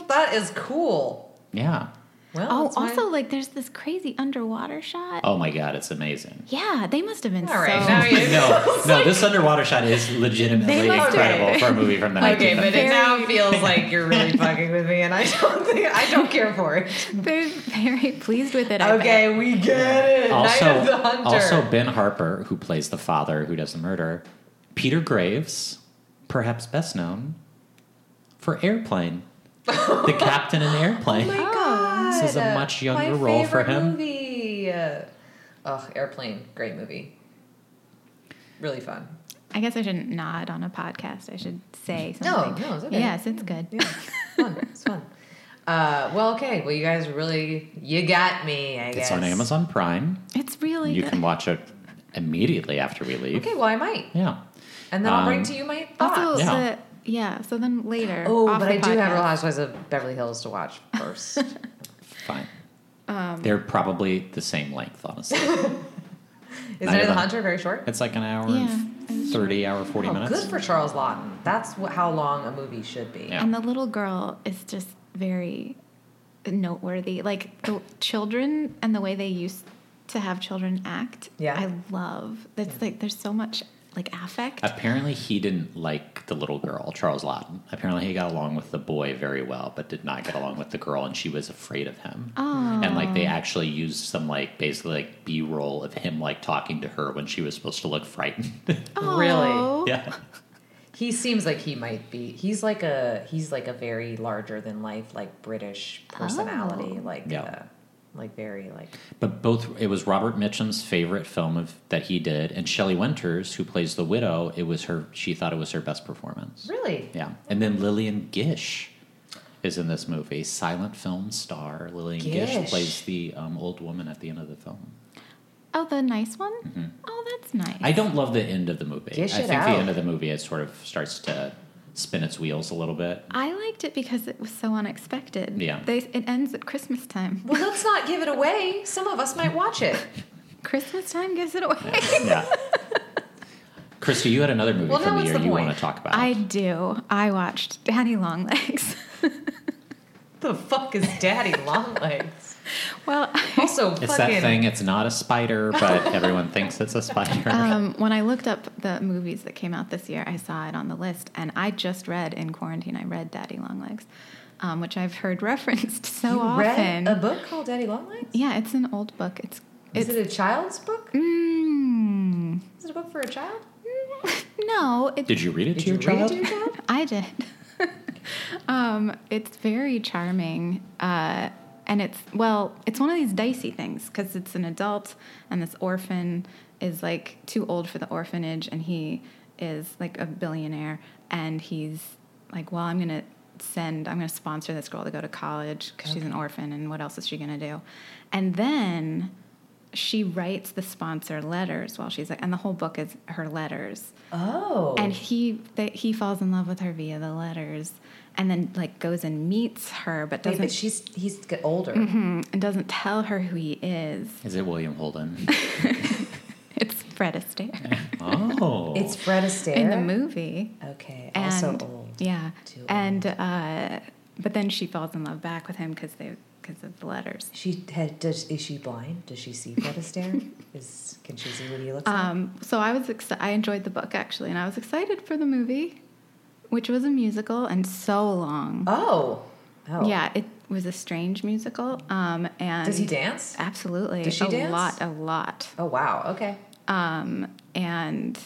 Speaker 5: that is cool.
Speaker 1: Yeah.
Speaker 5: Well,
Speaker 3: Oh,
Speaker 5: that's my-
Speaker 3: also like there's this crazy underwater shot.
Speaker 1: Oh my god, it's amazing.
Speaker 3: Yeah, they must have been
Speaker 5: All right,
Speaker 3: so.
Speaker 5: now you
Speaker 1: No,
Speaker 5: [laughs]
Speaker 1: no, this underwater shot is legitimately
Speaker 3: They must-
Speaker 1: incredible
Speaker 5: Okay.
Speaker 1: for a movie from the 19th.
Speaker 5: Okay, but it
Speaker 3: Very-
Speaker 5: now feels like you're really fucking with me, and I don't think I don't care for
Speaker 3: [laughs]
Speaker 5: it.
Speaker 3: They're [laughs] very pleased with it. I bet.
Speaker 5: Okay, we get it. Night of
Speaker 1: also,
Speaker 5: the Hunter.
Speaker 1: also Ben Harper, who plays the father who does the murder, Peter Graves, perhaps best known for Airplane,
Speaker 5: [laughs]
Speaker 1: the captain in Airplane.
Speaker 5: Oh my god,
Speaker 1: This is a much younger
Speaker 5: my
Speaker 1: role for
Speaker 5: favorite
Speaker 1: him.
Speaker 5: Movie. Ugh, Airplane, great movie. Really fun.
Speaker 3: I guess I shouldn't nod on a podcast. I should say
Speaker 5: No,
Speaker 3: something.
Speaker 5: no, it's okay.
Speaker 3: Oh, Yes, it's good.
Speaker 5: Yeah, it's fun. It's fun. Uh, well, okay. Well, you guys really you got me. I guess
Speaker 1: it's on Amazon Prime.
Speaker 3: [laughs] It's really
Speaker 1: You
Speaker 3: good.
Speaker 1: can watch it immediately after we leave.
Speaker 5: Okay, well, I might,
Speaker 1: Yeah.
Speaker 5: and then I'll bring
Speaker 1: Um,
Speaker 5: to you my thoughts.
Speaker 3: also,
Speaker 1: Yeah.
Speaker 3: The, yeah. So then later.
Speaker 5: oh,
Speaker 3: off
Speaker 5: but
Speaker 3: the
Speaker 5: I do have
Speaker 3: podcast-
Speaker 5: Real Housewives of Beverly Hills to
Speaker 3: [laughs]
Speaker 5: watch first.
Speaker 1: Fine.
Speaker 5: Um,
Speaker 1: They're probably the same length, honestly.
Speaker 5: [laughs] is
Speaker 1: Night of
Speaker 5: Night of the
Speaker 1: the-
Speaker 5: Hunter very short?
Speaker 1: it's like an hour
Speaker 3: Yeah,
Speaker 1: and 30, hour 40
Speaker 5: Oh,
Speaker 1: minutes.
Speaker 5: good for Charles Lawton. That's wh- how long a movie should be.
Speaker 1: Yeah.
Speaker 3: And the little girl is just very noteworthy. Like the children and the way they used to have children act.
Speaker 5: Yeah.
Speaker 3: I love. That's like there's so much like affect.
Speaker 1: Apparently, he didn't like the little girl, Charles Lawton. Apparently, he got along with the boy very well, but did not get along with the girl, and she was afraid of him.
Speaker 3: Oh,
Speaker 1: And like they actually used some like basically like B roll of him like talking to her when she was supposed to look frightened. [laughs]
Speaker 5: Mm-hmm. Really?
Speaker 3: Oh.
Speaker 1: yeah,
Speaker 5: He seems like he might be. He's like a he's like a very larger than life like British
Speaker 3: Oh.
Speaker 5: personality, like
Speaker 1: Yeah.
Speaker 5: uh, like very like
Speaker 1: but both it was Robert Mitchum's favorite film of that he did, and Shelley Winters, who plays the widow, it was her. She thought it was her best performance.
Speaker 5: really.
Speaker 1: Yeah, and then Lillian Gish is in this movie. Silent film star Lillian Gish,
Speaker 5: Gish.
Speaker 1: plays the um, old woman at the end of the film.
Speaker 3: Oh, the nice one? Oh, that's nice.
Speaker 1: Mm-hmm. I don't love the end of the movie.
Speaker 5: Gish
Speaker 1: I
Speaker 5: it
Speaker 1: think
Speaker 5: out.
Speaker 1: the end of the movie it sort of starts to spin its wheels a little
Speaker 5: [laughs]
Speaker 1: bit.
Speaker 3: I liked it because it was so unexpected.
Speaker 1: Yeah.
Speaker 3: They, it ends at Christmas time.
Speaker 5: Well, let's not give it away. Some of us might
Speaker 3: [laughs]
Speaker 5: watch it.
Speaker 3: Christmas time gives it away.
Speaker 1: Yeah. Christy, you had another movie
Speaker 5: Well, now
Speaker 1: from the
Speaker 5: what's
Speaker 1: year
Speaker 5: the
Speaker 1: you
Speaker 5: point?
Speaker 1: want to talk about.
Speaker 3: I do. I watched Daddy Longlegs. [laughs]
Speaker 5: the fuck is Daddy Longlegs?
Speaker 3: well, I,
Speaker 5: Also,
Speaker 1: it's
Speaker 5: fucking
Speaker 1: that thing. It's not a
Speaker 5: [laughs]
Speaker 1: spider, but everyone thinks it's a spider.
Speaker 3: um, when I looked up the movies that came out this year, I saw it on the list, and I just read in quarantine. I read Daddy Longlegs, um, which I've heard [laughs] referenced so
Speaker 5: You
Speaker 3: often.
Speaker 5: read a book called Daddy Longlegs.
Speaker 3: yeah, it's an old book. It's
Speaker 5: Is
Speaker 3: it's.
Speaker 5: it a child's book?
Speaker 3: mm, [laughs]
Speaker 5: Is it a book for a child?
Speaker 3: no, it,
Speaker 1: Did you read it
Speaker 5: Did
Speaker 1: to your
Speaker 5: you read it
Speaker 1: child?
Speaker 5: to your child?
Speaker 3: [laughs] I did. um, it's very charming. Uh, and it's, well, it's one of these dicey things because it's an adult and this orphan is like too old for the orphanage and he is like a billionaire and he's like, well, I'm going to send, I'm going to sponsor this girl to go to college because she's an orphan and what else is she going to do? And then she writes the sponsor letters while she's like, and the whole book is her letters
Speaker 5: Oh,
Speaker 3: and he they, he falls in love with her via the letters and then like goes and meets her but
Speaker 5: Wait,
Speaker 3: doesn't Mm-hmm.
Speaker 5: but she's he's get older.
Speaker 3: and doesn't tell her who he
Speaker 5: [laughs]
Speaker 3: is
Speaker 1: Is it William Holden?
Speaker 3: it's Fred Astaire
Speaker 1: Oh,
Speaker 5: It's Fred Astaire
Speaker 3: in the movie
Speaker 5: Okay,
Speaker 3: and
Speaker 5: also old.
Speaker 3: yeah
Speaker 5: Too old.
Speaker 3: and uh but then she falls in love back with him because they because of the letters
Speaker 5: She had, does, is she blind? Does she see Fred
Speaker 3: [laughs]
Speaker 5: Astaire? is can she see what he looks like?
Speaker 3: um so I was exci- I enjoyed the book actually and I was excited for the movie which was a musical and so long
Speaker 5: Oh, oh,
Speaker 3: yeah it was a strange musical um uh, and
Speaker 5: Does he dance?
Speaker 3: Absolutely.
Speaker 5: Does she
Speaker 3: a
Speaker 5: dance?
Speaker 3: lot, a lot.
Speaker 5: Oh wow. Okay.
Speaker 3: Um, and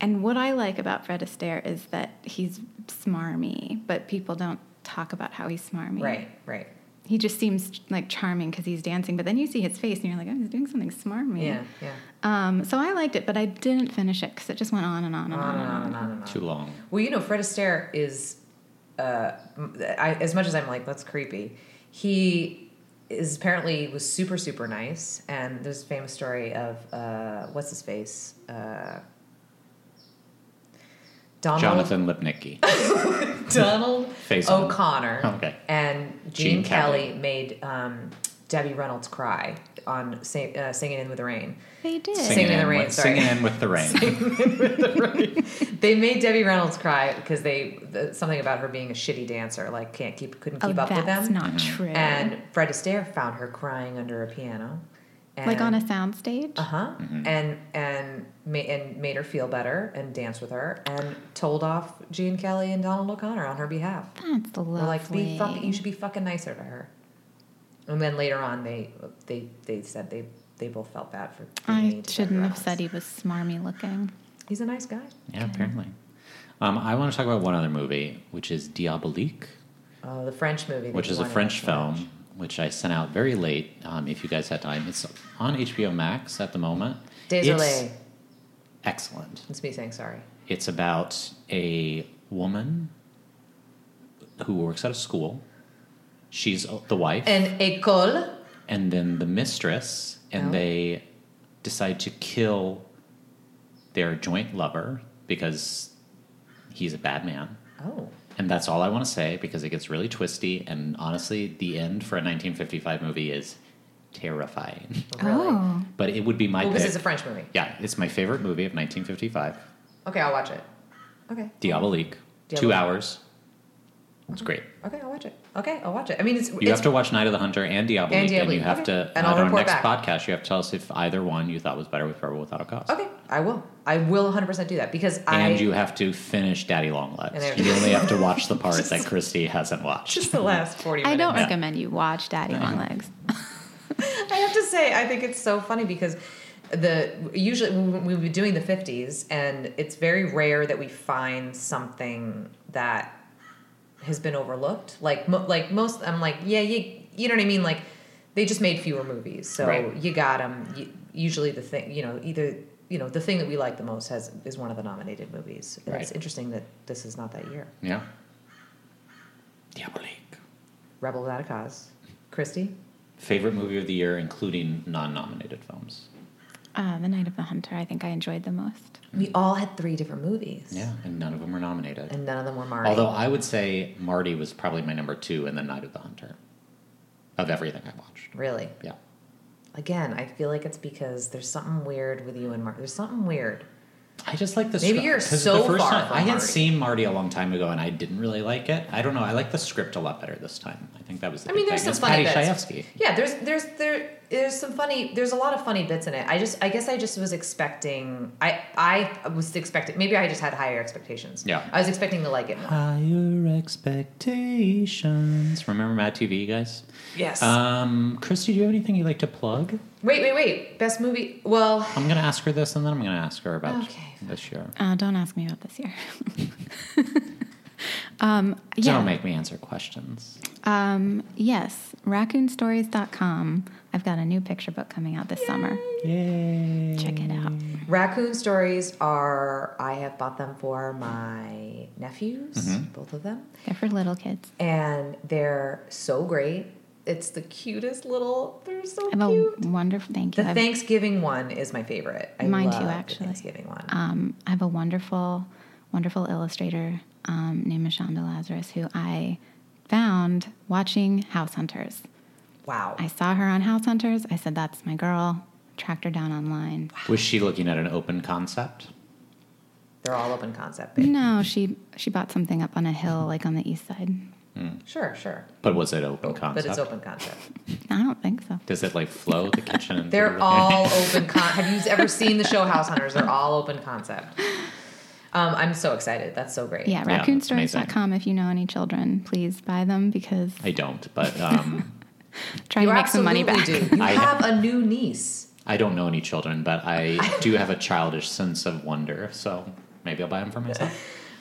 Speaker 3: and what I like about Fred Astaire is that he's smarmy, but people don't talk about how he's smarmy.
Speaker 5: Right. Right.
Speaker 3: He just seems like charming because he's dancing, but then you see his face and you're like, oh, he's doing something smarmy.
Speaker 5: Yeah. Yeah.
Speaker 3: Um, so I liked it, but I didn't finish it because it just went on and on and on.
Speaker 5: On
Speaker 3: And on.
Speaker 5: and on and on and on.
Speaker 3: Um,
Speaker 1: too long.
Speaker 5: Well, you know, Fred Astaire is, uh, m- I, as much as I'm like, that's creepy, he is apparently was super, super nice. And there's a famous story of, uh, what's his face? Uh, Donald,
Speaker 1: Jonathan Lipnicki.
Speaker 5: Donald [laughs]
Speaker 1: Face on-
Speaker 5: O'Connor
Speaker 1: Okay.
Speaker 5: and
Speaker 1: Gene
Speaker 5: Oh, Gene,
Speaker 1: Kelly.
Speaker 5: Kelly, made um, Debbie Reynolds cry on sing, uh, Singing in with the Rain.
Speaker 3: They did.
Speaker 5: Sing- Singing in the Rain,
Speaker 1: with,
Speaker 5: sorry.
Speaker 1: Singing in with the
Speaker 5: [laughs]
Speaker 1: rain.
Speaker 5: They made Debbie Reynolds cry because they the, something about her being a shitty dancer, like can't keep couldn't
Speaker 3: oh,
Speaker 5: keep up
Speaker 3: that's
Speaker 5: with them.
Speaker 3: not true.
Speaker 5: And Fred Astaire found her crying under a piano, and,
Speaker 3: like on a soundstage?
Speaker 5: uh huh, and and ma- and made her feel better and danced with her and told off Gene Kelly and Donald O'Connor on her behalf.
Speaker 3: That's lovely.
Speaker 5: Were Like be fuck, you should be fucking nicer to her. And then later on, they they they said they they both felt bad for. being mean
Speaker 3: I
Speaker 5: to Debbie
Speaker 3: shouldn't have
Speaker 5: Reynolds.
Speaker 3: said e- he was smarmy looking.
Speaker 5: He's a nice guy.
Speaker 1: Yeah, apparently. Um, I want to talk about one other movie, which is Diabolique,
Speaker 5: Oh, the French movie, that
Speaker 1: which
Speaker 5: you
Speaker 1: is a
Speaker 5: wanted
Speaker 1: French
Speaker 5: to watch.
Speaker 1: film, which I sent out very late. Um, if you guys had time, it's on HBO Max at the moment.
Speaker 5: Désolé.
Speaker 1: It's excellent.
Speaker 5: It's me saying sorry.
Speaker 1: It's about a woman who works at a school. She's the wife,
Speaker 5: An école.
Speaker 1: and then the mistress, and
Speaker 5: Oh.
Speaker 1: they decide to kill their joint lover because he's a bad man.
Speaker 5: Oh,
Speaker 1: And that's all I want to say because it gets really twisty. And honestly, the end for a 1955 movie is terrifying.
Speaker 5: really?
Speaker 3: Oh.
Speaker 1: But it would be my
Speaker 5: Well,
Speaker 1: pick.
Speaker 5: because it's a French movie.
Speaker 1: yeah, it's my favorite movie of 1955.
Speaker 5: Okay, I'll watch it. Okay.
Speaker 1: Diabolique. Two
Speaker 5: Diabolique.
Speaker 1: hours. It's great.
Speaker 5: Okay, I'll watch it. Okay, I'll watch it. I mean, it's
Speaker 1: You
Speaker 5: it's
Speaker 1: have to watch Night of the Hunter and Diablo,
Speaker 5: And
Speaker 1: Week,
Speaker 5: Diablo
Speaker 1: and you
Speaker 5: Week,
Speaker 1: have
Speaker 5: okay.
Speaker 1: to
Speaker 5: And
Speaker 1: on
Speaker 5: I'll
Speaker 1: our
Speaker 5: report
Speaker 1: next
Speaker 5: back.
Speaker 1: podcast. You have to tell us if either one you thought was better with Rebel Without a Cause.
Speaker 5: okay. I will. I will 100 percent do that because I
Speaker 1: And you have to finish Daddy Long Legs.
Speaker 5: And there-
Speaker 1: You only have to watch the
Speaker 5: [laughs]
Speaker 1: part that Christy hasn't watched.
Speaker 5: just the last 40.
Speaker 3: I
Speaker 5: minutes.
Speaker 3: don't
Speaker 1: Yeah.
Speaker 3: recommend you watch Daddy Long Legs.
Speaker 5: I have to say, I think it's so funny because the usually we would be doing the 50s, and it's very rare that we find something that has been overlooked. Like, mo- like most, I'm like, yeah, you, you know what I mean. Like, they just made fewer movies, so
Speaker 1: Right.
Speaker 5: you got them. You, usually, the thing, you know, either you know, the thing that we like the most has is one of the nominated movies. And It's
Speaker 1: Right.
Speaker 5: interesting that this is not that year.
Speaker 1: Yeah. Diabolique.
Speaker 5: Rebel Without a Cause, Christy.
Speaker 1: Favorite movie of the year, including non-nominated films.
Speaker 3: Uh, the Night of the Hunter, I think I enjoyed the most.
Speaker 5: We all had three different movies,
Speaker 1: Yeah, and none of them were nominated.
Speaker 5: and none of them were Marty.
Speaker 1: Although I would say Marty was probably my number two in the Night of the Hunter of everything I watched.
Speaker 5: really,
Speaker 1: Yeah.
Speaker 5: Again, I feel like it's because there's something weird with you and Mark. There's something weird.
Speaker 1: I just like the
Speaker 5: Maybe
Speaker 1: stru-
Speaker 5: you're
Speaker 1: 'cause
Speaker 5: so
Speaker 1: the first
Speaker 5: far
Speaker 1: time,
Speaker 5: from
Speaker 1: I had
Speaker 5: Marty.
Speaker 1: seen Marty a long time ago and I didn't really like it. I don't know. I like the script a lot better this time. I think that was the
Speaker 5: I mean,
Speaker 1: big
Speaker 5: there's
Speaker 1: thing.
Speaker 5: some
Speaker 1: It's
Speaker 5: funny
Speaker 1: Patty
Speaker 5: bits.
Speaker 1: Chayefsky.
Speaker 5: Yeah, there's there's there there's some funny. There's a lot of funny bits in it. I just I guess I just was expecting. I I was expecting. Maybe I just had higher expectations.
Speaker 1: Yeah.
Speaker 5: I was expecting to like it more.
Speaker 1: Higher expectations. Remember Mad TV, guys?
Speaker 5: Yes.
Speaker 1: Um, Christy, do you have anything you'd like to plug?
Speaker 5: wait, wait, wait. Best movie. Well,
Speaker 1: I'm going to ask her this, and then I'm going to ask her about
Speaker 5: Okay.
Speaker 1: this year.
Speaker 3: Uh, don't ask me about this year. [laughs] um, yeah.
Speaker 1: Don't make me answer questions.
Speaker 3: Um, yes, raccoonstories.com. I've got a new picture book coming out this summer.
Speaker 1: Yay!
Speaker 3: Check it out.
Speaker 5: raccoon stories are. I have bought them for my nephews,
Speaker 1: Mm-hmm.
Speaker 5: both of them.
Speaker 3: They're for little kids.
Speaker 5: and they're so great. It's the cutest little. They're so
Speaker 3: I have
Speaker 5: cute.
Speaker 3: a wonderful thank you.
Speaker 5: The
Speaker 3: I've-
Speaker 5: Thanksgiving one is my favorite. I
Speaker 3: Mine too,
Speaker 5: love the
Speaker 3: actually.
Speaker 5: Thanksgiving one.
Speaker 3: um, I have a wonderful, wonderful illustrator um, named Mashonda Lazarus who I found watching House Hunters.
Speaker 5: wow.
Speaker 3: I saw her on House Hunters. I said, "That's my girl." Tracked her down online.
Speaker 1: Was she looking at an open concept?
Speaker 5: They're all open concept. babe.
Speaker 3: No, she she bought something up on a hill, like on the east side.
Speaker 5: Sure, sure.
Speaker 1: But was it open concept?
Speaker 5: Oh, But it's open concept.
Speaker 3: I don't think so.
Speaker 1: Does it like flow the kitchen? and- [laughs]
Speaker 5: They're all open con Have you ever seen the show House Hunters? They're all open concept. Um, I'm so excited. That's so great.
Speaker 3: Yeah,
Speaker 1: Yeah, that's amazing.
Speaker 3: raccoonstories.com. If you know any children, please buy them because
Speaker 1: I don't, but um,
Speaker 3: try
Speaker 5: You
Speaker 3: to make some money back.
Speaker 5: absolutely do. You
Speaker 1: I-
Speaker 5: have a new niece.
Speaker 1: I don't know any children, but I do have a childish sense of wonder. So maybe I'll buy them for myself.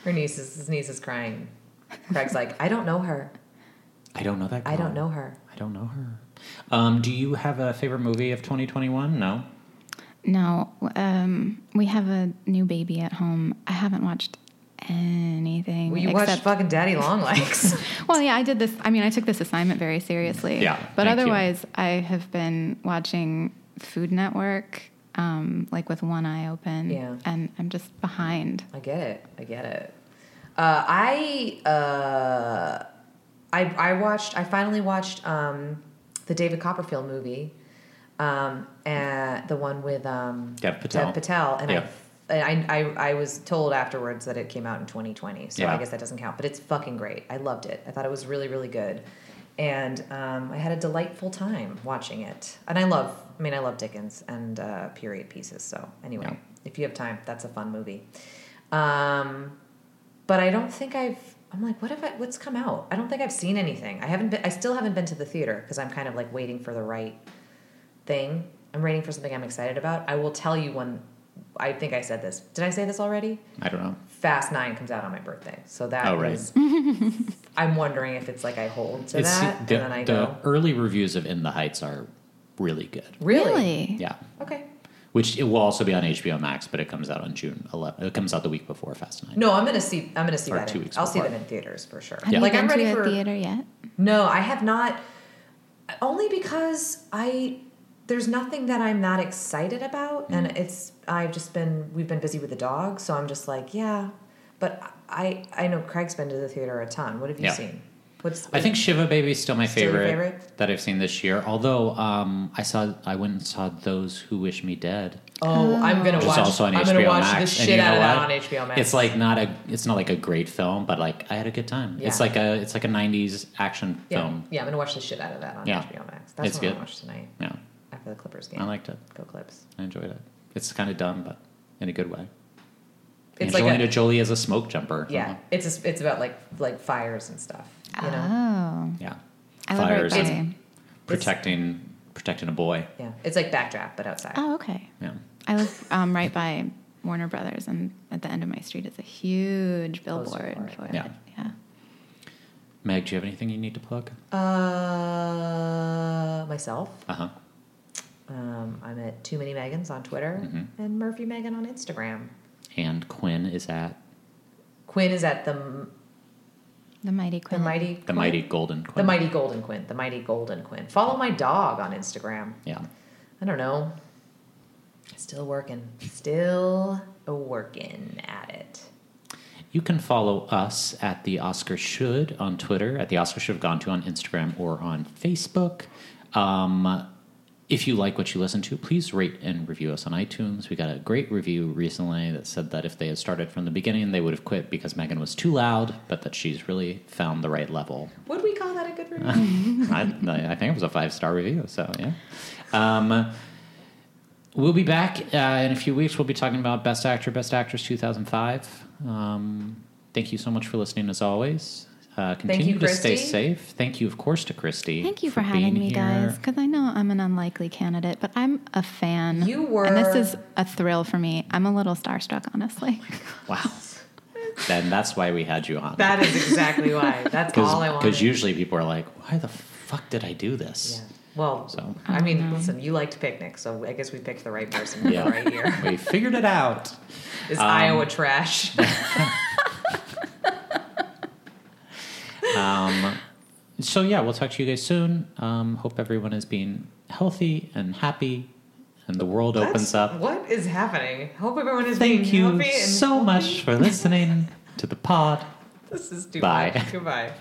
Speaker 5: Her niece is his niece is crying. Craig's like, I don't know her.
Speaker 1: I don't know that. Girl.
Speaker 5: I don't know her.
Speaker 1: I don't know her. Um, do you have a favorite movie of 2021? No.
Speaker 3: [laughs] No, um, we have a new baby at home. I haven't watched anything.
Speaker 5: Well, you watched
Speaker 3: except,
Speaker 5: fucking Daddy
Speaker 3: [laughs]
Speaker 5: Long Legs.
Speaker 3: well, yeah, I did this. I mean, I took this assignment very seriously.
Speaker 1: Yeah,
Speaker 3: But
Speaker 1: thank you.
Speaker 3: otherwise, I have been watching Food Network, um, like with one eye open.
Speaker 5: Yeah.
Speaker 3: And I'm just behind.
Speaker 5: I get it. I get it. Uh, I uh, I I watched. I finally watched um, the David Copperfield movie, um, and the one with um,
Speaker 1: Dev Patel.
Speaker 5: Patel, and
Speaker 1: Yeah.
Speaker 5: I, and I, I I was told afterwards that it came out in 2020, so
Speaker 1: Yeah.
Speaker 5: I guess that doesn't count. But it's fucking great. I loved it. I thought it was really really good, and um, I had a delightful time watching it. And I love. I mean, I love Dickens and uh, period pieces. So anyway,
Speaker 1: Yeah.
Speaker 5: if you have time, that's a fun movie. Um, but I don't think I've. I'm like, what have I? What's come out? I don't think I've seen anything. I haven't. Been, I still haven't been to the theater because I'm kind of like waiting for the right thing. I'm waiting for something I'm excited about. I will tell you when. I think I said this. Did I say this already?
Speaker 1: I don't know.
Speaker 5: Fast Nine comes out on my birthday, so that
Speaker 1: Oh, right.
Speaker 5: is- [laughs] I'm wondering if it's like I hold to
Speaker 1: It's-
Speaker 5: that
Speaker 1: the,
Speaker 5: and then I
Speaker 1: the
Speaker 5: go.
Speaker 1: early reviews of In the Heights are really good.
Speaker 5: Really?
Speaker 1: Yeah.
Speaker 5: Okay.
Speaker 1: Which it will also be on HBO Max, but it comes out on June 11th. It comes out the week before Fast Nine.
Speaker 5: No, I'm gonna see. I'm gonna see
Speaker 1: Or
Speaker 5: that.
Speaker 1: two
Speaker 5: in-
Speaker 1: weeks
Speaker 5: I'll see
Speaker 1: before.
Speaker 5: that in theaters for sure.
Speaker 3: Have you
Speaker 5: Like
Speaker 3: been
Speaker 5: I'm ready
Speaker 3: to a
Speaker 5: for
Speaker 3: theater yet?
Speaker 5: No, I have not. Only because I there's nothing that I'm that excited about, and
Speaker 3: Mm-hmm.
Speaker 5: it's I've just been we've been busy with the dog, so I'm just like yeah. But I I know Craig's been to the theater a ton. What have you
Speaker 1: Yeah.
Speaker 5: seen? What's
Speaker 1: I think Shiva Baby is still my
Speaker 5: Still your
Speaker 1: favorite,
Speaker 5: favorite?
Speaker 1: that I've seen this year. Although um, I saw I went and saw Those Who Wish Me Dead,
Speaker 5: Oh, I'm gonna
Speaker 1: which
Speaker 5: watch.
Speaker 1: is also on
Speaker 5: I'm
Speaker 1: HBO
Speaker 5: gonna watch
Speaker 1: Max.
Speaker 5: the
Speaker 1: and
Speaker 5: shit
Speaker 1: you know
Speaker 5: out of that on
Speaker 1: what?
Speaker 5: HBO Max.
Speaker 1: It's like not a it's not like a great film, but like I had a good time. It's
Speaker 5: Yeah.
Speaker 1: like a it's like a '90s action
Speaker 5: yeah,
Speaker 1: film.
Speaker 5: yeah. I'm gonna watch the shit out of that on
Speaker 1: Yeah.
Speaker 5: HBO Max. That's
Speaker 1: It's
Speaker 5: what I'm
Speaker 1: good.
Speaker 5: gonna watch tonight
Speaker 1: Yeah,
Speaker 5: after the Clippers game.
Speaker 1: I liked it.
Speaker 5: Go Clips.
Speaker 1: I enjoyed it. It's kind of dumb, but in a good way.
Speaker 5: It's
Speaker 1: Angelina
Speaker 5: like a,
Speaker 1: Jolie as a smoke jumper.
Speaker 5: yeah. It's a, it's about like like fires and stuff. You know.
Speaker 3: Oh.
Speaker 1: yeah.
Speaker 3: I love her
Speaker 1: Fires and
Speaker 3: game.
Speaker 1: protecting protecting a boy.
Speaker 5: Yeah. It's like backdraft but outside.
Speaker 3: Oh, okay.
Speaker 1: Yeah.
Speaker 3: I live um, right by Warner Brothers, and at the end of my street is a huge billboard
Speaker 5: for
Speaker 3: for
Speaker 5: it.
Speaker 3: it.
Speaker 1: Yeah.
Speaker 3: yeah.
Speaker 1: Meg, do you have anything you need to plug?
Speaker 5: Uh, myself.
Speaker 1: Uh huh.
Speaker 5: Um, I'm at Too Many Megans on Twitter
Speaker 1: Mm-hmm.
Speaker 5: and Murphy Megan on Instagram.
Speaker 1: And Quinn is at
Speaker 5: Quinn is at the
Speaker 3: The Mighty
Speaker 5: the
Speaker 3: Quinn.
Speaker 5: mighty
Speaker 1: the Mighty Golden Quinn.
Speaker 5: the mighty golden Quinn the mighty golden Quinn. Follow my dog on Instagram.
Speaker 1: Yeah.
Speaker 5: I don't know. Still working. Still working at it.
Speaker 1: You can follow us at the Oscar Should on Twitter, at the Oscar Should Have Gone To on Instagram or on Facebook. Um, if you like what you listen to, please rate and review us on iTunes. We got a great review recently that said that if they had started from the beginning, they would have quit because Megan was too loud, but that she's really found the right level.
Speaker 5: Would we call that a good review?
Speaker 1: I, I think it was a five star review, so yeah. Um, we'll be back uh, in a few weeks. We'll be talking about Best Actor, Best Actress 2005. Um, thank you so much for listening, as always. Uh, continue
Speaker 5: you,
Speaker 1: to stay
Speaker 5: Christy.
Speaker 1: safe. Thank you, of course, to Christy.
Speaker 3: Thank you for, having
Speaker 1: being
Speaker 3: me, guys,
Speaker 1: here.
Speaker 3: because I know I'm an unlikely candidate, but I'm a fan.
Speaker 5: You were-
Speaker 3: And this is a thrill for me. I'm a little starstruck, honestly.
Speaker 1: Wow. then that's why we had you on.
Speaker 5: [laughs] that is exactly why.
Speaker 1: [laughs]
Speaker 5: That's all I wanted.
Speaker 1: Because usually people are like, why the fuck did I do
Speaker 5: Yeah.
Speaker 1: this?
Speaker 5: Well,
Speaker 1: So.
Speaker 5: I mean, listen, you liked picnic, so I guess we picked the right person
Speaker 1: Yeah. Um,
Speaker 5: right
Speaker 1: [laughs]
Speaker 5: here.
Speaker 1: We figured it
Speaker 5: [laughs]
Speaker 1: out.
Speaker 5: This
Speaker 1: [laughs]
Speaker 5: Iowa trash.
Speaker 1: um, so yeah, we'll talk to you guys soon. Um, hope everyone is being healthy and happy, and the world opens
Speaker 5: That's-
Speaker 1: up.
Speaker 5: What is happening? Hope everyone is
Speaker 1: Thank
Speaker 5: being
Speaker 1: you
Speaker 5: happy and
Speaker 1: so much for listening to the pod.
Speaker 5: This is stupid.
Speaker 1: Bye.
Speaker 5: Goodbye.